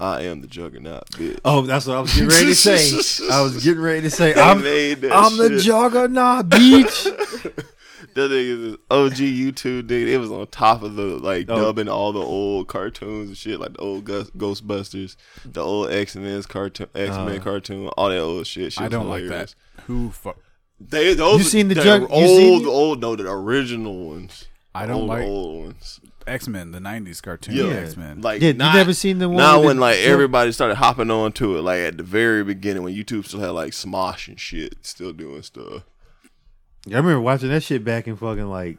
C: "I Am the Juggernaut" bitch.
E: Oh, that's what I was getting ready to say. I was getting ready to say, [LAUGHS]
C: They
E: I'm,
C: made that
E: I'm the
C: shit.
E: juggernaut, [LAUGHS] beach.
C: That niggas is OG YouTube nigga. It was on top of the like
E: Oh.
C: dubbing all the old cartoons and shit, like the old Gus- Ghostbusters, the old X Men's cartoon, X Men cartoon, all that old shit. shit
B: Uh. I
C: was
B: don't like
C: hilarious.
B: that. Who fuck?
C: They those
E: You seen the
C: the
E: jug- you
C: old
E: seen
C: the
E: it?
C: old no the original ones.
B: I don't
C: old,
B: like
C: old ones.
B: X Men, the '90s cartoon
C: Yeah.
B: X Men.
C: Like
E: Yeah, you
C: not,
E: never seen the one
C: Now
E: with
C: when
E: the-
C: like
E: yeah.
C: everybody started hopping on to it, like at the very beginning when YouTube still had like Smosh and shit, still doing stuff.
E: I remember watching that shit back in fucking like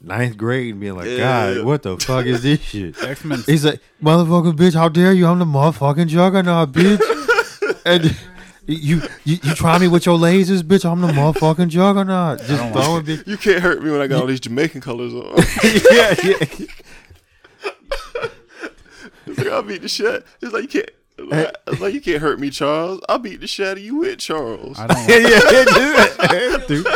E: ninth grade and being like,
C: Yeah.
E: God, what the fuck is
B: [LAUGHS]
E: this shit?
B: X Men.
E: He's like, motherfucker, bitch, how dare you? I'm the motherfucking juggernaut, [LAUGHS] bitch. and you, you, you try me with your lasers, bitch. I'm the motherfucking juggernaut. Just throwing, bitch.
C: You can't hurt me when I got all these Jamaican colors on. [LAUGHS]
E: [LAUGHS] yeah, yeah.
C: It's like, I'll beat the shit. It's like you can't. It's like you can't hurt me, Charles. I'll beat the shit out of you with Charles. [LAUGHS]
B: I don't.
E: yeah, [LAUGHS]
B: Like,
E: yeah, [LAUGHS] dude.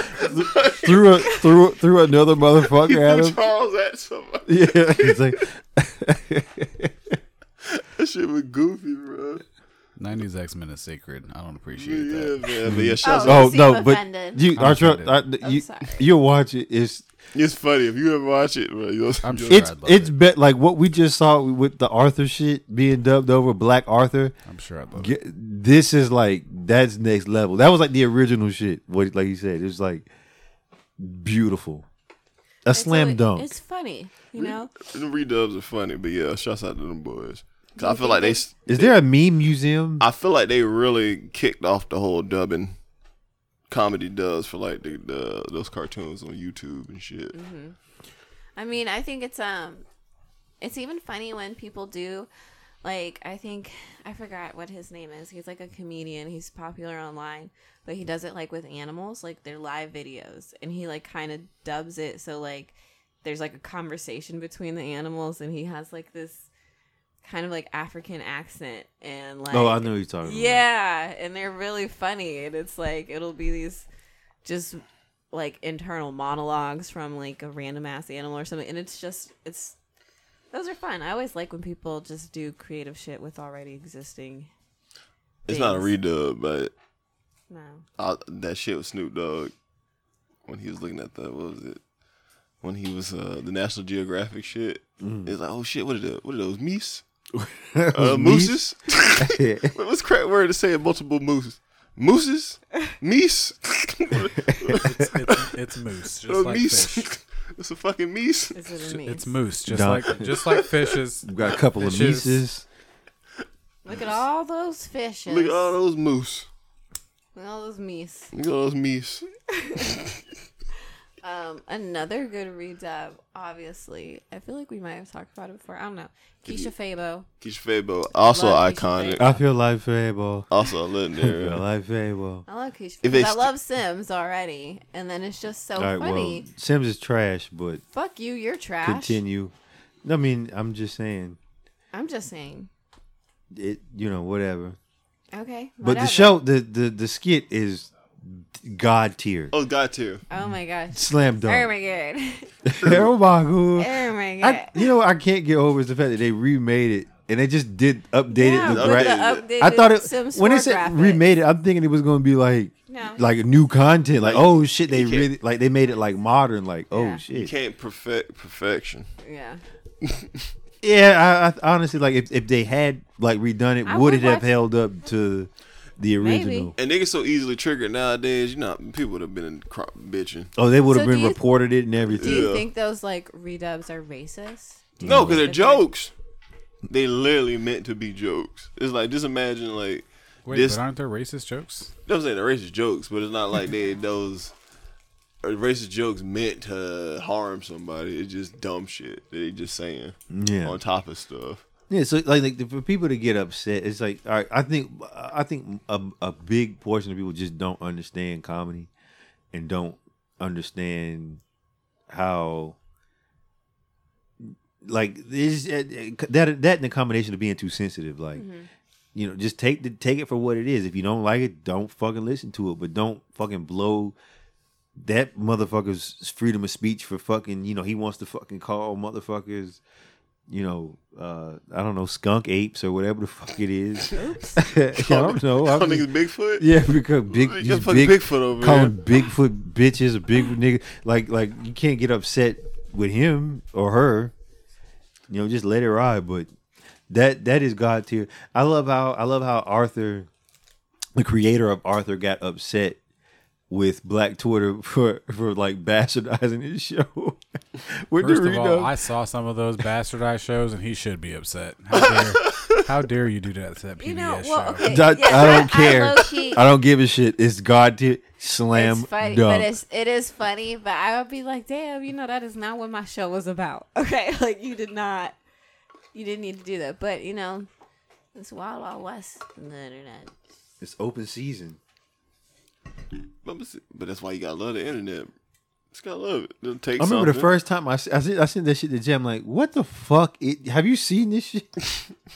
E: threw, a, threw, threw another
C: He
E: motherfucker
C: threw
E: at him.
C: Charles at somebody.
E: [LAUGHS] Yeah,
D: [LAUGHS]
E: he's like,
C: That shit was goofy, bro.
B: '90s X Men is sacred. I don't
C: Yeah,
B: appreciate that.
C: man. But yeah, shouts out-
E: oh
D: seem
E: no,
D: offended.
E: but you,
B: I'm
E: Artra,
B: offended.
E: I, you,
D: sorry.
E: you'll watch it. It's
C: It's funny if you ever watch it, bro. You'll,
B: I'm sure.
E: it's
B: I'd love
E: it's
B: it.
E: bet like what we just saw with the Arthur shit being dubbed over Black Arthur.
B: I'm sure I'd love
E: Ge- This is like that's next level. That was like the original shit. What like you said, it was like beautiful, a
D: It's
E: slam
D: always-
E: dunk.
D: It's funny, you know.
C: the redubs are funny, but yeah, shouts out to them boys. 'Cause I feel like they, s-
E: Is there a meme museum?
C: I feel like they really kicked off the whole dubbing, comedy dubs for like the, the those cartoons on YouTube and shit.
D: I mean, I think it's um, it's even funny when people do, like I think I forgot what his name is. He's like a comedian. He's popular online, but he does it like with animals, like their live videos, and he like kind of dubs it so like there's like a conversation between the animals, and he has like this kind of like African accent and like
E: oh, I know what you're talking
D: yeah, and they're really funny, and it's like it'll be these just like internal monologues from like a random ass animal or something, and it's just it's those are fun. I always like when people just do creative shit with already existing.
C: It's not a
D: Things.
C: redub, but
D: No,
C: I, that shit with Snoop Dogg when he was looking at the what was it when he was uh the National Geographic shit. It's like oh shit, what are the what are those meese?
E: about.
C: Uh, mooses? [LAUGHS]
E: Yeah.
C: What- What's correct word to say multiple moose? Mooses, meese,
B: it's, it's, it's moose, just
C: Those
B: like fish.
C: meese. [LAUGHS] It's a fucking meese.
D: is it a meme?
B: It's moose, just
E: Nah.
B: like just like fishes.
E: We've got a couple of
B: Fishes.
E: nieces.
D: Look at all those fishes.
C: Look at all those moose.
D: Look at all those meese.
C: Look at all those meese.
D: Um, another good redub, obviously. I feel like we might have talked about it before. I don't know. Keisha Fabo.
C: Keisha Fabo, also
D: Love Keisha
C: iconic,
D: Fabo.
E: I feel life able.
C: also
E: I feel
C: legendary.
E: life able.
D: I love Keisha.
C: If
D: Fabo.
C: it's
D: I
C: st-
D: love Sims already, and then it's just so
E: All right,
D: Oh, funny.
E: well, Sims is trash, but
D: Fuck you, you're trash.
E: continue. I mean, I'm just saying
D: I'm just saying.
E: it. You know, whatever.
D: Okay.
E: But the
D: whatever.
E: show, the the the skit is god tier,
C: [LAUGHS] oh, God tier.
D: Oh my gosh.
E: slam
D: Oh
E: dunk.
D: my god. [LAUGHS]
E: [LAUGHS] Oh my god.
D: Oh my god.
E: I, you know, what I can't get over is the fact that they remade it and they just did updated
D: yeah,
E: the
D: with
E: gra-
D: the
C: graphic.
D: updated
E: I thought it
D: Sims
E: when they
D: 4
E: said
D: graphic.
E: remade it, I'm thinking it was going to be like
D: No.
E: like new content, like
C: Like,
E: oh shit, they
C: you can't-
E: really like they made it like modern, like oh
D: Yeah.
C: You
E: shit.
C: can't perfect perfection.
D: Yeah.
E: Yeah, I, I honestly like if, if they had like redone it,
D: I would
E: would, it have
D: watch-
E: held up to the
D: Maybe.
E: original?
C: And niggas so easily triggered nowadays. You know, people would have been in crop bitching.
E: Oh, they would
D: So
E: have
D: do
E: been
D: you-
E: reported it and
D: Do
E: everything.
D: you
C: Yeah.
D: think those like redubs are racist? Do you
C: No,
D: think
C: because they're
D: that
C: jokes. They literally meant to be jokes. It's like just imagine like
B: Wait,
C: this.
B: but aren't there racist jokes?
C: I'm saying they're racist jokes, but it's not like they those uh, racist jokes meant to harm somebody. It's just dumb shit that they just saying
E: Yeah.
C: on top of stuff.
E: Yeah, so like, like for people to get upset, it's like, all right, I think, I think a, a big portion of people just don't understand comedy, and don't understand how, like, this uh, that that in the combination of being too sensitive, like, you know, just take the take it for what it is. If you don't like it, don't fucking listen to it, but don't fucking blow that motherfucker's freedom of speech for fucking, you know, he wants to fucking call motherfuckers you know, uh, I don't know, skunk apes or whatever the fuck it is. [LAUGHS] I don't
C: [LAUGHS]
E: know.
C: I
E: I'm
C: think
E: just-
C: it's Bigfoot.
E: yeah, because big,
C: Look at
E: these
C: fucking
E: big
C: Bigfoot over
E: call
C: here.
E: him Bigfoot bitches, a big nigga. Like, like you can't get upset with him or her. You know, just let it ride. But that that is god tier. I love how I love how Arthur, the creator of Arthur, got upset with Black Twitter [LAUGHS] for for like bastardizing his show. [LAUGHS] with
B: First of
E: Doritos.
B: all, I saw some of those bastardized shows, and he should be upset. How dare, how dare you do that to that PBS
D: You know, well,
B: show?
D: okay.
E: I,
D: yes, [LAUGHS]
E: I don't care. I,
D: low-key-
E: don't give a shit. It's God tier slam
D: it's funny,
E: dunk.
D: but it's it is funny. But I would be like, damn, you know, that is not what my show was about. [LAUGHS] Okay, like you did not, you didn't need to do that. But you know, it's wild, wild west on the internet.
E: It's open season.
C: Let me see. But that's why you gotta love the internet. Just gotta love it. It'll take
E: I remember the
C: something.
E: first time I s- I sent, I sent that shit to Jim. Like, what the fuck? It, have you seen this shit?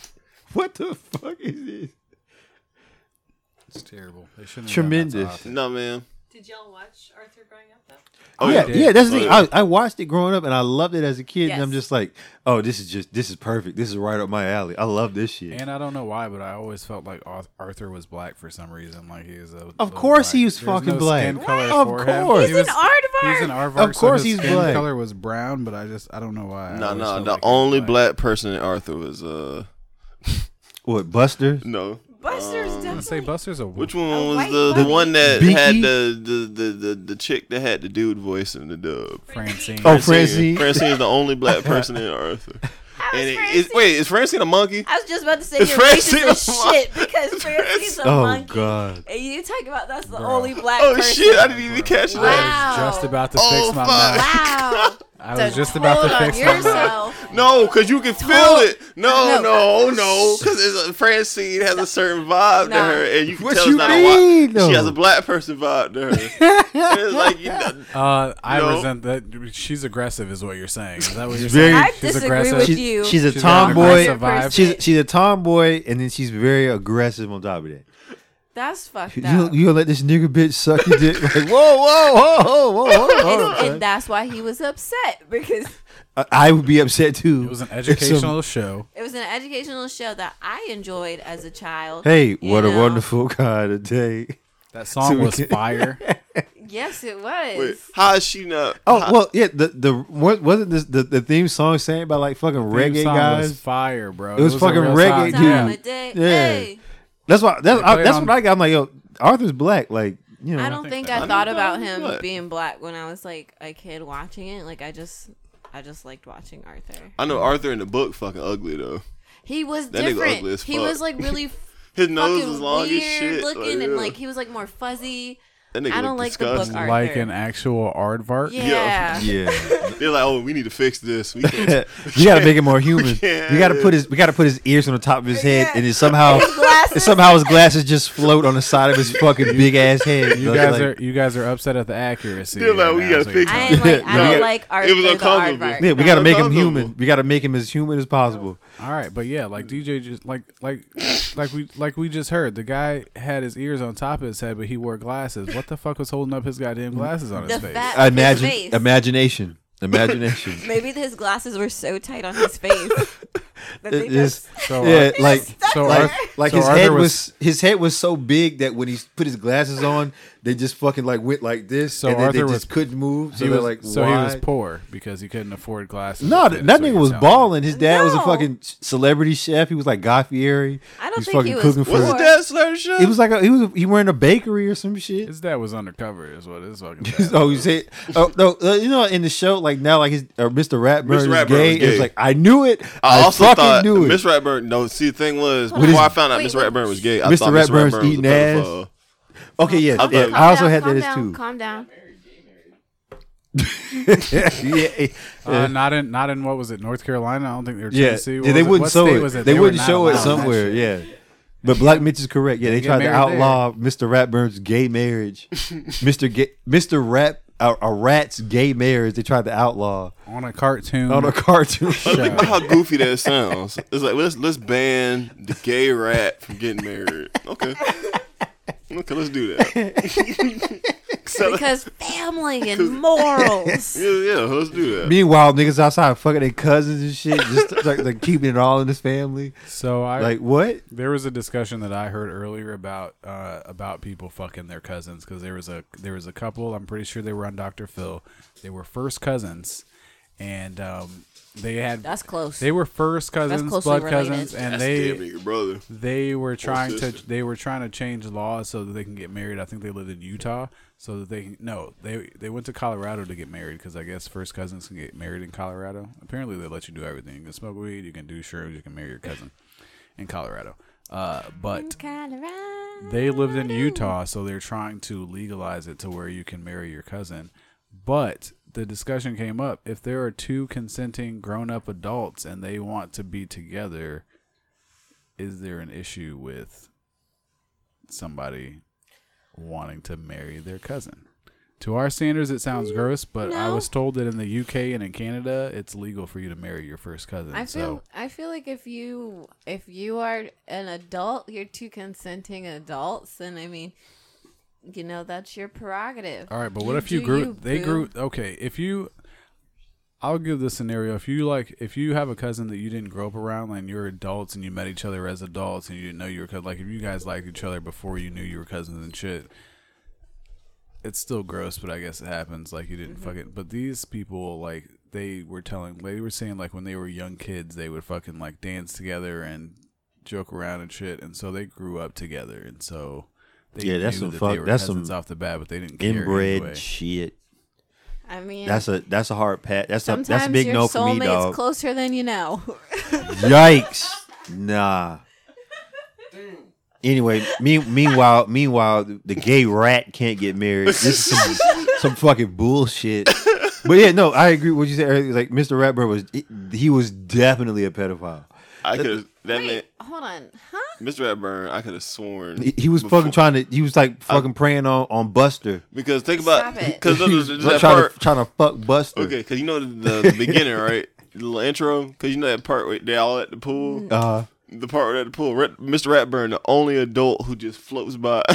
E: [LAUGHS] what the fuck is this?
B: It's terrible. They shouldn't have done that to
E: Tremendous.
B: Arthur.
C: No man.
G: Did y'all watch Arthur growing up though?
C: Oh yeah.
E: yeah, yeah,
B: yeah.
E: That's the thing.
C: Oh, yeah.
E: I, I watched it growing up, and I loved it as a kid.
D: Yes.
E: And I'm just like, oh, this is just this is perfect. This is right up my alley. I love this shit.
B: And I don't know why, but I always felt like Arth- Arthur was black for some reason. Like he was a.
E: Of course he was
B: There
E: fucking
B: no
E: black.
B: Skin color
E: Of
B: for him.
E: course.
B: He
D: He's
B: was,
D: an aardvark.
B: He's an aardvark.
E: Of course
B: so his
E: he's
B: skin
E: black.
B: color was brown, but I just I don't know why. I
C: No,
B: always felt
C: no. The
B: like he was
C: only black person in Arthur was uh
E: What Buster?
C: no.
D: Buster's
B: I'm gonna
D: definitely.
B: say Buster's a.
C: Which
D: A
C: one was
D: white
C: the, the
D: bunny.
C: one that
E: Beaky?
C: had the the, the the the chick that had the dude voice in the dub?
B: Francine.
E: Oh, Francine.
C: Francine is the only
E: [LAUGHS]
C: black person in Arthur.
D: I was
C: And it,
D: Francine.
C: it's, wait, is Francine a monkey?
D: I was just about to say
C: It's
D: you're racist
C: Francine
D: as
C: the mon-
D: shit because Francine's a
E: Oh
D: monkey.
E: God.
D: And you talk about that's the only black
C: Oh
D: person.
C: shit! I didn't even catch
B: I
C: that.
D: Wow.
B: was just about to
C: Oh,
B: fix my
C: fuck.
B: mouth.
D: Wow.
B: [LAUGHS] I was
D: So
B: just about to
D: hold on
B: fix my mouth.
D: yourself.
C: No, cause you can feel
D: Tol-
C: it. No, no,
D: No.
C: no, because it's a, Francine has a certain vibe to
D: No.
C: her, and you can
E: What
C: tell
E: you
C: it's not
E: mean,
C: a white. She has
E: though?
C: a black person vibe to
D: [LAUGHS]
C: her. And it's like you know,
B: Uh, I
C: No.
B: resent that. She's aggressive, is what you're saying. Is that what you're
E: very-
B: saying?
D: I
B: She's
D: disagree
B: aggressive.
D: with
E: She's-
D: you.
E: she's a
B: She's got an
E: tomboy.
B: aggressive vibe.
E: She's she's a tomboy, and then she's very aggressive on top of that.
D: That's fucked
E: You
D: up.
E: you gonna let this nigga bitch suck your dick? [LAUGHS] Like whoa whoa whoa whoa whoa!
D: and,
E: whoa,
D: and that's why he was upset because
E: I, I would be upset too.
B: It was an educational show.
D: it was an educational show that I enjoyed as a child.
E: hey,
D: you
E: what a
D: know.
E: wonderful [LAUGHS] God a day!
B: That song
E: we
B: was
C: [LAUGHS]
E: can-
B: fire.
D: Yes, it was.
C: wait, how is she not?
E: Oh
C: how-
E: well, yeah. The the what wasn't this the, the theme song sang by like fucking reggae
B: Theme song
E: guys?
B: was fire, bro.
E: was
B: a
E: fucking
B: real
E: reggae,
B: song.
D: Time
E: Yeah.
D: of day.
E: Yeah.
D: Hey,
E: That's why that's
B: They play
E: I, that's
B: it
E: what I got. I'm like yo, Arthur's black. Like you know,
D: I don't think
C: I
D: I thought
C: don't
D: about
C: know
D: him
C: what.
D: being black when I was like a kid watching it. Like I just, I just liked watching Arthur.
C: I know Arthur in the book fucking ugly though.
D: He was
C: That nigga
D: different.
C: ugly as
D: He
C: fuck.
D: was like really
C: [LAUGHS] His nose
D: fucking
C: is long as
D: weird
C: shit.
D: looking,
C: like,
D: and
C: yeah.
D: like he was like more fuzzy.
C: That nigga
D: I don't
C: looked
D: like the
C: disgusting.
D: book
B: like
D: Arthur.
B: an actual aardvark.
D: Yeah. [LAUGHS]
E: Yeah. [LAUGHS]
C: They're like, oh, we need to fix this. We can't.
E: you gotta make it more
D: [LAUGHS]
E: human.
C: can't.
E: We gotta put his we gotta put his ears on the top of his head, and then somehow
D: glasses.
E: and somehow his glasses just float on the side of his fucking big ass head.
B: You guys are you guys are upset at the accuracy.
C: They're like,
B: right
C: we
B: now,
C: gotta
B: so
C: fix
B: you're
D: I
E: [LAUGHS]
B: telling
D: am
B: me.
D: like, I
C: No,
D: don't like Arthur
C: it was
D: the
C: uncomfortable.
D: aardvark.
E: yeah. We gotta make him
C: Uncomfortable.
E: human. We gotta make him as human as possible.
B: All right, but yeah, like DJ just like like like we like we just heard the guy had his ears on top of his head, but he wore glasses. What the fuck was holding up his goddamn glasses on his
D: The
B: face?
D: fat his
E: Imagine
D: face.
E: imagination, imagination.
D: Maybe his glasses were so tight on
C: [LAUGHS]
D: his face [LAUGHS] that they
E: It is-
D: just
B: So,
E: yeah,
B: Arth-
E: like
B: so
E: like,
B: Arth-
E: like
B: so
E: his
B: Arthur
E: head was, his head was so big that when he put his glasses on, they just fucking like went like this,
B: So
E: so and then they
B: Arthur
E: just
B: was-
E: couldn't move. So
B: he
E: they're
B: was
E: like,
B: so he was
E: why?
B: poor because he couldn't afford glasses.
E: No,
B: That's
E: th- that
B: what
E: nigga
B: you're
E: was
B: telling me.
E: balling. His dad was a
D: No.
E: fucking celebrity chef. He was like Guy Fieri.
D: I don't
E: He's
D: think
E: fucking
D: he was
E: cooking
D: poor.
C: What's
E: for.
C: the dad slur show?
E: It was like a, he was he wearing a bakery or some shit. [LAUGHS]
B: His dad was undercover, is what his fucking. dad
E: oh, you
B: was.
E: say oh no, uh, you know in the show like now like his uh, Mr. Ratburn
C: Mr.
E: is
C: Ratburn
E: gay.
C: was gay.
E: It's like I knew it.
C: I
E: I,
C: also
E: fucking
C: thought
E: knew it.
C: Miss Ratburn. No, see, the thing was
D: What
C: before
E: is-
C: I found out
D: Wait,
C: Miss
D: wait.
C: Ratburn was gay, I
E: Mr.
C: thought Miss
E: Ratburn's
C: Ratburn was a
E: eating ass.
C: pedophile.
E: okay, yes,
C: I
E: yeah,
C: thought-
E: I also
D: Calm
E: had
D: down,
E: that
D: calm
E: as too.
D: down, Calm down.
C: [LAUGHS]
E: [LAUGHS] yeah,
B: Uh, not in not in what was it North Carolina? I don't think they were
E: yeah.
B: Tennessee. What
E: Yeah, they
B: was it?
E: wouldn't
B: What
E: show
B: state
E: it.
B: was
E: They,
B: were
E: wouldn't
B: not
E: show it
B: allowing that
E: somewhere.
B: shit.
E: Yeah. But Black Mitch is correct. Yeah, they
B: get
E: tried to
B: married there.
E: outlaw Mr. Ratburn's gay
B: [LAUGHS]
E: marriage. Mr. Ga- Mr. Rat a, a rat's gay marriage. They tried to outlaw
B: on a cartoon.
E: on
B: [LAUGHS]
E: a cartoon
C: [LAUGHS]
E: show.
C: Think about how goofy that sounds. It's like let's let's ban the gay rat from getting married. Okay, okay, let's do
E: [LAUGHS]
C: that. So,
D: Because
C: [LAUGHS]
D: family and morals.
C: yeah, yeah, let's do that.
E: Meanwhile, niggas outside fucking their cousins and shit, just [LAUGHS] like, like keeping it all in his family.
B: so I
E: Like what?
B: There was a discussion that I heard earlier about uh, about people fucking their cousins because there was a there was a couple. I'm pretty sure they were on Dr. Phil. They were first cousins, and um, they had
D: That's close.
B: they were first cousins,
D: closely
B: blood
D: related.
B: cousins, and
C: That's
B: they
C: damn your brother.
B: they were trying to
C: sister.
B: they were trying to change laws so that they can get married. I think they lived in Utah, so that they no they they went to Colorado to get married because I guess first cousins can get married in Colorado. Apparently, they let you do everything. You can smoke weed, you can do shrooms, you can marry your cousin in Colorado. Uh, but
D: Colorado.
B: they lived in Utah, so they're trying to legalize it to where you can marry your cousin. But the discussion came up if there are two consenting grown up adults and they want to be together, is there an issue with somebody wanting to marry their cousin? To our standards, it
G: Mm,
B: sounds gross, but I
D: no.
B: was told that in the UK and in Canada, it's legal for you to marry your first cousin.
G: I
B: so
G: feel I feel like if you if you are an adult, you're two consenting adults, and I mean, you know that's your prerogative.
B: All right, but what if you
G: do
B: grew?
G: you,
B: they
G: boo.
B: grew. Okay, if you, I'll give this scenario. If you like, if you have a cousin that you didn't grow up around, and you're adults and you met each other as adults, and you didn't know you were cousins, like if you guys liked each other before you knew you were cousins and shit, it's still gross. But I guess it happens. Like you didn't
G: Mm-hmm.
B: fucking. But these people, like they were telling, they were saying like when they were young kids, they would fucking like dance together and joke around and shit, and so they grew up together, and so. They
E: Yeah, that's
B: knew
E: some
B: that
E: fuck-
B: They were
E: that's
B: cousins
E: some
B: off the bat, but they didn't care
E: Inbred
B: anyway.
E: shit.
G: I mean,
E: That's a that's a hard pat. That's
G: sometimes
E: a that's a big
G: your
E: no for me,
G: soulmate's
E: dog.
G: closer than you
E: [LAUGHS]
G: know.
E: Yikes! Nah. Anyway, me, meanwhile, meanwhile, the gay rat can't get married. This is some, some fucking bullshit. But yeah, no, I agree. with What you said, earlier. like Mr. Ratburn was he was definitely a pedophile.
C: I could that man,
G: Wait, hold on,
B: [LAUGHS]
G: huh?
C: Mr. Ratburn. I could have sworn
E: He, he was
C: before-
E: fucking trying to. He was like fucking preying on on Buster.
C: because think about
G: Stop it.
C: because
E: He [LAUGHS] was
C: that
E: trying
C: part
E: to trying to fuck Buster.
C: okay because you know the, the beginning right the little intro because you know that part where they all at the
G: Mm-hmm.
C: pool
E: Uh,
C: the part where they're at the pool Rat- Mr. Ratburn the only adult who just floats by [LAUGHS]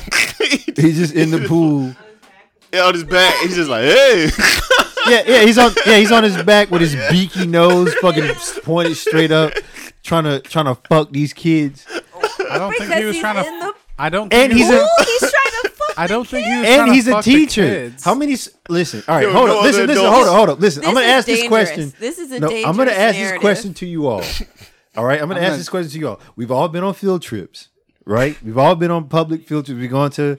E: he's just in the pool.
C: Yeah, on his back he's just like hey [LAUGHS]
E: yeah, yeah, he's on yeah, he's on his back with his beaky nose fucking pointed straight up, trying to trying to fuck these kids.
B: I don't think he
D: Because
B: was
D: he's
B: trying
D: in
B: to.
D: the
B: I don't.
E: And
B: think he
E: he's
B: was-
E: a
D: He's trying to fuck.
B: I don't think he was.
E: and
B: trying
E: he's
B: to
E: a
B: fuck the
E: teacher.
B: kids.
E: How many? s- Listen, all right,
C: There were
E: hold
C: no
E: on.
C: other
E: Listen, listen,
C: adults.
E: hold on, hold on. Listen,
G: This
E: I'm gonna
G: is
E: ask this
G: dangerous.
E: question.
G: This is a
E: I'm gonna
G: dangerous
E: ask
G: narrative.
E: this question to
G: [LAUGHS]
E: you all. All right, I'm gonna ask this question to you all. We've all been on field trips, right? We've all been on public field trips. We've gone to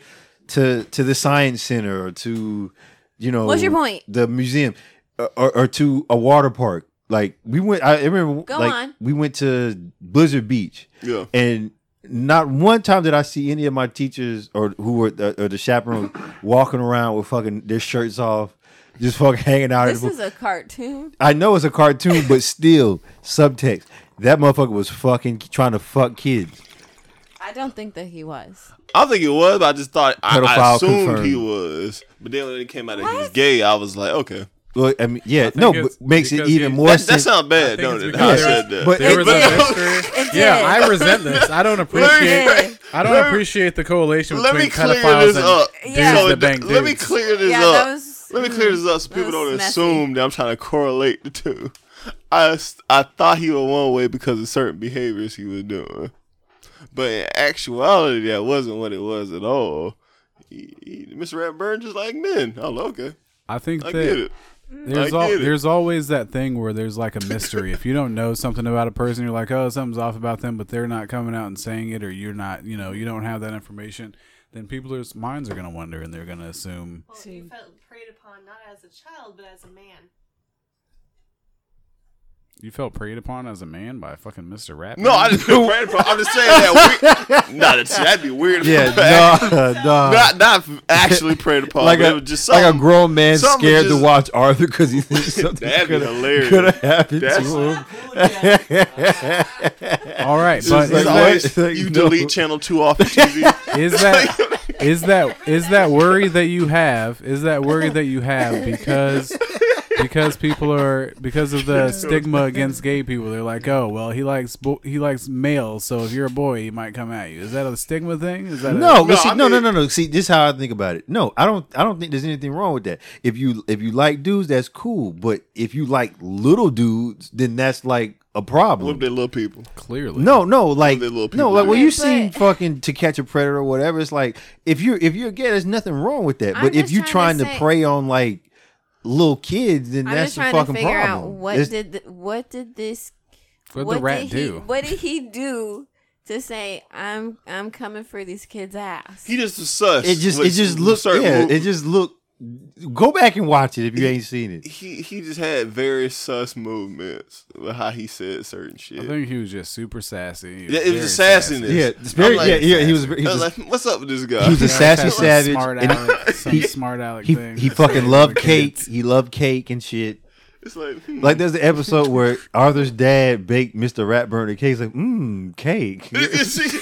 E: to to the science center or to you know
G: What's your point?
E: the museum or, or, or to a water park. Like we went, I remember
G: Go
E: like
G: on.
E: we went to Blizzard Beach.
C: Yeah.
E: and Not one time did I see any of my teachers or who were the, or the
G: [LAUGHS]
E: chaperones walking around with fucking their shirts off, just fucking hanging out. at
G: This
E: the
G: is a cartoon.
E: I know it's a cartoon, but still subtext. That motherfucker was fucking trying to fuck kids.
G: I don't think that he was.
C: I don't think he was, but I just thought I, I
E: Pedophile
C: assumed
E: confirmed.
C: he was. But then when it came out that he was gay, I was like, okay,
E: Well, I mean, yeah,
B: think
E: no,
B: it's
E: but makes it
B: because
E: even
B: he-
E: more.
C: that, that
E: sense-
C: sounds bad,
B: think
C: don't
B: it's
C: it?
B: because
C: How I
B: there was-
C: said that.
E: But-
B: There was a
G: It
B: history.
G: did.
B: [LAUGHS] Yeah, I resent this. I
C: [LAUGHS]
B: don't
E: [LAUGHS]
B: appreciate.
G: did.
B: I don't appreciate the correlation
C: let me
B: between
C: clear this
B: pedophiles
C: up.
B: and
G: Yeah.
B: dudes
C: So
B: that
C: it-
B: bang
C: let me
B: dudes.
C: clear this
G: Yeah,
C: up.
G: that was- mm.
C: let me clear this up so people
G: was
C: don't
G: messy.
C: assume that I'm trying to correlate the two. I, s- I thought he was one way because of certain behaviors he was doing, but in actuality, that wasn't what it was at all. He, he, Mr. Ratburn just like men. Oh, okay,
B: I think
C: I
B: that
C: get it.
B: There's
C: I
B: al-
C: get it.
B: there's always that thing where there's like a mystery. if you don't know something about a person, you're like, oh, something's off about them, but they're not coming out and saying it, or you're not, you know, you don't have that information. Then people's minds are gonna wonder, and they're gonna assume.
H: Well, you felt preyed upon not as a child, but as a [LAUGHS] man.
B: You felt preyed upon as a man by fucking Mr. Rap.
C: No, I just feel bad for- I'm just saying that.
E: [LAUGHS]
C: We, nah, that's- that'd be weird. if [LAUGHS] it was
E: yeah, no, [LAUGHS] no.
C: [LAUGHS] not not
E: [LAUGHS]
C: actually preyed upon.
E: like
C: but
E: a
C: it was just
E: like a
C: something-
E: grown man
C: something
E: scared
C: just-
E: to watch Arthur because he [LAUGHS] thinks
C: [LAUGHS]
E: something
C: That'd be
E: could
C: hilarious.
E: have happened
C: That's-
E: to
B: [LAUGHS]
C: [LAUGHS]
E: him. [LAUGHS]
B: All right, but
C: It's
B: is,
E: like,
B: that,
C: always-
E: it's like,
C: you
E: no.
C: delete channel two off the
E: [LAUGHS]
C: TV.
B: is that
C: [LAUGHS]
B: is that is that worry that you have? Is that worry that you have because because people are because of the stigma against gay people? They're like, oh, well, he likes bo- he likes males, so if you're a boy, he might come at you. Is that a stigma thing? Is that a-
E: No, but
C: I
E: see, no, no,
C: mean-
E: no, no. See, this is how I think about it. No, I don't. I don't think there's anything wrong with that. If you if you like dudes, that's cool. But if you like little dudes, then that's like a
C: Look at
E: problem.
C: the little people.
B: clearly?
E: No, no, like
C: Little people
E: no, like
C: do
E: when
C: that.
E: you
G: Yeah,
E: seen
G: but-
E: fucking To Catch a Predator or whatever, it's like if you're if you're gay, there's nothing wrong with that.
G: I'm
E: but if
G: just
E: you're
G: trying
E: trying
G: to
E: to
G: say-
E: prey on like little kids, then
G: I'm
E: that's
G: just
E: the
G: trying
E: fucking
G: to figure
E: problem.
G: out what
E: It's-
G: did th- what did this
B: What'd the rat
G: did he,
B: do?
G: [LAUGHS] What did he do to say I'm I'm coming for these kids' ass?
C: He just was sus.
E: it just
C: with
E: it just
C: some
E: looked
C: certain
E: yeah,
C: move-
E: it just looked. Go back and watch it if you ain't seen it.
C: he he just had very sus movements with how he said certain shit.
B: I think he was just super sassy.
C: yeah, it was a
B: Very
C: sassiness.
E: Yeah, it's
C: I'm
E: very,
C: like-
E: yeah, yeah, he was. He
C: I
E: was
C: was like, what's up with this guy?
E: he was a sassy
B: Sassy
E: savage.
B: smart
E: and
B: aleck, some
E: he-
B: smart aleck
E: he,
B: thing.
E: he
B: That's
E: fucking
B: what
E: loved
B: it
E: cake.
B: is.
E: He loved cake and shit.
C: [LAUGHS] it's like, hmm.
E: Like there's the episode where Arthur's dad baked Mr. Ratburn a cake. He's like, mmm, cake.
C: [LAUGHS]
E: [LAUGHS]
C: you see,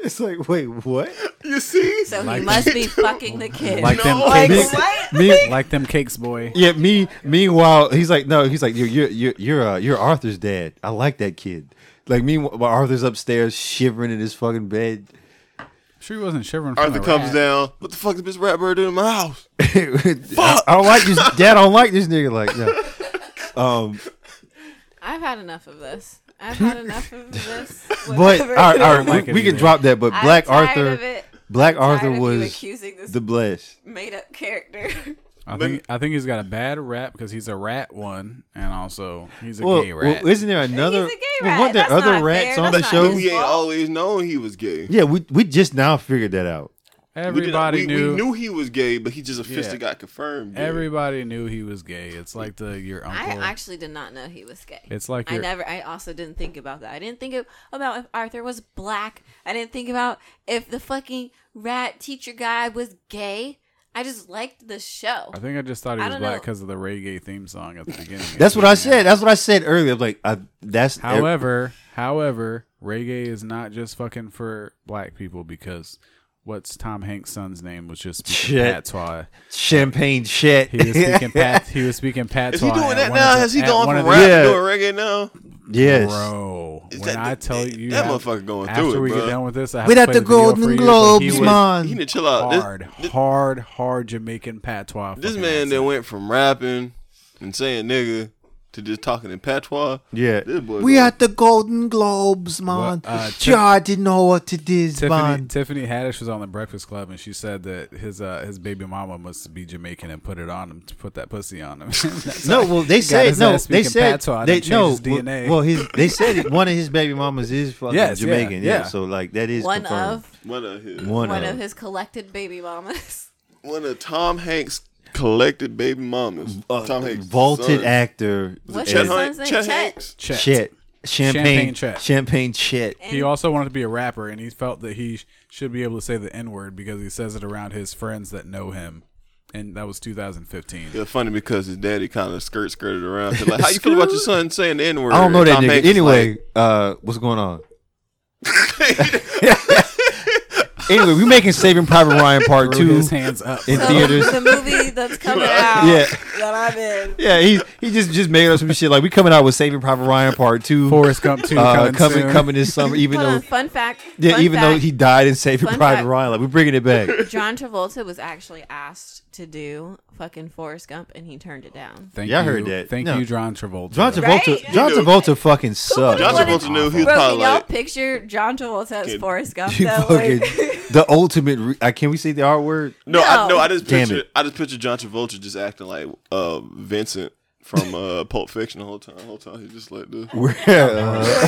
E: It's like, wait, what?
C: you see,
D: [LAUGHS]
G: so
B: Like-
G: he must
E: [LAUGHS]
G: be fucking the kids.
B: Like them
C: No, like,
B: cakes.
G: what?
E: Me,
B: Like them cakes, boy.
E: yeah, me. Meanwhile, he's like, no, he's like, you're you're you're you're, uh, you're Arthur's dad. I like that kid. Like me, Arthur's upstairs shivering in his fucking bed. [LAUGHS]
B: Sure, he wasn't shivering. From
C: Arthur
B: the
C: comes down. What the fuck did this rat bird do in my house?
E: I, I don't like this. Dad, I don't like this nigga. Like,
G: [LAUGHS]
E: no. Um,
G: [LAUGHS] I've had enough of this. I've had enough of this.
E: [LAUGHS] But all
G: whatever.
E: right, all right,
B: like
E: we,
B: it
E: we can
B: either.
E: drop that.
G: [LAUGHS]
E: But
G: I'm
E: Black
G: tired of
E: Arthur,
G: it.
E: Black Arthur
G: Tired of you
E: was
G: accusing this
E: the blessed.
G: made up character. [LAUGHS]
B: I think I think he's got a bad rap because he's a rat one, and also he's a
E: Well,
B: gay
E: well,
B: rat.
E: isn't there another?
G: He's a gay
E: well,
G: rat.
E: weren't there
G: That's
E: other
G: not
E: rats
G: fair.
E: on the
G: That's
E: show?
G: not
C: We
G: his
C: ain't
G: fault.
C: always known he was gay.
E: Yeah, we we just now figured that out.
C: We didn't-
B: everybody
C: we,
B: knew.
C: we knew he was gay, but he just officially
B: Yeah.
C: got confirmed. gay.
B: everybody knew he was gay. It's like the your
G: I
B: uncle.
G: actually did not know he was gay.
B: it's like
G: I
B: your
G: never. I also didn't think about that. I didn't think of, about if Arthur was black. I didn't think about if the fucking rat teacher guy was gay. I just liked the show.
B: I think I just thought he
G: I
B: was
G: don't
B: black
G: know.
B: because of the reggae theme song at the beginning.
E: [LAUGHS] That's what I said. That's what I said earlier. I'm like, I, that's
B: However, however, reggae is not just fucking for black people because what's Tom Hanks' son's name was just speaking
E: Shit.
B: patois.
E: champagne shit.
B: He [LAUGHS] was
E: [LAUGHS]
B: speaking pat. He was speaking patois.
C: Is he doing
B: at
C: that
B: one of
C: now?
B: the-
C: Has he
B: at
C: gone
B: one
C: from
B: of the-
C: rap
E: Yeah.
C: to doing reggae now?
E: yes.
B: Bro,
C: Is
B: when
C: that-
B: I
C: that-
B: tell you
C: that
B: have-
C: motherfucker going
B: after
C: through it,
B: we
C: bruh.
B: get done with this, I have
E: We
B: to
E: got
B: play
E: the
B: the video
E: Golden
B: for you, but
E: Globes,
B: he was
E: man.
C: He need to chill out. uh, This-
B: Hard,
C: This,
B: hard, hard Jamaican patois.
C: this
B: fucking
C: man that
B: accent.
C: went from rapping and saying nigga to just talking in patois.
E: Yeah.
C: This boy
E: We
C: gonna-
E: at the Golden Globes, man.
B: What, uh, Ti-
E: Y'all didn't know what it is,
B: Tiffany,
E: man.
B: Tiffany Haddish was on the Breakfast Club, and she said that his uh, his baby mama must be Jamaican and put it on him to put that pussy on him. [LAUGHS] That's
E: No,
B: how-
E: well, they
B: he got
E: said
B: his
E: no.
B: ass
E: They
B: speaking
E: said
B: patois,
E: they
B: that
E: no.
B: changed his
E: well-
B: DNA.
E: Well, his they said it- one of his baby mamas is fucking
B: Yes, yeah,
E: Jamaican. Yeah,
B: yeah.
E: So like that is
G: one
E: confirmed. Oh,
G: of
C: One of his,
E: one,
G: one
E: of,
G: of his collected baby
B: [LAUGHS]
G: mamas.
C: one of Tom Hanks collected baby mamas. Tom Hanks
E: Uh, vaulted
C: son.
E: actor.
G: What's
E: as
G: his son's name? Chet.
B: Chet.
E: Chet. champagne,
B: Champagne chat.
E: Champagne chat.
B: He also wanted to be a rapper, and he felt that he sh- should be able to say the N word because he says it around his friends that know him, and that was 2015.
C: It's funny because his daddy kind of skirt skirted around. Like, how you feel about your son saying the N word?
E: I don't know that nigga. Anyway, uh, what's going on? [LAUGHS] anyway, we making Saving Private Ryan Part
B: Threw
E: Two
B: his hands up.
E: in
G: So,
E: theaters.
G: the movie
B: [LAUGHS]
G: that's coming out
E: Yeah.
G: that I'm in.
E: Yeah, he he just just made up some shit like we coming out with Saving Private Ryan Part Two.
B: Forrest Gump too.
E: uh,
B: coming,
E: coming
B: soon.
E: coming this summer, even
G: Hold on,
E: though
G: fun fact.
E: yeah,
G: fun
E: even though
G: fact,
E: he died in Saving
G: Fun
E: Private
G: fact.
E: Ryan, like we're bringing it back.
G: John Travolta was actually asked to do fucking Forrest Gump and he turned it down.
B: Thank
E: Yeah, I
B: you.
E: heard that.
B: Thank
E: No.
B: you, John Travolta.
E: John Travolta,
G: Right?
E: John
C: You know-
E: Travolta fucking sucked.
C: John
G: What a-
C: Travolta knew he was
G: Bro, can
C: probably
G: y'all
C: like,
G: picture John Travolta as
C: Kid.
G: Forrest Gump?
E: You
G: though?
B: [LAUGHS]
E: fucking,
G: Like-
E: the ultimate. Re- I can we say the R word?
C: no, I no, I just
E: Damn
C: picture,
E: it.
C: I just picture John Travolta just acting like uh, Vincent from
E: [LAUGHS]
C: uh, Pulp Fiction the whole time. The whole time he's just like this.
E: Where, uh,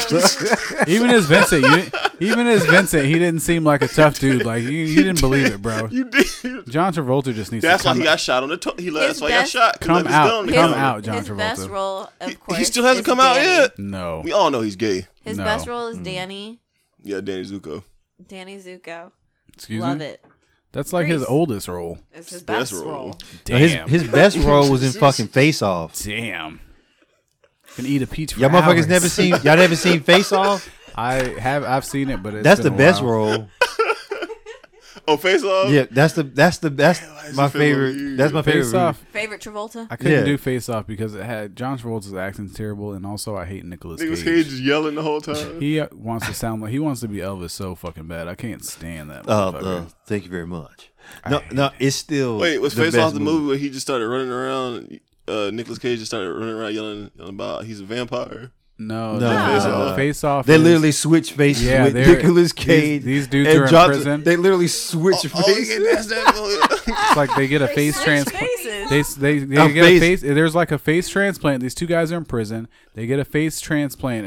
B: [LAUGHS] even as Vincent, you, even as Vincent, he didn't seem like a tough dude. Like you, you didn't believe it,
E: [LAUGHS]
B: bro.
C: You did.
B: John Travolta just needs
C: That's
B: to
C: why
B: come.
C: he got shot on the. To- he let,
G: His
C: that's why he got
G: best-
C: shot. He
B: Come
C: left his
B: out.
C: gun on the
B: Come
C: counter.
B: out, John
G: his best
B: Travolta.
G: role, of course,
C: He still hasn't
G: is
C: come out
G: Danny.
C: yet.
B: no,
C: We all know he's gay.
G: His
B: No. Mm.
G: best role is Danny,
C: Yeah, Danny Zuko.
G: Danny Zuko.
B: excuse
G: Love
B: me.
G: it.
B: That's like his
G: Grease.
B: oldest role.
G: It's his
C: Best
G: best,
C: role.
G: role.
B: Damn,
E: his his
C: [LAUGHS]
E: best role was in fucking Face Off.
B: damn. Can eat a peach. For
E: Y'all motherfuckers
B: hours.
E: never seen y'all never seen Face Off.
B: I have. I've seen it, but [LAUGHS] it's
E: That's the
B: been a
E: best
B: while.
E: role.
C: Oh, face off.
E: Yeah, that's the that's the that's
C: does
E: my
C: it feel like
E: favorite.
C: you?
E: That's my
B: Face
E: favorite.
B: off.
G: Favorite Travolta.
B: I couldn't
E: Yeah.
B: do face off because it had John Travolta's acting's terrible, and also I hate Nicholas Cage.
C: Niggas Cage just yelling the whole
E: [LAUGHS]
C: time.
B: He uh, wants to sound like he wants to be Elvis so fucking bad. I can't stand that.
E: Uh,
B: motherfucker.
E: uh, thank you very much. No, no, it's still
C: Wait, was
E: the
C: Face
E: best
C: Off the movie. where he just started running around? Uh, Nicholas Cage just started running around yelling about he's a
E: [LAUGHS]
C: vampire.
B: no,
E: No.
B: no,
C: Face
B: no.
C: Off.
B: Face off.
E: They
B: is-
E: literally switch faces
B: Yeah,
E: with
B: they're- these-
E: Nicolas Cage.
B: these dudes
E: and
B: are in
E: John-
B: prison.
E: They literally switch
C: Oh,
E: faces.
C: that's [LAUGHS]
E: [LAUGHS]
C: that
B: it's like they get a face transplant.
G: Faces.
B: They s- they, they
E: A
B: get
E: face-
B: a face. There's like a face transplant. These two guys are in prison. They get a face transplant,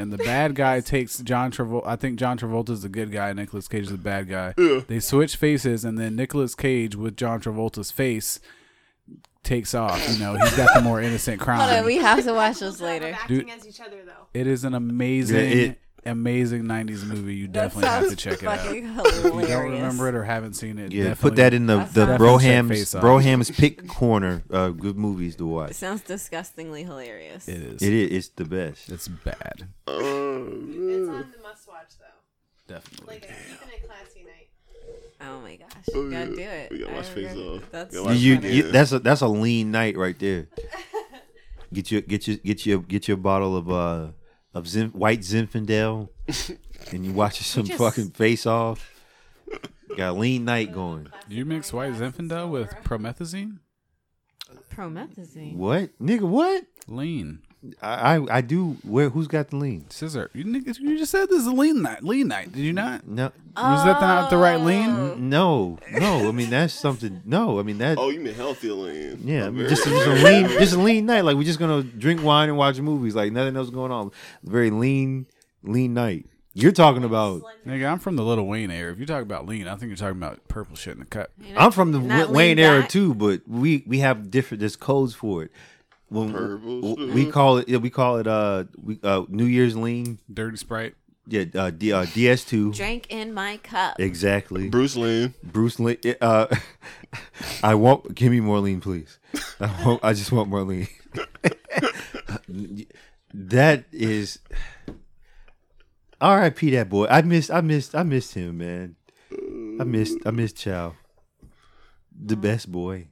G: [LAUGHS]
B: and the bad guy takes John Travolta. I think John Travolta is the good guy. Nicolas Cage is the bad guy. They switch faces, and then Nicolas Cage with John Travolta's face takes off. You know, he's got the more innocent
G: [LAUGHS]
B: crime.
G: Hold on, we have to watch this
H: Job of
G: later.
H: acting
B: Dude.
H: as each other though.
B: It is an amazing,
E: Yeah, it-
B: amazing '90s movie. You definitely
G: That
B: have to
G: sounds
B: check it out.
G: fucking
B: If you don't
G: hilarious.
B: remember it or haven't seen it,
E: Yeah,
B: definitely-
E: put that in the the
G: Definitely
B: check
E: Broham's
B: Face Off.
E: Broham's pick corner. Uh, good movies to watch.
G: It sounds disgustingly hilarious.
B: It is.
E: It is. It's the best.
B: It's bad.
C: Oh,
H: It's on the must watch though.
B: Definitely.
H: Like even a classy night.
G: Oh my gosh, you gotta do it.
C: We gotta
G: I
C: watch Face
G: remember-
C: Off.
G: That's
C: Gotta
D: Oh,
C: watch
E: You,
C: Face
G: funny.
E: you,
C: Yeah.
E: that's a that's a lean night right there. Get your get your get your get your bottle of uh of Zinf, white Zinfandel, and you watching some
G: just-
E: fucking Face Off. Got a lean night going.
B: Do you mix white Zinfandel with promethazine?
G: promethazine.
E: What nigga? What?
B: Lean.
E: I I, I do. Where? Who's got the lean?
B: Scissor. You, niggas- you just said this is lean night. Lean night. Did you not?
E: No,
B: Was that not the right
E: Oh.
B: lean?
E: no, no. I mean that's something. No, I mean that.
C: oh, you mean healthy lean?
E: Yeah,
C: I'm
E: we
C: very- [LAUGHS]
E: just, just a lean, just a lean night. Like we're just gonna drink wine and watch movies. Like nothing else going on. Very lean, lean night. You're talking about.
B: Nigga, I'm from the Little Wayne era. If you talk about lean, I think you're talking about purple shit in the cup.
E: I'm from the
G: Not
E: Wa- Wayne
G: lean
E: era
G: back.
E: too, but we we have different. There's codes for it. When
C: Purple
E: w- we call it, yeah, we call it uh, we, uh New Year's lean.
B: Dirty Sprite.
E: Yeah, uh, D, uh DS2.
G: Drank in my cup.
E: Exactly,
C: Bruce Lean.
E: Bruce Lee. Uh, [LAUGHS] I want give me more lean, please. I want, I just want more lean. [LAUGHS] that is R.I.P. That boy. I missed. I missed. I missed him, man. I missed. I missed Chow. The best boy.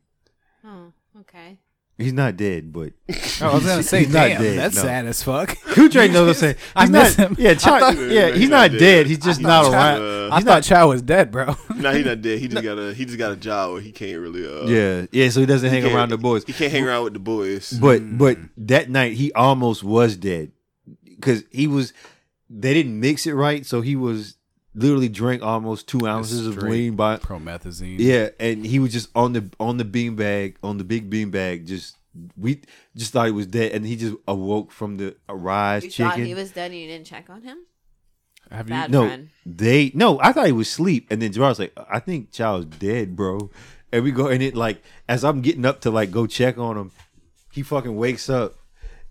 G: Oh, okay.
E: He's not
B: [LAUGHS]
E: dead, but
B: [LAUGHS] I was gonna say,
E: He's not
B: damn,
E: dead,
B: that's
E: no.
B: sad as [LAUGHS] fuck.
E: Kutre knows what I'm saying. He's
B: I
E: not,
B: miss him.
E: Yeah,
B: I
E: Chow,
B: thought-
E: yeah, he's not dead. He's just not around.
C: Uh,
B: I thought Chow was dead, [LAUGHS] bro.
C: nah, he not dead. He just got a he just got a job where he can't really. Uh,
E: yeah, yeah. So he doesn't hang
C: can't-
E: around the boys.
C: He can't hang around with the boys.
E: But but that night he almost was dead because he was. They didn't mix it right, so he was literally drank almost two ounces of
B: straight
E: lean by.
B: Promethazine.
E: Yeah, and he was just on the on the beanbag on the big beanbag. Just we just thought he was dead, and he just awoke from the rise
G: You
E: chicken.
G: thought he was dead and you didn't check on him?
B: Have you?
G: Bad
E: no,
G: friend.
E: they no. I thought he was asleep, and then Gerard's like, "I think Child's dead, bro." And we go, and it like as I'm getting up to like go check on him, he fucking wakes up,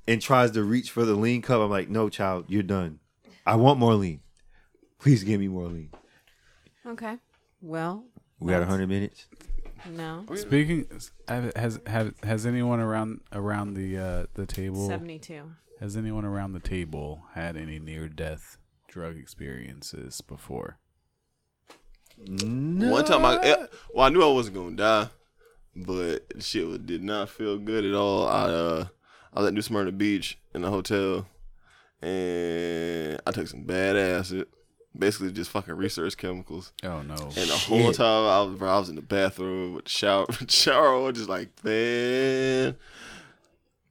E: and tries to reach for the lean cup. I'm like, no, child, you're done. I want more lean. Please give me more lean.
D: Okay. Well,
E: We got 100 minutes.
D: no.
B: Speaking have- has have has anyone around around the uh, the table
D: 72.
B: has anyone around the table had any near death drug experiences before?
C: One time I eh, well I knew I wasn't gonna die, but the shit was, did not feel good at all. I uh I was at New Smyrna Beach in the hotel, and I took some bad acid, basically just fucking research chemicals.
B: Oh no.
C: And the whole
E: Shit.
C: time I was, bro, I was in the bathroom with the shower, [LAUGHS] with the shower on, just like man,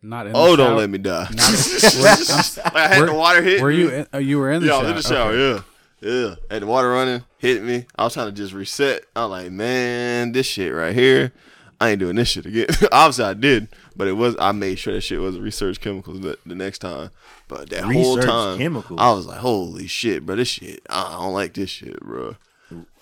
B: Not in the
C: oh don't
B: shower?
C: let me die.
B: Not-
C: like [LAUGHS] I had
B: Were-
C: the water hit.
B: Were
C: me.
B: you in, oh, you were in the
C: yeah, I
B: shower?
C: was in the shower.
B: Okay.
C: Yeah, yeah. Had the water running, hit me. I was trying to just reset. I'm like, man, this shit right here, I ain't doing this shit again. [LAUGHS] Obviously, I did, but it was. I made sure that shit was research chemicals the, the next time. But that whole
E: Research
C: time,
E: chemicals?
C: I was like, holy shit, bro, this shit. I don't like this shit, bro.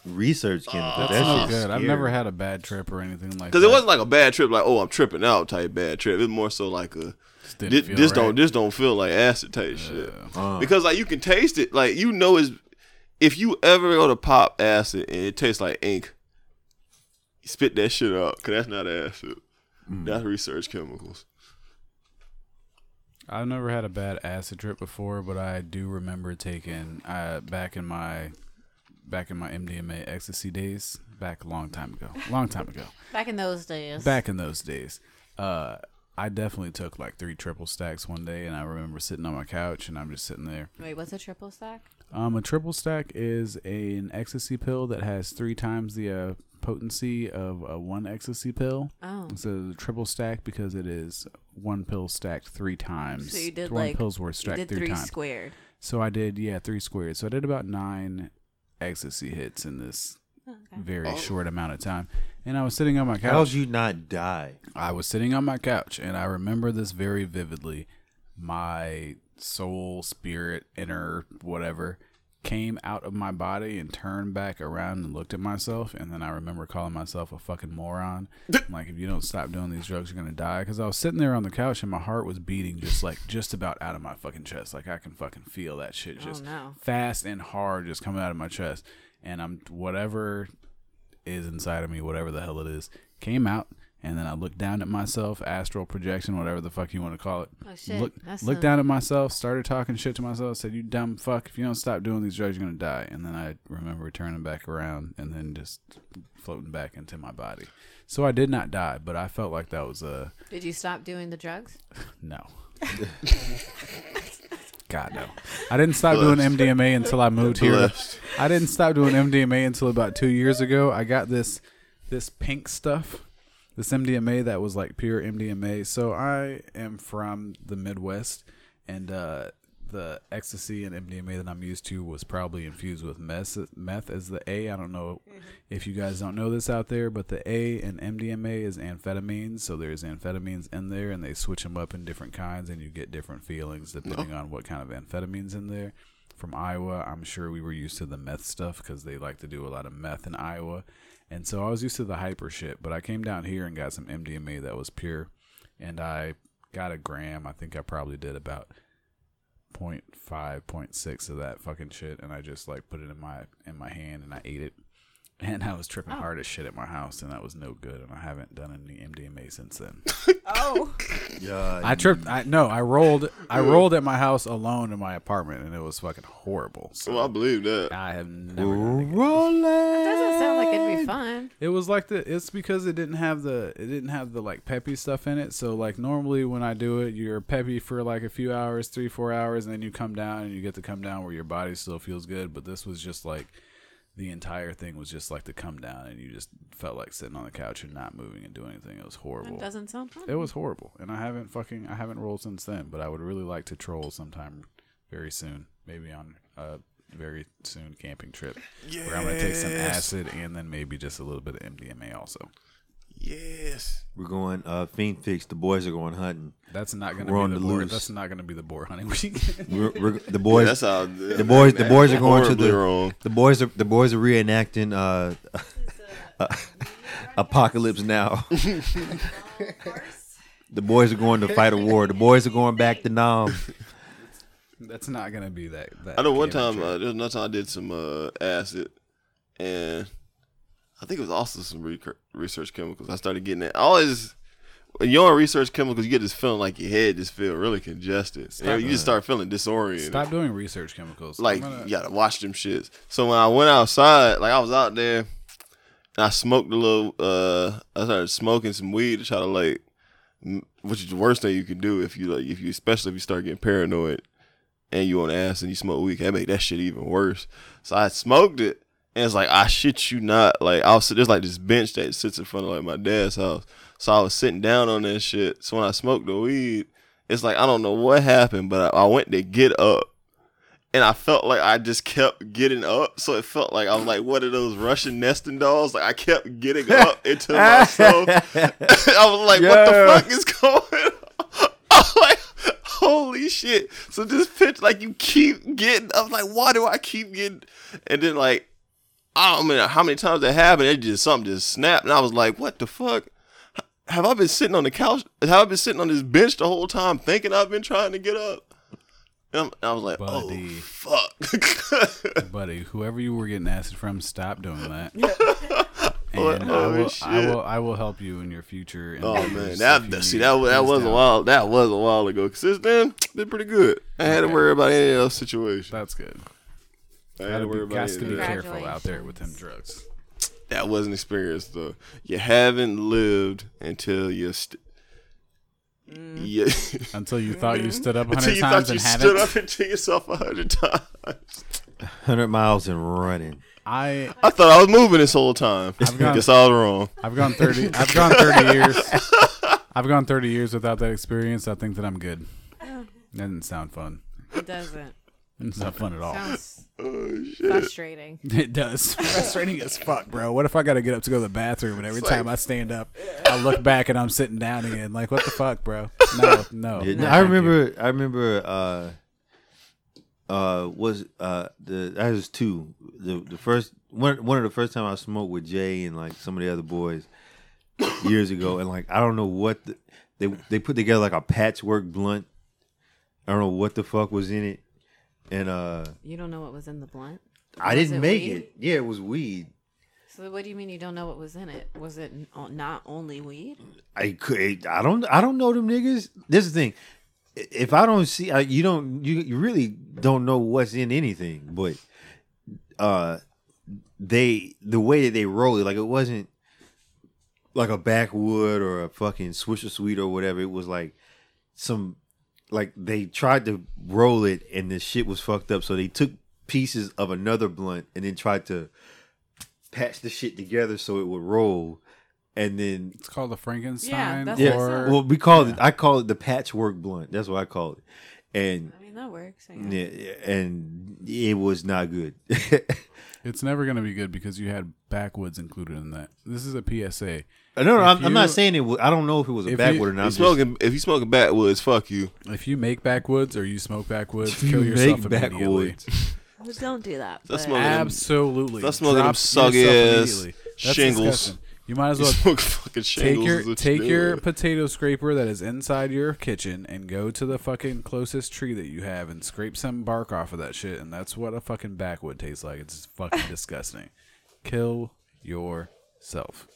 E: Research chemicals.
B: Oh, That's
E: That's
B: no good. I've never had a bad trip or anything like that.
C: Because it wasn't like a bad trip, like oh, I'm tripping out type bad trip. It's more so like a
B: Just didn't
C: this,
B: feel
C: this don't
B: right. uh.
C: this don't feel like acid taste shit. because like you can taste it, like you know is if you ever go to pop acid and it tastes like ink, spit that shit out because that's not acid.
B: Mm.
C: That's research chemicals.
B: I've never had a bad acid trip before, but I do remember taking uh, back in my back in my MDMA ecstasy days, back a long time ago, long time ago,
G: Back in those days.
B: back in those days. Uh, I definitely took like three triple stacks one day, and I remember sitting on my couch, and I'm just sitting there.
G: Wait, what's a triple stack?
B: Um, a triple stack is a, an ecstasy pill that has three times the uh, potency of a one ecstasy pill.
G: Oh.
B: So the triple stack because it is one pill stacked three times.
G: So you did
B: one
G: like
B: pills worth
G: you
B: stacked
G: did
B: three,
G: three
B: times.
G: squared.
B: so I did yeah three squares. So I did about nine ecstasy hits in this
G: Oh,
B: very short amount of time. And I was sitting on my couch.
E: Oh. How'd you not die?
B: I was sitting on my couch and I remember this very vividly. My soul, spirit, inner whatever came out of my body and turned back around and looked at myself and then I remember calling myself a fucking moron. I'm like if you don't stop doing these drugs you're going to die cuz I was sitting there on the couch and my heart was beating just like just about out of my fucking chest. Like I can fucking feel that shit just
D: no.
B: fast and hard just coming out of my chest and I'm whatever is inside of me, whatever the hell it is, came out, and then I looked down at myself, astral projection, whatever the fuck you want to call it.
G: Oh, shit.
B: Look,
G: That's
B: looked
G: some-
B: down at myself, started talking shit to myself, said, "You dumb fuck! If you don't stop doing these drugs, you're gonna die." And then I remember turning back around and then just floating back into my body. So I did not die, but I felt like that was a
G: Did you stop doing the drugs?
B: no. God no! I didn't stop doing MDMA until I moved here.
C: Blessed.
B: I didn't stop doing MDMA until about two years ago. I got this this pink stuff, this MDMA that was like pure MDMA. So I am from the Midwest, and uh, the ecstasy and MDMA that I'm used to was probably infused with meth. Meth is the A. I don't know if you guys don't know this out there, but the A in MDMA is amphetamines. So there's amphetamines in there, and they switch them up in different kinds, and you get different feelings depending on what kind of amphetamines in there from Iowa. I'm sure we were used to the meth stuff because they like to do a lot of meth in Iowa. And so I was used to the hyper shit, but I came down here and got some MDMA that was pure. And I got a gram. I think I probably did about 0.5, 0.6 of that fucking shit. And I just like put it in my in my hand and I ate it. [LAUGHS] And I was tripping hard as shit at my house, and that was no good. And I haven't done any MDMA since then.
D: Oh.
B: I tripped. I no. I rolled. I rolled at my house alone in my apartment, and it was fucking horrible. So
C: Well, I believe that.
B: I have never. done it.
D: Doesn't sound like it'd be fun.
B: It was like the. It's because it didn't have the. It didn't have the like peppy stuff in it. So like normally when I do it, you're peppy for like a few hours, three four hours, and then you come down and you get to come down where your body still feels good. But this was just like the entire thing was just like the come down, and you just felt like sitting on the couch and not moving and doing anything. It was horrible.
D: Doesn't sound fun.
B: It was horrible, and I haven't fucking I haven't rolled since then. But I would really like to troll sometime very soon, maybe on a very soon camping trip where I'm gonna take some acid and then maybe just a little bit of MDMA also.
C: Yes.
E: We're going uh, Fiend Fix. The boys are going hunting.
B: That's not gonna
E: We're on
B: be the,
E: the
B: boar.
E: loose.
B: That's not gonna be the boar hunting [LAUGHS] weekend.
E: We're, we're, the
C: Yeah,
E: boys.
C: that's how
E: the boys. The boys are going to
C: horribly
E: the.
C: wrong.
E: The boys are the boys are reenacting uh, [LAUGHS]
C: [LAUGHS]
E: Apocalypse Now.
H: Horse.
E: The boys are going to fight a war. The boys are going back to Nam.
B: That's not gonna be that. that
C: I know one
B: can't be
C: time,
B: true.
C: uh, there was another time I did some uh, acid, and I think it was also some recur- research chemicals. I started getting it. I always, when you're on research chemicals, you get this feeling like your head just feel really congested.
B: Stop
C: And you just
B: that.
C: start feeling disoriented.
B: Stop doing research chemicals.
C: uh, Like,
B: I'm gonna-
C: you gotta watch them shits. So when I went outside, like I was out there, and I smoked a little, uh, I started smoking some weed to try to like, m- which is the worst thing you can do if you like, if you, especially if you start getting paranoid and you on ass and you smoke weed, that make that shit even worse. So I smoked it, and it's like I shit you not. Like I was sit- there's like this bench that sits in front of like my dad's house, so I was sitting down on that shit. So when I smoked the weed, it's like I don't know what happened, but I, I went to get up. And I felt like I just kept getting up, so it felt like I was like one of those Russian nesting dolls. Like I kept getting up into myself. [LAUGHS] I was like, "What the
E: Yeah.
C: fuck is going on?" [LAUGHS] I was like, "Holy shit!" So this pitch, like, you keep getting. I was like, "Why do I keep getting?" And then like I don't know how many times that happened. It just something just snapped, and I was like, "What the fuck? Have I been sitting on the couch? Have I been sitting on this bench the whole time, thinking I've been trying to get up?" And I'm- I was like,
B: Buddy.
C: "Oh [LAUGHS] fuck!"
B: buddy, whoever you were getting acid from, stop doing that.
C: [LAUGHS] What-
B: And I,
C: oh,
B: will, I
C: shit.
B: will. I will help you in your future.
C: oh man,
B: endeavors if
C: that,
B: you
C: that
B: need
C: see
B: it.
C: that was that
B: Please
C: was a
B: don't.
C: while that was a while ago. Cause since then, been pretty good. I had to worry about any of those situations.
B: That's good.
C: I had
B: Gotta
C: to worry
B: be,
C: about
B: got
C: any
B: to
C: of
B: be
C: that.
B: careful out there with them drugs.
C: that was an experience though. You haven't lived until you. St-
B: [LAUGHS]
C: Yeah.
B: Until you thought you stood up a
C: until
B: hundred
C: you
B: times
C: thought you
B: and
C: stood
B: hadn't.
C: up and to yourself a hundred times.
E: Hundred miles and running.
B: I
C: I thought I was moving this whole time.
B: I've got-
C: Guess I was wrong.
B: I've gone
E: [LAUGHS]
B: thirty. I've gone thirty years. I've gone thirty years without that experience. I think that I'm good. That didn't sound fun.
D: It doesn't.
B: It's not fun at all.
D: Sounds
C: Oh shit!
D: frustrating.
B: [LAUGHS] It does. Frustrating as fuck, bro. What if I gotta get up to go to the bathroom and every time I stand up, I look back and I'm sitting down again? Like, what the fuck, bro? No, no.
E: Yeah,
B: no,
E: no, I
B: thank you.
E: remember. I remember. Uh, uh, was uh the that was two. The the first one one of the first time I smoked with Jay and like some of the other boys years ago, and like I don't know what the, they they put together like a patchwork blunt. I don't know what the fuck was in it, and uh,
D: You don't know what was in the blunt.
E: I
D: Was
E: didn't
D: it
E: make
D: weed?
E: it. Yeah, it was weed.
D: So what do you mean you don't know what was in it? Was it n- not only weed?
E: I could. I don't. I don't know them niggas. This is the thing. I- If I don't see, I, you don't. You, you really don't know what's in anything. But uh, they the way that they roll it, like it wasn't like a backwood or a fucking swisher sweet or whatever. It was like some like they tried to roll it and the shit was fucked up. So they took pieces of another blunt and then tried to patch the shit together so it would roll. And then
B: It's called the Frankenstein.
D: Yeah, that's
E: yeah.
D: what I
B: or
D: said.
E: Well, we called it. I call it the patchwork blunt. That's what I call it. And
D: I mean that works.
B: Mm.
D: I guess.
E: yeah, and it was not good. [LAUGHS]
B: it's never gonna be good because you had backwoods included in that. This is a PSA.
E: no, no,
B: If
E: I'm, I'm
B: you-
E: not saying it. Was, I don't know if it was
B: if
E: a
B: you-
E: backwood or
C: If
E: not.
C: you
E: I'm
C: smoking, if you smoking backwoods, fuck you. [LAUGHS]
B: If you make backwoods or you smoke backwoods,
E: just, you
B: kill yourself
E: make
B: immediately.
E: backwoods.
B: [LAUGHS]
G: Just don't do that.
C: That's
G: but-
C: my-
B: Absolutely.
C: That's smoking
B: Drop
C: them soggy
B: yourself
C: ass
B: immediately.
C: shingles.
B: disgusting. You might as
C: You
B: well
C: smoke fucking
B: Take
C: shingles.
B: your
C: is what
B: take
C: you
B: your
C: do.
B: potato scraper that is inside your kitchen and go to the fucking closest tree that you have and scrape some bark off of that shit and that's what a fucking backwood tastes like. It's
C: [LAUGHS]
B: fucking disgusting. Kill yourself.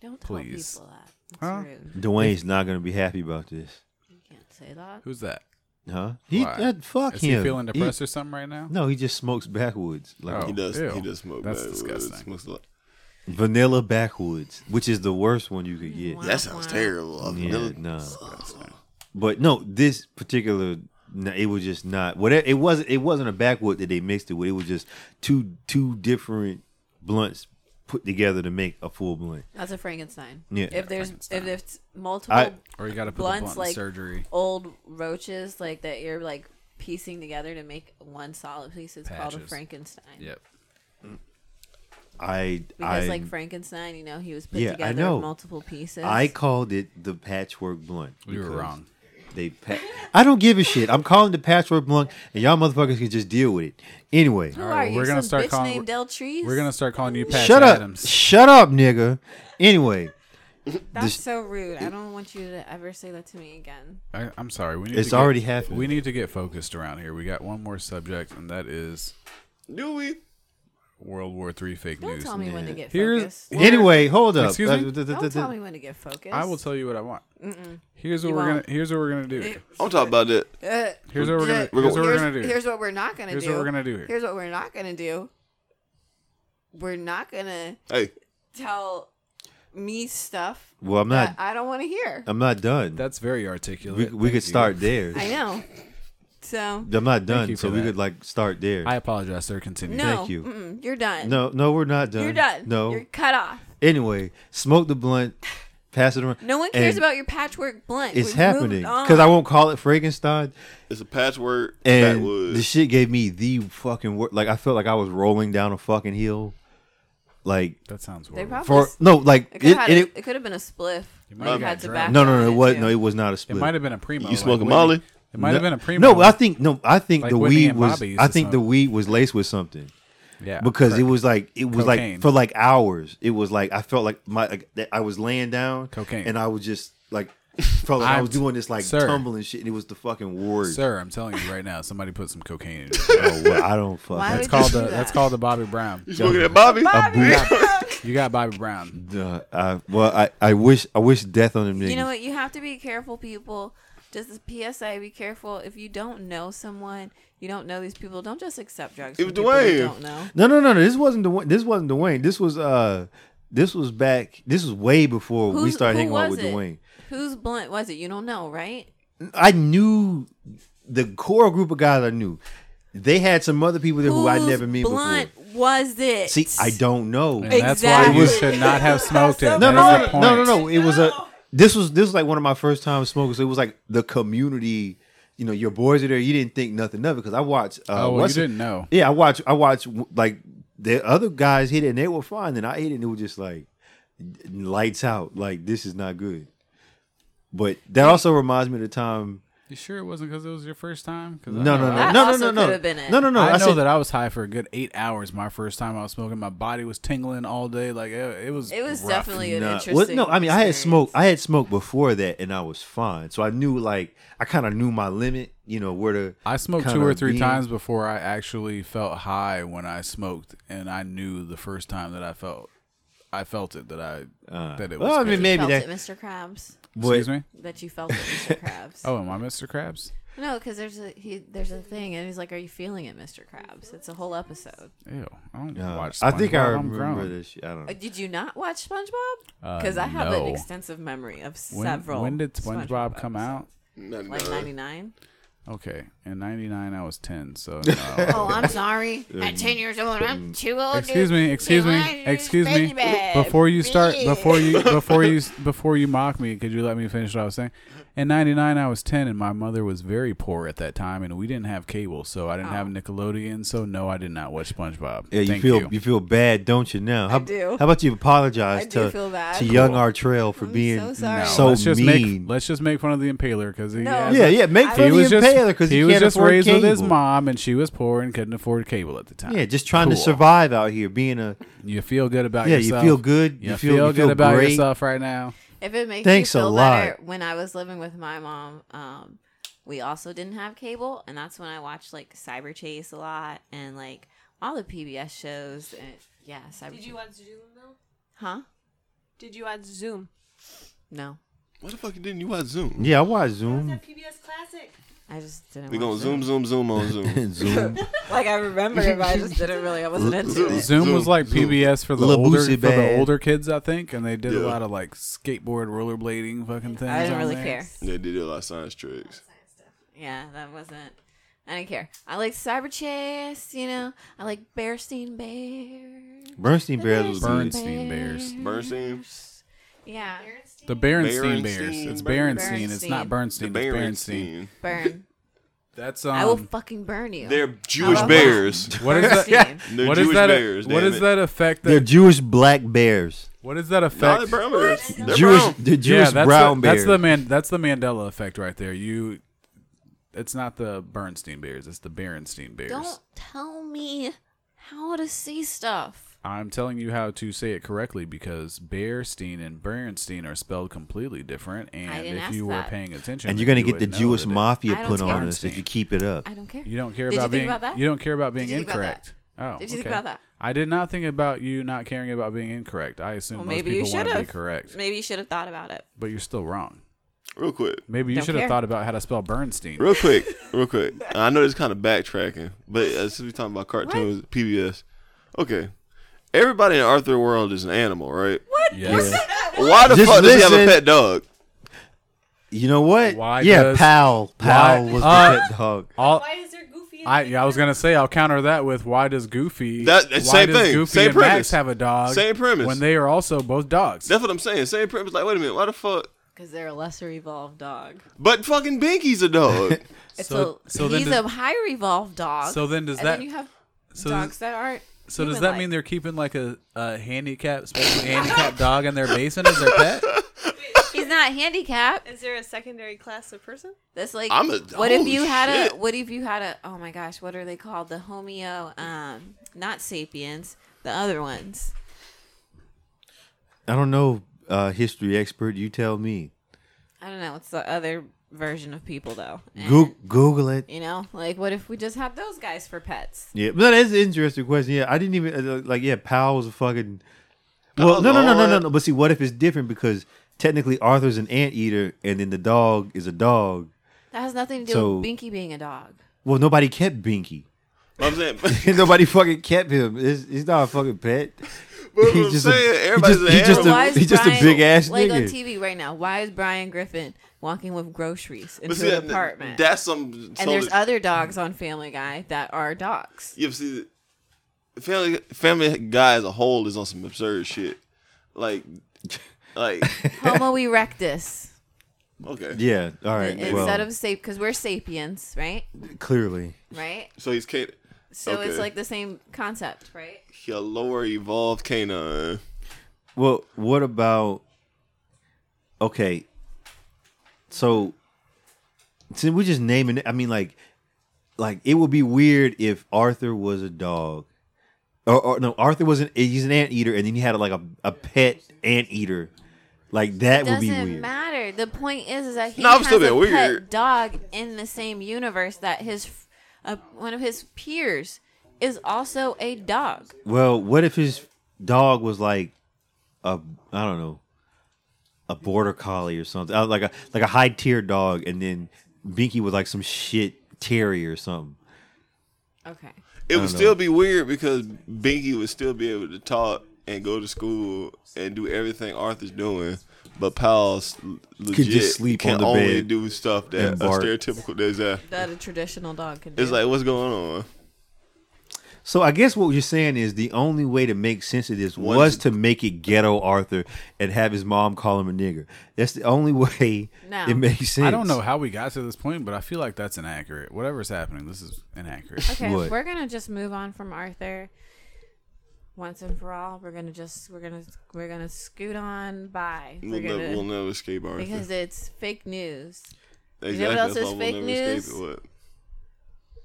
D: Don't
B: Please.
D: tell people that. That's
B: Huh?
D: rude.
E: Dwayne's not going to be happy about this,
D: You can't say that.
B: Who's that?
E: huh? He
B: Why?
E: that fuck
B: Is
E: him.
B: he feeling
E: He-
B: depressed or something right now?
E: no, he just smokes backwoods, like
B: Oh.
C: He does.
B: Ew.
C: He does smoke.
B: That's
C: backwoods.
B: disgusting.
C: Smokes a lot.
E: vanilla backwoods, which is the worst one you could get.
C: That sounds terrible. I mean,
E: Yeah,
C: really-
E: no. But no, this particular no, it was just not whatever it wasn't it wasn't a backwood that they mixed it with. It was just two two different blunts put together to make a full blunt.
D: That's a Frankenstein.
E: Yeah.
D: If there's if it's multiple
E: I-
B: Or you got to put
D: Blunts,
B: the blunt in
D: like-
B: surgery.
D: old roaches like that you're like piecing together to make one solid piece, it's called a
B: Patches.
D: Frankenstein.
B: Yep.
E: I
D: Because
E: I
D: like Frankenstein, you know, he was put
E: Yeah, I
D: together
E: know.
D: with multiple pieces.
E: I called it the patchwork blunt.
B: We were
E: because
B: wrong.
E: They pa- I don't give a shit. I'm calling the patchwork blunt and y'all motherfuckers can just deal with it. Anyway.
D: Who
B: All
D: are
B: right,
D: you?
B: we're gonna
D: Some
B: start
D: bitch
B: calling-
D: named Del Trees.
B: We're going to start calling you Patch
E: Shut up.
B: Adams.
E: Shut up, nigga. Anyway,
D: That's
E: This-
D: so rude. I don't want you to ever say that to me again.
B: I, I'm sorry. We need
E: It's
B: to get-
E: already happening.
B: We need to get focused around here. We got one more subject, and that is
C: Do we?
B: World War Three fake
D: Don't
B: news.
D: tell me when to get
B: Here's-
D: focused.
E: Anyway, hold up.
B: Excuse me?
E: Uh,
D: Don't tell me when to get focused.
B: I will tell you what I want. Here's what we're
D: won't.
B: gonna. Here's what we're gonna do.
C: I'm talking about that.
D: Uh,
B: Here's what we're gonna.
D: We're
B: Here's what we're
D: here's,
B: gonna do.
D: here's what we're not gonna
B: Here's
D: do.
B: what we're gonna do here.
D: Here's what we're not gonna do. We're not gonna
C: Hey,
D: tell me stuff
E: Well, I'm
D: that
E: not.
D: I don't want to hear.
E: I'm not done.
B: That's very
E: we
B: articulate.
E: we
B: Thank
E: could
B: you.
E: start there.
D: I know. So
E: I'm not done,
B: you
E: so
B: for
E: we
B: that.
E: could like start there.
B: I apologize, sir. Continue.
D: no,
E: Thank you.
D: Mm-mm, you're done.
E: no, no, we're not done.
D: you're done.
E: No.
D: you're cut off.
E: Anyway, smoke the blunt, pass it around.
D: No one cares
E: and
D: about your patchwork blunt.
E: It's
D: We've
E: happening
D: moved on.
E: because I won't call it Frankenstein.
C: it's a patchwork
E: And
C: backwood.
E: the shit gave me the fucking wor Like I felt like I was rolling down a fucking hill. Like
B: That sounds
D: They
B: horrible.
D: probably
E: for no, like
D: it
E: it.
D: could, have had
E: it,
D: a-
E: it-
D: it could have been a spliff.
B: You might
D: Like,
B: have got
D: had
B: drunk.
D: tobacco.
E: no, no,
D: in
E: no, it was
D: too.
E: no, it was not a
B: It
E: split.
B: might have been a primo.
C: You smoking
B: Whitney-
C: Molly?
B: It might have been a primo.
E: No, I think no, I think
B: Like
E: the
B: Whitney
E: weed
B: and
E: was.
B: Bobby used
E: I
B: to
E: think the
B: smoke.
E: weed was laced with something.
B: yeah,
E: because
B: correct.
E: it was like it was
B: Cocaine.
E: like for like hours. It was like I felt like my like, that I was laying down,
B: Cocaine.
E: and I was just like [LAUGHS] felt like I
B: I'm-
E: was doing this like
B: Sir.
E: tumbling shit, and it was the fucking word.
B: Sir, I'm telling you right now, somebody put some cocaine
D: [LAUGHS]
B: in it.
E: Oh, well, I don't fuck.
D: Why
E: That's
B: That's
D: would
B: called
D: you
B: the
D: do
B: that's
D: that?
B: called the Bobby
E: [LAUGHS]
B: Brown.
C: you smoking that Bobby? [LAUGHS]
E: boo-
B: You got Bobby Brown.
E: Uh, I, well, I, I wish I wish death on them niggas.
D: You know what? You have to be careful, people. Just the PSA, be careful. If you don't know someone, you don't know these people. Don't just accept drugs.
C: It
D: from
C: was
D: people
C: Dwayne.
D: you don't know.
E: No, no, no, no. This wasn't Dwayne. This wasn't Dwayne. This was uh, this was back. This was way before we
D: Who's-
E: started
D: who
E: hanging out
D: was
E: with
D: it?
E: Dwayne.
D: Whose blunt was it? You don't know, right?
E: I knew the core group of guys. I knew they had some other people there who I
D: Whose
E: never met before.
D: blunt was it?
E: See, I don't know.
B: And that's why you
E: Exactly.
B: should not
E: [LAUGHS]
B: have smoked it. That
E: no,
B: is
E: no,
B: the
E: no, no, no,
B: point.
E: no. It was a. This was this was like one of my first time smoking. So it was like the community. You know, your boys are there. You didn't think nothing of it because I watched. Uh,
B: Oh, well,
E: what's
B: you
E: it-
B: didn't know.
E: Yeah, I watched. I watched like the other guys hit it and they were fine, and I hit it and it was just like lights out. Like this is not good. But that also reminds me of the time.
B: You sure it wasn't because it was your first time? 'Cause I
E: No, no,
B: know I-
E: no,
D: That
E: no, no,
D: also
E: no, no,
D: could've been it.
E: no, no, no.
B: I, know
E: said-
B: that I was high for a good eight hours. My first time I was smoking, my body was tingling all day. Like it, it was.
D: It was
B: rough.
D: definitely an
E: Nah,
D: interesting.
E: well, no, I mean I had
D: experience.
E: smoked. I had smoked before that, and I was fine. So I knew like I kind of knew my limit. You know where to.
B: I smoked two
E: kinda
B: or three
E: be.
B: times before I actually felt high when I smoked, and I knew the first time that I felt, I felt it that I that it was.
E: Uh, well, I mean,
B: good.
E: maybe
D: Felt
E: that.
D: it, Mr. Krabs.
B: excuse me.
D: That you felt it,
E: [LAUGHS]
D: Mr. Krabs.
B: Oh, am I Mr. Krabs?
D: No, because there's a he, there's a thing, and he's like, "Are you feeling it, Mr. Krabs?" It's a whole episode.
B: Ew, I don't
E: Uh,
B: watch.
E: I think I
B: SpongeBob. I'm
E: remember
B: grown.
E: this. shit. I don't
D: Uh,
E: know.
D: Did you not watch SpongeBob?
B: Uh,
D: Because I have an
B: no.
D: extensive memory of
B: When,
D: several.
B: when did SpongeBob, come
D: episodes.
B: out?
C: Not
G: Uh,
D: Like
C: none.
D: ninety nine.
B: Okay, in '99 I was 10,
E: [LAUGHS]
B: so. No,
G: Oh,
B: [LAUGHS]
G: I'm sorry. At 10 years old, I'm too old.
B: excuse
G: to-
B: me, excuse
G: why
B: me,
G: is
B: excuse me.
G: baby bad?
B: Before you start,
G: Bitch. [LAUGHS]
B: before you, before you, before you mock me, could you let me finish what I was saying? In '99 I was 10, and my mother was very poor at that time, and we didn't have cable, so I didn't
G: Oh.
B: have Nickelodeon. So no, I did not watch SpongeBob.
E: Yeah, you
B: Thank
E: feel
B: you.
E: you. feel bad, don't you? Now, how,
D: do.
E: How about you apologize
D: I do
E: to
D: feel bad.
E: to young Artrell for being
D: so
E: so,
D: sorry. No,
B: let's just
E: mean?
B: Make, let's just make fun of the Impaler because he.
D: No.
B: has-
E: yeah, yeah, make
D: He
E: fun
B: He
E: of the
B: was just
E: impaler because
B: he,
E: he,
B: was
E: can't
B: just
E: afford
B: raised with his
E: cable.
B: mom, and she was poor and couldn't afford cable at the time.
E: Yeah, just trying to
B: Cool.
E: survive out here, being a
B: You feel good about
E: Yeah, you
B: yourself.
E: feel good,
B: You,
E: you
B: feel,
E: feel- you
B: good
E: feel
B: about
E: great.
B: yourself right now.
D: If it makes
E: Thanks a
D: you feel better,
E: lot.
D: when I was living with my mom, um, we also didn't have cable, and that's when I watched like Cyber Chase a lot and like all the PBS shows. And yeah, Cyber.
H: Did you watch Zoom though?
D: Huh?
H: Did you watch Zoom?
D: No,
C: Why the fuck didn't you watch Zoom?
E: yeah. I watch
H: What's
E: Zoom, [LAUGHS]
H: that PBS classic?
D: I just didn't.
C: We
D: watch
C: gonna
D: it. [LAUGHS]
C: zoom, zoom, zoom on
B: [LAUGHS]
C: Zoom.
E: Zoom,
D: Like I remember it, but I just didn't really.
G: [LAUGHS]
D: I wasn't into it.
B: Zoom, was
C: Zoom,
B: like
C: Zoom.
B: PBS for the
E: Lil
B: older
E: Boosie
B: for the
E: Band.
B: older kids, I think, and they did
C: Yeah.
B: a lot of like skateboard, rollerblading, fucking things.
D: I didn't
B: on
D: really
B: there.
D: care.
C: they did a lot of science tricks.
D: Yeah, that wasn't. I didn't care. I like Cyber Chase, you know. I like Bearstein Bears.
E: Bernstein Bears was good.
B: Bernstein Bears.
C: Bernstein,
D: Yeah,
B: The Berenstein
C: Berenstein
B: Bears. It's
C: Bears.
B: Berenstein. It's not
D: Berenstein.
C: the
B: Bernstein. It's Berenstein.
C: Berenstein.
D: burn.
B: That's um.
D: I will fucking burn you.
C: They're Jewish
D: about
C: bears.
B: what [LAUGHS] is that?
D: [LAUGHS] Berenstein.
C: They're
B: what is
C: Jewish
B: that?
C: bears.
B: what
C: damn
B: is
C: it.
B: that effect?
E: They're
B: That,
E: Jewish black bears,
B: what is that
C: No,
B: effect?
C: they're brown bears. They're
E: Jewish,
C: brown.
E: the Jewish
B: that's
E: brown
B: the,
E: bears.
B: That's the man. That's the Mandela effect right there. You, it's not the Bernstein Bears. It's the Berenstein Bears.
D: Don't tell me how to see stuff.
B: I'm telling you how to say it correctly because Bearstein and Bernstein are spelled completely different. And
D: didn't
B: if
D: ask
B: you were
D: that.
B: paying attention,
E: And
B: then
E: you're gonna
B: you
E: get
B: would
E: the
B: know
E: Jewish
B: that it-
D: I
E: mafia
D: don't
E: put
D: care.
E: on us if you keep it up.
D: I don't care.
B: You don't care
D: Did you
B: about
D: think
B: being.
D: about that?
B: You don't care about being
D: you think about
B: incorrect. Oh,
D: Did you think
B: okay.
D: about that?
B: I did not think about you not caring about being incorrect. I assume
I: Well,
B: most
I: maybe you
B: people
I: should
B: want to be
I: have.
B: correct,
I: Maybe you should have thought about it.
B: but you're still wrong.
C: Real quick,
B: Maybe you
I: Don't
B: should have
I: care.
B: thought about how to spell Bernstein.
D: [LAUGHS]
C: real quick, real quick. I know this kind of backtracking, but uh, since we're talking about cartoons, PBS. Okay, everybody in Arthur world is an animal, right?
B: Yes.
C: Why the
E: Just
C: fuck does he have
E: listen.
C: a pet dog?
E: You know what?
B: Why
E: yeah,
B: does-
E: pal. Pal
B: why-
E: was
B: uh,
E: the pet dog.
B: All
H: Why is there Goofy? in
B: I
H: the
B: yeah, I was gonna say I'll counter that with why does Goofy
C: That-
B: why
C: same
B: does
C: thing,
B: Goofy
C: same
B: and
C: premise.
B: Max have a dog
C: Same premise.
B: when they are also both dogs.
C: That's what I'm saying. Same premise. Like, wait a minute, why the fuck?
D: Because they're a lesser evolved dog.
C: But fucking Binky's a
E: [LAUGHS]
C: dog.
D: It's
B: So-
D: a,
B: so then
D: he's
B: does-
D: a higher evolved dog.
B: so then does
D: and
B: that
D: then you have
B: so
D: dogs
B: does,
D: that aren't.
B: so does
D: human-like.
B: that mean they're keeping like a, a handicapped specially handicapped dog in their basement as their pet?
D: he's not handicapped?
H: Is there a secondary class of person?
D: That's like
C: I'm a-
D: what if
C: holy
D: you had a
C: shit.
D: what if you had a oh my gosh what are they called the homeo um not sapiens the other ones
E: I don't know, uh, history expert. You tell me.
D: I don't know it's the other version of people though And,
E: Go- Google it.
D: you know like what if we just had those guys for pets
E: Yeah, but that's an interesting question. Yeah, I didn't even uh, like. Yeah, Powell was a fucking.
C: was
E: Well, no, no, no, no, no,
B: Oh,
C: all-
E: no. But see, what if it's different because technically Arthur's an anteater, and then the dog is a dog.
D: that has nothing to do
E: So-
D: with Binky being a dog
E: Well, nobody kept
B: [LAUGHS]
E: Binky.
C: I'm saying. [LAUGHS]
E: nobody fucking kept him. It's, he's not a fucking pet.
C: But what I'm saying, everybody's an
E: he's just
C: animal.
E: a,
D: why is
E: he's just a
D: Brian-
E: big ass
D: like on
E: nigga.
D: TV right now why is Brian Griffin walking with groceries into
C: but see,
D: an apartment
C: That's some.
D: and there's other dogs on Family Guy that are
E: [LAUGHS]
D: dogs
C: You ever see the- Family Family Guy as a whole is on some absurd shit. Like,
E: [LAUGHS]
C: like
D: Homo erectus
C: okay.
E: Yeah. All right.
D: instead
E: well,
D: of sap because we're sapiens right
E: clearly,
D: right
C: So he's can
D: so it's
C: Okay.
D: like the same concept right
C: he a lower evolved canine.
E: well, what about? Okay. So, since we're just naming, it, I mean, like, like it would be weird if Arthur was a dog, or, or no, Arthur was an he's an anteater, and then you had like a a pet anteater, like that would
D: doesn't
E: be weird.
D: matter. The point is, is that he
C: No, I'm
D: has
C: still
D: a
C: being
D: pet
C: weird.
D: dog in the same universe that his f- uh, one of his peers is also a dog.
E: Well, what if his dog was like a I don't know a border collie or something, Uh, like a like a high tier dog, and then Binky was like some shit terrier or something.
D: Okay.
C: It
E: I
C: would
E: know.
C: still be weird because Binky would still be able to talk and go to school and do everything Arthur's doing, but Pal's l- legit
E: just sleep
C: can
E: on the
C: only
E: bed
C: do stuff that
E: and
C: a
E: bark.
C: stereotypical there's a.
D: That a traditional dog can do.
C: It's like what's going on?
E: So I guess what you're saying is the only way to make sense of this
C: One-
E: was to make it ghetto Arthur and have his mom call him a nigger. That's the only [LAUGHS] way
D: No.
E: it makes sense.
B: I don't know how we got to this point, but I feel like that's inaccurate. Whatever's happening, this is inaccurate.
D: okay,
E: What?
D: we're gonna just move on from Arthur once and for all. We're gonna just we're gonna we're gonna scoot on by. We're
C: We'll, never,
D: gonna-
C: we'll never escape Arthur.
D: because it's fake news.
C: exactly.
D: know what else
C: that's
D: is
C: why we'll
D: fake
C: never escape
D: news?
C: it. What?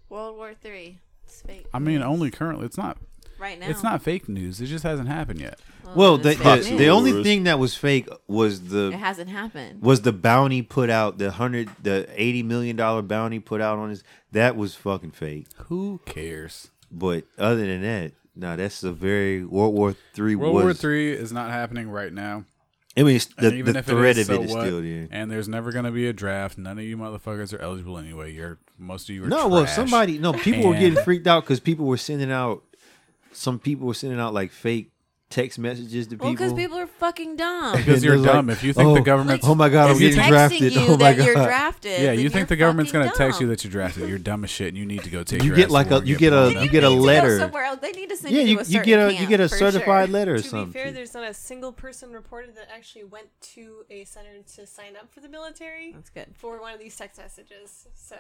D: World War Three. It's fake
B: I mean, only currently, it's not.
D: right now.
B: It's not fake news. It just hasn't happened yet.
E: Well,
D: then
E: the,
D: it's
E: the,
D: fake
E: the
D: news.
E: only
C: Wars.
E: thing that was fake was the
D: it hasn't happened.
E: was the bounty put out the hundred the eighty million dollar bounty put out on his that was fucking fake.
B: Who cares?
E: But other than that, no, that's a very World War Three
B: World
E: was.
B: War Three is not happening right now.
E: I mean, it's,
B: And
E: the, the threat of it
B: so
E: is
B: what?
E: still there.
B: And there's never going to be a draft. None of you motherfuckers are eligible anyway. You're most of you are
E: No,
B: trash.
E: well, somebody no people were getting
B: And-
E: freaked out because people were sending out some people were sending out like fake text messages to
D: Well,
E: people.
D: because people are fucking dumb.
B: Because
E: And
B: you're
E: they're like,
B: dumb. if you think
E: oh,
B: the government's
E: oh my god, I'm
D: If
E: getting
D: texting
E: drafted.
D: you
E: oh my
D: that you're
E: god.
D: drafted.
B: yeah,
D: then
B: you
D: you're
B: think the government's
D: fucking
B: going to text you
D: dumb.
B: that you're drafted? You're dumb as shit, and you need to go take.
E: You
B: your
E: get
B: ass
E: like
B: to
E: a-
B: work,
E: you get
B: blown
E: a-
B: up.
E: you get a
D: They need to go
E: letter.
D: somewhere else. They need to send
E: Yeah,
D: you,
E: you,
D: to a
E: you get a
D: certain
E: you get a
D: camp, for sure.
E: certified letter or
H: to
E: something.
H: be fair, there's not a single person reported that actually went to a center to sign up for the military
D: That's good.
H: for one of these text messages. So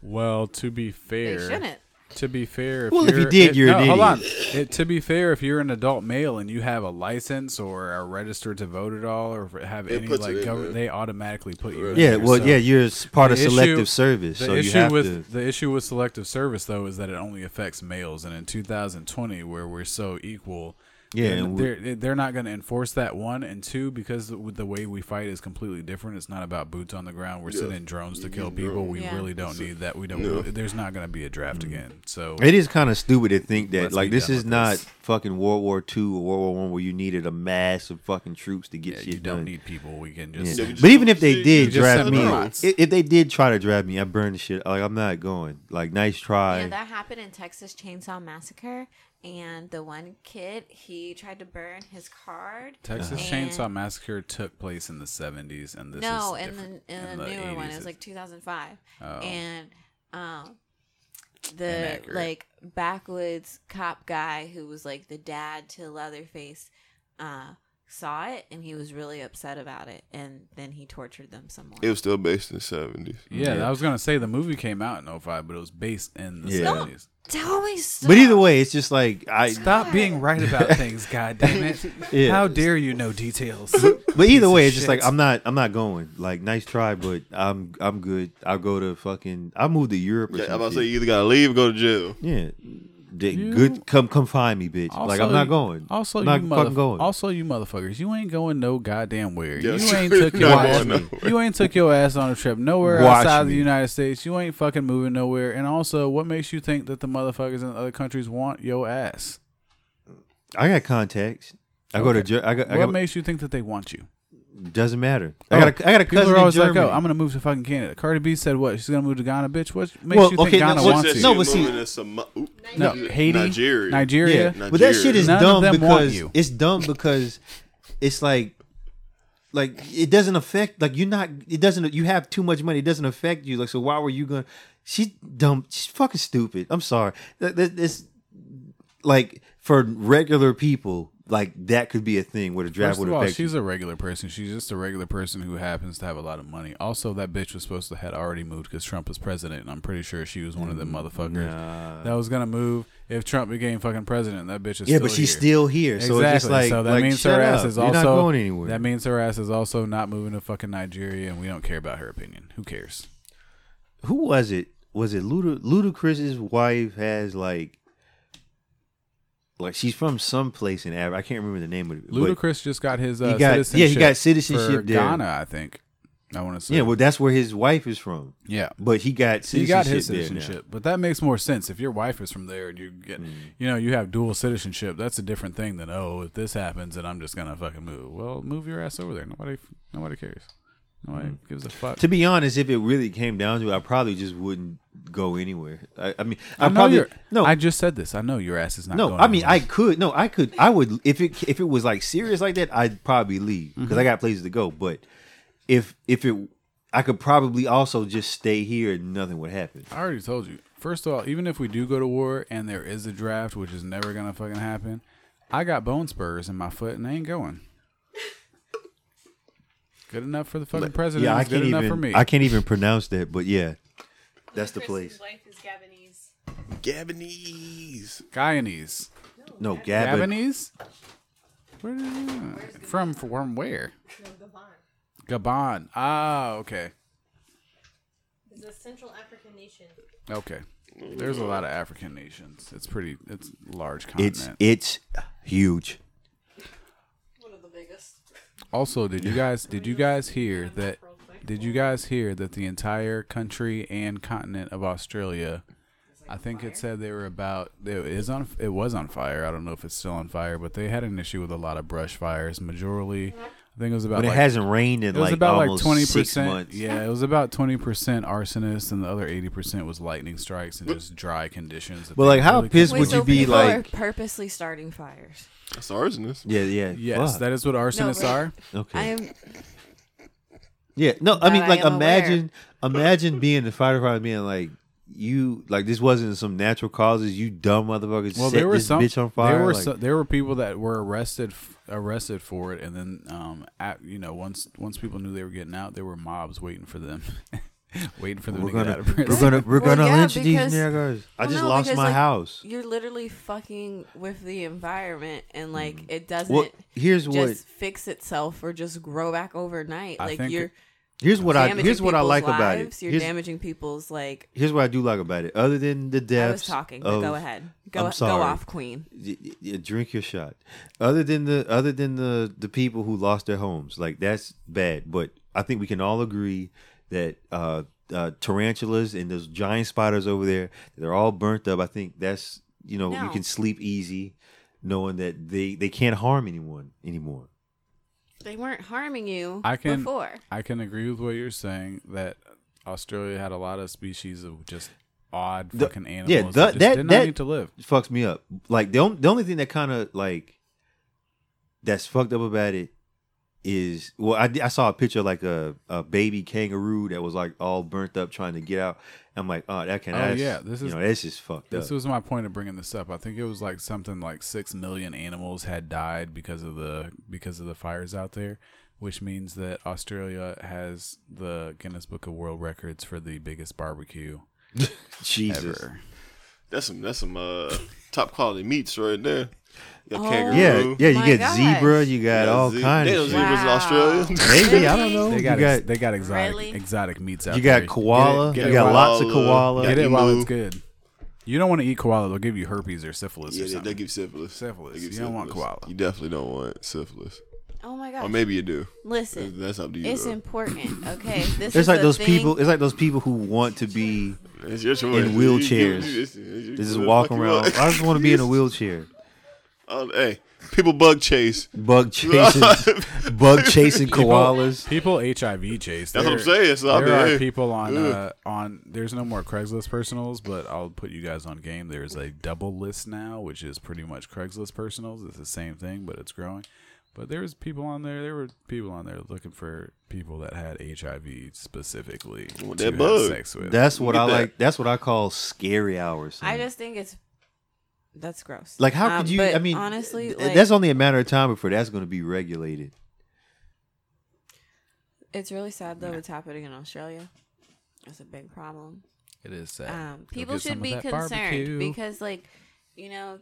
B: Well, to be
D: They
B: fair,
D: shouldn't.
B: To be fair, if
E: Well, if you
B: you're,
E: did, you're an
B: hold on. It- to be fair, if you're an adult male and you have a license or are registered to vote at all, or have
C: It
B: any
C: puts it
B: like
C: in
B: government,
C: there.
B: they automatically put you. in
E: Yeah,
B: there,
E: well,
B: so-
E: yeah, you're s- part of
B: The issue-
E: selective service,
B: The
E: so
B: issue
E: you have
B: with
E: to.
B: the issue with selective service though is that it only affects males, and in 2020, where we're so equal,
E: Yeah,
B: then
E: and we-
B: they're they're not going to enforce that one and two because the, with the way we fight is completely different. It's not about boots on the ground. We're sending drones to kill people. We
D: Yeah.
B: really don't need that. We don't. There's not going to be a
C: Mm.
B: draft again. So
E: It is kind of stupid to think that
B: Let's
E: like
B: be
E: this
B: done
E: is
B: with
E: not
B: this.
E: fucking World War Two or World War One where you needed a mass of fucking troops to get
B: yeah,
E: shit
B: you don't
E: done.
B: need people. We can
E: Yeah.
B: just.
C: Yeah, we just-
E: But even if they
C: you
E: did
B: just
E: drive
B: send
E: me,
B: robots.
E: i- if they did try to drive me, I burn the shit. Like I'm not going. Like nice try.
G: Yeah, that happened in Texas Chainsaw Massacre, and the one kid he tried to burn his card.
B: Texas
G: And-
B: Chainsaw Massacre took place in the 70s, and this
G: no,
B: is
G: in the
B: different.
G: in the newer one,
B: 80s
G: it was
B: is-
G: like 2005,
B: Oh.
G: and um, the
B: Inaccurate.
G: like backwoods cop guy who was like the dad to Leatherface, uh, saw it and he was really upset about it, and then he tortured them some more.
C: It was still based in the seventies.
B: Yeah, I was gonna say the movie came out in 05, but it was based in the
E: Yeah. Stop.
B: 70s.
G: Tell me, stop.
E: but either way, it's just like I.
B: Stop being right about
E: [LAUGHS]
B: things, God damn it!
E: Yeah.
B: How dare you know details?
E: [LAUGHS] But
B: Piece
E: either
B: of
E: way, it's just
B: shit.
E: like I'm not. I'm not going. Like nice try, but I'm. I'm good. I'll go to fucking. I'll move to Europe. Or
C: Yeah, I'm
E: some
C: about to say
E: shit.
C: you either gotta leave or go to jail.
E: Yeah. Dick,
B: You-
E: good. Come, come find me, bitch. like
B: Also,
E: I'm not going.
B: Also,
E: I'm not
B: you
E: fucking
B: motherf-
E: going.
B: Also, you motherfuckers, you ain't going no goddamn where.
C: Yeah,
B: you
C: sure.
B: ain't took your
C: Not
B: ass.
C: going nowhere.
B: You ain't took your ass on a trip nowhere
E: Watch
B: outside the
E: me.
B: United States. You ain't fucking moving nowhere. And also, what makes you think that the motherfuckers in other countries want your ass?
E: I got contacts. I go to. Ger- I got. I
B: What
E: got
B: makes you think that they want you?
E: doesn't matter. I got. A, I got a
B: People
E: cousin
B: are
E: in
B: always
E: Germany.
B: like, "Oh, I'm gonna move to fucking Canada." Cardi B said, "What? She's gonna move to Ghana, bitch." What makes
E: Well,
B: you think
E: okay,
B: Ghana
E: now,
B: wants
E: what's-
B: you?
E: no, but see-
B: No, Haiti,
C: Nigeria,
B: Nigeria.
E: but that shit is
B: None of
E: dumb
B: them want
E: because
B: you.
E: it's dumb because it's like like it doesn't affect like you're not it doesn't you have too much money it doesn't affect you like so why were you gonna she's dumb she's fucking stupid i'm sorry Th- th- this like for regular people like that could be a thing where the draft
B: First
E: would
B: of all,
E: affect
B: she's
E: you.
B: a regular person. She's just a regular person who happens to have a lot of money. Also, that bitch was supposed to had already moved because Trump was president, and I'm pretty sure she was one of the
E: Mm,
B: motherfuckers that was gonna move if Trump became fucking president. That bitch is
E: yeah
B: still
E: but she's
B: here.
E: still here so
B: exactly.
E: it's just like
B: so that
E: like,
B: means
E: shut
B: her
E: up.
B: ass is
E: you're
B: also
E: not going anywhere
B: That means her ass is also not moving to fucking Nigeria, and we don't care about her opinion. Who cares?
E: who was it? Was it Luda, Ludacris's wife has like, like she's from some place in Africa. I can't remember the name of it. but-
B: Ludacris just got his uh,
E: got- yeah, he
B: citizenship.
E: got citizenship
B: for
E: there.
B: Ghana, I think. I want to say.
E: yeah, well, that's where his wife is from.
B: yeah.
E: But he got
B: He
E: citizenship.
B: got his
E: there now.
B: citizenship, but that makes more sense. If your wife is from there and you get,
E: Mm.
B: you know, you have dual citizenship, that's a different thing than oh, if this happens, then I'm just gonna fucking move. Well, move your ass over there. Nobody, nobody cares. Nobody gives a fuck.
E: Mm. To be honest, if it really came down to it, I probably just wouldn't go anywhere. I, I mean, I,
B: I know
E: probably
B: you're.
E: no.
B: I just said this. I know your ass is not.
E: no,
B: going
E: I mean I
B: anywhere.
E: could no, I could I would if it if it was like serious like that, I'd probably leave because I got places to go. But if if it, I could probably also just stay here and nothing would happen.
B: I already told you. First of all, even if we do go to war and there is a draft, which is never gonna fucking happen, I got bone spurs in my foot and they ain't going. Good enough for the fucking president.
E: Yeah, I
B: is good
E: can't
B: enough
E: even.
B: for me.
E: I can't even pronounce that, but yeah, that's the
H: Chris's
E: place.
H: wife is Gabonese.
C: Gabonese.
B: Guyanese.
E: No, Gabba.
B: Gabonese? Where did it- from from where? Gabon. Ah, okay,
H: It's a Central African nation.
B: okay. There's a lot of African nations. It's pretty. It's a large continent.
E: It's it's huge.
H: One of the biggest.
B: also, did you guys did you guys hear that? Did you guys hear that the entire country and continent of Australia? I think it said they were about it is on it was on fire. I don't know if it's still on fire, but they had an issue with a lot of brush fires. Majorly, I think it was about.
E: But it
B: like-
E: hasn't rained in
B: it was
E: like
B: about like
E: almost
B: twenty
E: six
B: percent.
E: months.
B: Yeah, it was about twenty percent arsonists, and the other eighty percent was lightning strikes and just dry conditions. that
E: Well,
B: they
E: like, how
B: really
E: pissed
B: couldn't-
E: would you be?
G: people are
E: Like,
G: purposely starting fires.
C: That's arsonist.
E: yeah, yeah.
B: Yes,
E: fuck.
B: that is what arsonists
G: but-
B: are.
E: okay.
G: I am
E: yeah, no, I mean,
G: I
E: like,
G: am aware.
E: imagine, imagine being the firefighter, being like, you, like, this wasn't some natural causes. You dumb motherfuckers
B: Well,
E: set
B: there were
E: this
B: some.
E: bitch on fire.
B: There were
E: like,
B: so- there were people that were arrested f- arrested for it, and then um, at, you know once once people knew they were getting out, there were mobs waiting for them. [LAUGHS] Waiting for them
E: We're
B: to get out
E: gonna,
B: of
E: we're
B: prison.
E: [LAUGHS] gonna, we're
D: Well,
E: gonna
D: yeah,
E: lynch these
D: because-
E: niggas. I
D: well,
E: just
D: no,
E: lost
D: because,
E: my
D: like,
E: house.
D: You're literally fucking with the environment, and like it doesn't
E: Mm. Well, here's
D: just
E: what,
D: fix itself or just grow back overnight.
B: I
D: like
B: think
D: you're
E: here's what I,
D: damaging
E: here's what I
D: people's
E: like
D: lives,
E: about it.
D: You're
E: Here's,
D: damaging people's like.
E: here's what I do like about it. Other than the deaths,
D: I was talking. but
E: of-
D: go ahead. Go,
E: I'm
D: go
E: sorry.
D: off, Queen.
E: y- y- y- drink your shot. Other than the other than the the people who lost their homes, like that's bad. But I think we can all agree that uh, uh, tarantulas and those giant spiders over there, they're all burnt up. I think that's you know you
D: No.
E: can sleep easy, knowing that they they can't harm anyone anymore.
D: They weren't harming you
B: I can
D: before.
B: I can agree with what you're saying that Australia had a lot of species of just odd
E: The-
B: fucking
E: yeah,
B: animals that, just
E: that- that-
B: did not
E: that-
B: need to live.
E: It fucks me up. Like the only, the only thing that kind of like that's fucked up about it is well, I, did- I saw a picture of like a, a baby kangaroo that was like all burnt up trying to get out. I'm like, oh, that can.
B: Oh,
E: that's,
B: yeah, this
E: you
B: is-
E: know that's just fucked
B: This
E: up.
B: was my point of bringing this up. I think it was like something like six million animals had died because of the because of the fires out there, which means that Australia has the Guinness Book of World Records for the biggest barbecue
E: Jesus,
B: ever.
C: That's some that's some uh top quality meats right there. You got
D: Oh.
E: yeah,
C: kangaroo.
E: yeah. You
D: My
E: get
D: gosh.
E: zebra, you got all
C: ze-
E: kinds
C: They don't
E: of shit.
C: zebras in Australia. [LAUGHS]
E: Maybe I don't
D: Really?
E: know.
B: They got,
E: Oh, you got
B: ex- they got exotic
D: Really?
B: exotic meats out
E: you
B: there.
E: got koala.
B: Get it,
E: you
B: get
E: got
B: it,
E: lots of
C: koala.
E: koala.
B: get it
C: emu.
B: while it's good. You don't want to eat koala. They'll give you herpes or syphilis
C: Yeah,
B: or
C: they,
B: something.
C: they give syphilis.
B: Syphilis.
C: They give
B: You don't want koala.
C: You definitely don't want syphilis.
D: Oh my
C: Or
D: gosh!
C: maybe you do.
D: Listen,
C: That's up to you.
D: it's
C: though.
D: important. Okay, this is
E: It's like
D: a
E: those
D: thing-
E: people. It's like those people who want to be.
C: It's your choice.
E: in wheelchairs.
C: They
E: They just walk around. I just want
C: [LAUGHS]
E: to be in a wheelchair.
C: Oh, hey, people bug chase. [LAUGHS]
E: bug chasing bug chasing koalas.
B: People HIV chase.
C: That's what I'm
B: There-
C: saying, so I
B: there
C: mean,
B: are
C: hey,
B: people on
C: ugh.
B: uh, on. There's no more Craigslist personals, but I'll put you guys on game. There's a double list now, which is pretty much Craigslist personals. It's the same thing, but it's growing. But there was people on there. There were people on there looking for people that had HIV specifically
C: Well,
B: to
C: that
B: have
C: bug.
B: sex with.
E: That's what
C: Look
E: I
C: at that.
E: like. That's what I call scary hours.
D: I just think it's that's gross.
E: like how
D: Um,
E: could you?
D: but
E: I mean,
D: honestly,
E: th-
D: like,
E: that's only a matter of time before that's going to be regulated.
D: It's really sad though. It's happening in Australia. It's a big problem.
B: it is sad.
D: Um,
B: Go
D: people
B: get some
D: should
B: of
D: be
B: that
D: concerned
B: barbecue.
D: because, like, you know,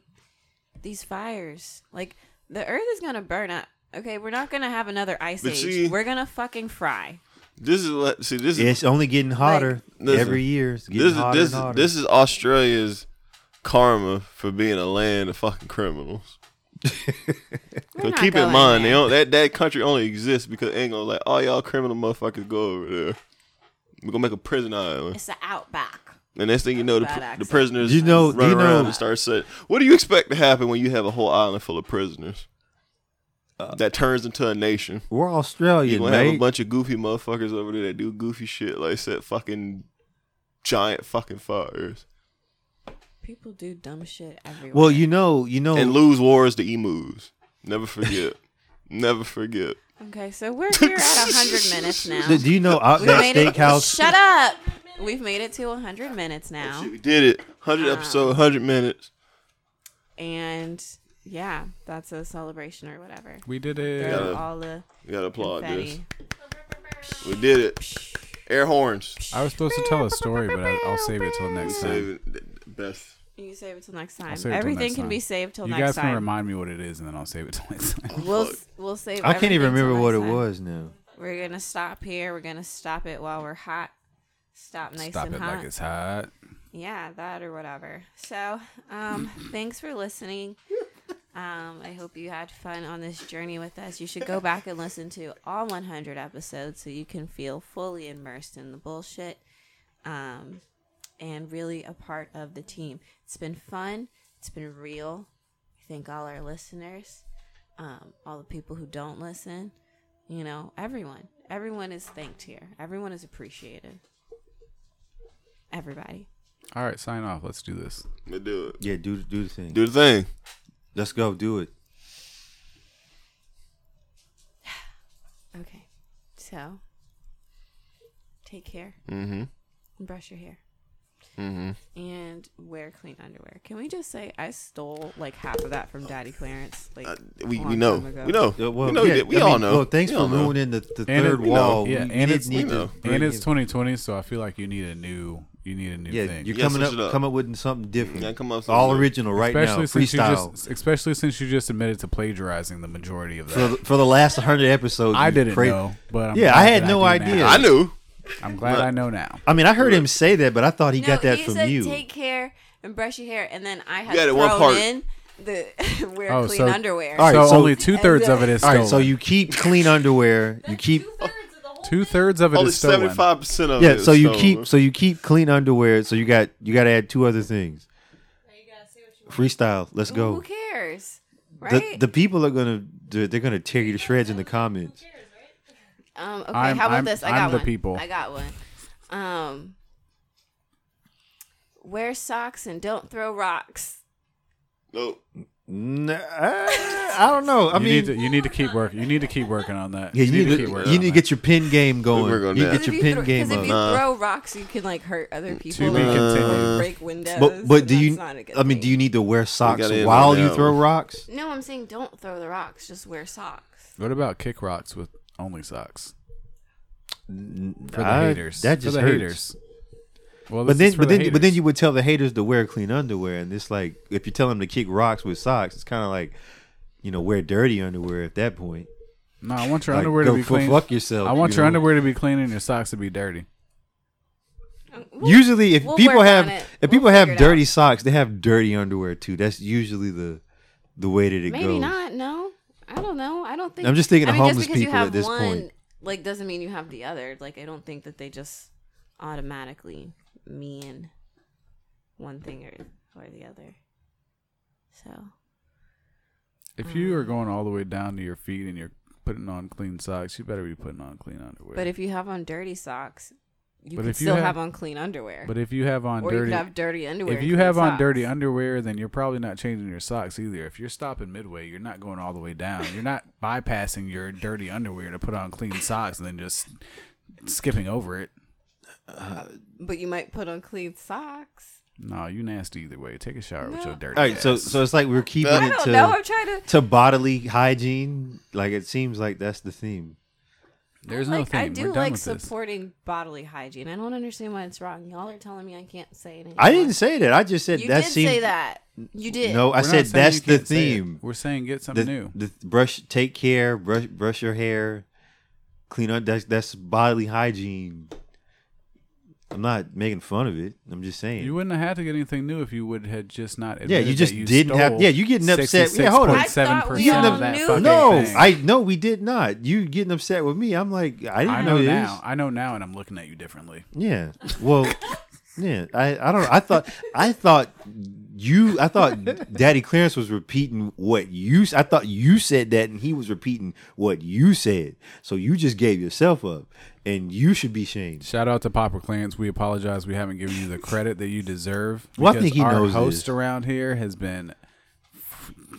D: these fires, like, the earth is gonna burn up. Okay, we're not gonna have another ice
C: But
D: age.
C: see-
D: we're gonna fucking fry.
C: This is like- see this is
E: It's only getting hotter
C: Listen,
E: every year. It's getting
C: this is
E: hotter
C: this
E: and
C: is
E: hotter.
C: this is Australia's karma for being a land of fucking criminals.
D: We're
C: But
D: not
C: keep in
D: going
C: mind, they
D: there.
C: don't, that that country only exists because England like all y'all criminal motherfuckers go over there. We're gonna make a prison island,
D: It's the outback.
C: and next thing you know, the,
D: Bad
C: pr- the
D: accent.
C: prisoners
E: Do you know- do
C: run
E: you know-
C: around and start set. What do you expect to happen when you have a whole island full of prisoners?
E: Uh,
C: that turns into a nation.
E: We're
C: You're
E: Australian,
C: gonna have a
E: right?
C: bunch of goofy motherfuckers over there that do goofy shit like set fucking giant fucking fires
D: People do dumb shit everywhere.
E: Well, you know, you know,
C: and lose wars to emus. Never
E: [LAUGHS]
C: forget. Never forget.
D: okay, so we're here at
B: [LAUGHS]
D: hundred minutes now.
E: do do you know Outback
D: made it-
E: Steakhouse?
D: Shut up! We've made it to hundred minutes now,
C: Oh, Shit, we did it. Hundred
D: Ah.
C: episode, hundred minutes.
D: and yeah, that's a celebration or whatever.
B: we did
D: Throw
B: it.
C: Yeah.
D: all the
C: We gotta applaud this.
D: confetti.
C: We did it. Air horns.
B: I was supposed to tell a story, but I, I'll save it till
C: We
B: next time.
C: saving the the best.
D: You can save it till next time.
B: save it till
D: Everything
B: next
D: can
B: time.
D: be saved till
B: You
D: next
B: guys can
D: time.
B: remind me what it is, and then I'll save it till next time.
D: We'll s- we'll save.
E: I can't even
D: everything till
E: remember what it
D: next time.
E: was now.
D: We're gonna stop here. We're gonna stop it while we're hot. Stop nice
B: Stop
D: and
B: it
D: hot.
B: like it's hot.
D: yeah, that or whatever. So, um, thanks for listening. Um, I hope you had fun on this journey with us. You should go back and listen to all 100 episodes so you can feel fully immersed in the bullshit um, and really a part of the team. It's been fun, it's been real. I thank all our listeners, um, all the people who don't listen, you know, everyone. Everyone is thanked here, everyone is appreciated. Everybody.
B: All right, sign off. Let's do this.
C: Let's do it.
E: Yeah, do do the thing.
C: Do the thing.
E: Let's go, do it.
D: Okay. So, take care
C: Mm-hmm.
D: and brush your hair.
C: Mm-hmm.
D: and wear clean underwear. Can we just say I stole like half of that from Daddy Clarence? Like
C: Uh, we
D: a
C: we
D: long
C: know.
D: time ago.
C: We know.
E: Yeah, Uh, well,
C: we know.
E: yeah,
C: that- we
E: I
C: all
E: mean,
C: know.
E: Well, thanks
C: We
E: for
C: all know.
E: ruining the, the
B: And
E: third
B: it- we
E: wall.
B: know. Yeah,
E: We- we
B: and
E: did
B: it's-
E: need
C: we
E: to
C: know.
E: bring
B: And it's
E: in-
B: 2020, so I feel like you need a new you need a new
E: Yeah,
B: thing.
E: you're
C: Yeah,
E: coming
C: switch
E: up,
C: it up.
E: Come up with something different.
C: Yeah, come up with
E: All
C: something.
E: original right now.
B: since you
E: Freestyle.
B: just especially since you just admitted to plagiarizing the majority of
E: for,
B: that.
E: the, for the last 100 episodes,
B: I
E: you
B: didn't
E: cra-
B: know, but I'm
E: Yeah,
B: glad
E: I had
B: that
E: no
B: do
E: idea.
B: now.
C: I knew.
B: I'm glad I know now.
E: I mean, I heard him say that, but I thought he got that
D: he
E: from
D: said
E: you.
D: take care and brush your hair, and then I had
C: got it
D: thrown
C: one part.
D: in the [LAUGHS] wear
B: Oh,
D: clean
B: so-
D: underwear.
E: All right,
B: so,
E: so-
B: only two thirds of it is
E: All
B: stolen.
E: right, so you keep
D: [LAUGHS]
E: clean underwear. You keep
B: two thirds of it
C: Only
B: is stolen.
C: seventy five percent of
E: yeah.
C: it is
E: So you
C: stolen.
E: keep so you keep clean underwear. So you got you got to add two other things. Freestyle. Let's
D: Who
E: go.
D: cares?
E: The,
D: Right?
E: the people are gonna they're they're gonna tear you to shreds in the comments.
D: um, okay,
B: I'm-
D: how about
B: I'm-
D: this? I
B: I'm
D: got
B: the
D: one.
B: people.
D: I got one. Um, wear socks and don't throw rocks.
C: Nope.
E: Nah, uh, I don't know. I
B: you
E: mean,
B: need to, you need to keep working. You need to keep working on that.
E: yeah, you, need to,
B: keep working
E: you
B: on
E: need to
B: that.
E: get your pin game going.
C: We're gonna
E: You
C: do
E: need
C: that.
E: to get
D: Because if
E: your
D: you
E: pin
D: thro-
E: game
D: 'cause
E: up. Mm,
D: if you
C: Nah.
D: throw rocks, you can like hurt other people.
B: be
D: or
B: continued.
D: break windows.
E: But but do
D: and
E: you?
D: that's not a good
E: I mean,
D: thing.
E: do you need to wear socks
C: gotta end
E: while
C: on
E: you
C: that
E: throw
C: one.
E: rocks?
D: No, I'm saying don't throw the rocks. Just wear socks.
B: What about kick rocks with only socks for the
E: I-
B: haters?
E: That
B: For
E: just
B: the
E: hurts.
B: haters. Well, this
E: But then,
B: is for
E: but
B: the
E: then, but then
B: haters.
E: you would tell the haters to wear clean underwear, and it's like if you tell them to kick rocks with socks, it's kind of like, you know, wear dirty underwear at that point.
B: No, I want your
E: Like,
B: underwear
E: go
B: to be
E: fu-
B: clean.
E: fuck yourself,
B: I want
E: you
B: your
E: know.
B: underwear to be clean and your socks to be dirty.
E: usually, if
D: Um, we'll
E: people
D: work
E: have
D: on it.
E: if
D: We'll
E: people
D: figure
E: have
D: it out.
E: dirty socks, they have dirty underwear too. That's usually the the way that it
D: Maybe
E: goes.
D: not. No, I don't know. I don't think.
E: I'm just thinking
D: I
E: of
D: mean,
E: homeless
D: just because
E: people
D: you
E: at
D: have
E: this
D: one,
E: point.
D: Like, doesn't mean you have the other. Like, I don't think that they just automatically mean one thing or or the other. So
B: If you are going all the way down to your feet and you're putting on clean socks, you better be putting on clean underwear.
D: But if you have on dirty socks, you
B: But
D: can
B: if you
D: still
B: have-
D: have, on clean underwear.
B: But if you have on
D: or you
B: dirty,
D: could have dirty underwear.
B: if
D: and
B: you
D: clean
B: have on dirty
D: socks.
B: underwear, then you're probably not changing your socks either. If you're stopping midway, you're not going all the way down. You're
D: [LAUGHS]
B: not bypassing your dirty underwear to put on clean socks and then just skipping over it.
D: but you might put on clean socks.
B: No, you nasty either way. Take a shower with your dirty.
E: All right, so
B: ass.
E: so it's like we're keeping
C: I
D: I
E: it
D: don't
E: to
D: know. Oh, I'm trying to.
E: to bodily hygiene. Like it seems like that's the theme.
B: there's no
D: Like,
B: thing.
D: I do
B: we're done
D: like
B: with this.
D: supporting bodily hygiene. I don't understand why it's wrong. Y'all are telling me I can't say anything.
E: I didn't say that. I just said
D: You
E: that
D: did
E: seemed.
D: say that. You did.
E: No,
B: We're
E: I
B: not
E: said
B: saying
E: that's
B: you
E: the
B: can't say it.
E: theme.
B: We're saying get something
E: the,
B: new.
E: the brush take care brush brush your hair clean up that's that's bodily hygiene i'm not making fun of it i'm just saying
B: You wouldn't have had to get anything new if you would had just not.
E: you
B: admitted that
E: just didn't have-
B: stole
E: yeah, you getting upset- yeah, hold on. I
D: thought we
B: 66.7% of
E: all
B: that
D: knew
B: fucking
E: no
B: thing.
E: i no we did not you getting upset with me i'm like i didn't
B: I know
E: this
B: now. I know now, and I'm looking at you differently.
E: yeah well yeah i i don't i thought i thought you i thought daddy clarence was repeating what you s- i thought you said that and he was repeating what you said so you just gave yourself up and you should be shamed
B: Shout out to Papa Clarence. We apologize. We haven't given you the credit that you deserve.
E: [LAUGHS] Well, I
B: because
E: think he
B: our
E: knows
B: host
E: this.
B: around here has been.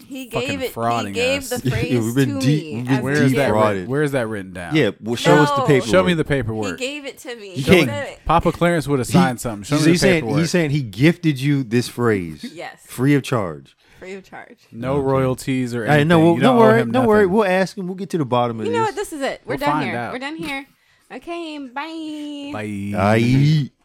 D: He
B: Fucking
D: gave it. He
B: frauding
D: gave
B: us. [LAUGHS]
D: the
E: Yeah,
D: phrase
E: we've been
D: to
E: deep-
D: me.
E: we've been
D: as
B: Where
D: a
B: is
E: deep
D: kid.
B: that?
E: defrauded.
B: Written, where is that written down?
E: Yeah, well, show us the
D: No.
E: paperwork.
B: Show me the
D: He
B: paperwork.
D: gave it to me.
E: You
D: He
E: can't-
D: said it.
B: Papa Clarence would have signed something. Show
E: so
B: me the
E: he's saying,
B: paperwork.
E: He's saying he gifted you this phrase.
D: Yes.
E: Free of charge.
D: free of charge.
B: no royalties or
E: All right,
B: anything.
E: no, well,
B: You
E: don't,
B: owe
E: worry.
B: him
E: Don't worry.
B: nothing.
E: We'll ask him. We'll get to the bottom of
D: You know what? This is it. We're
B: We'll
D: done
B: find
D: here.
B: out.
D: We're done here. Okay. Bye.
B: Bye.
E: Aye.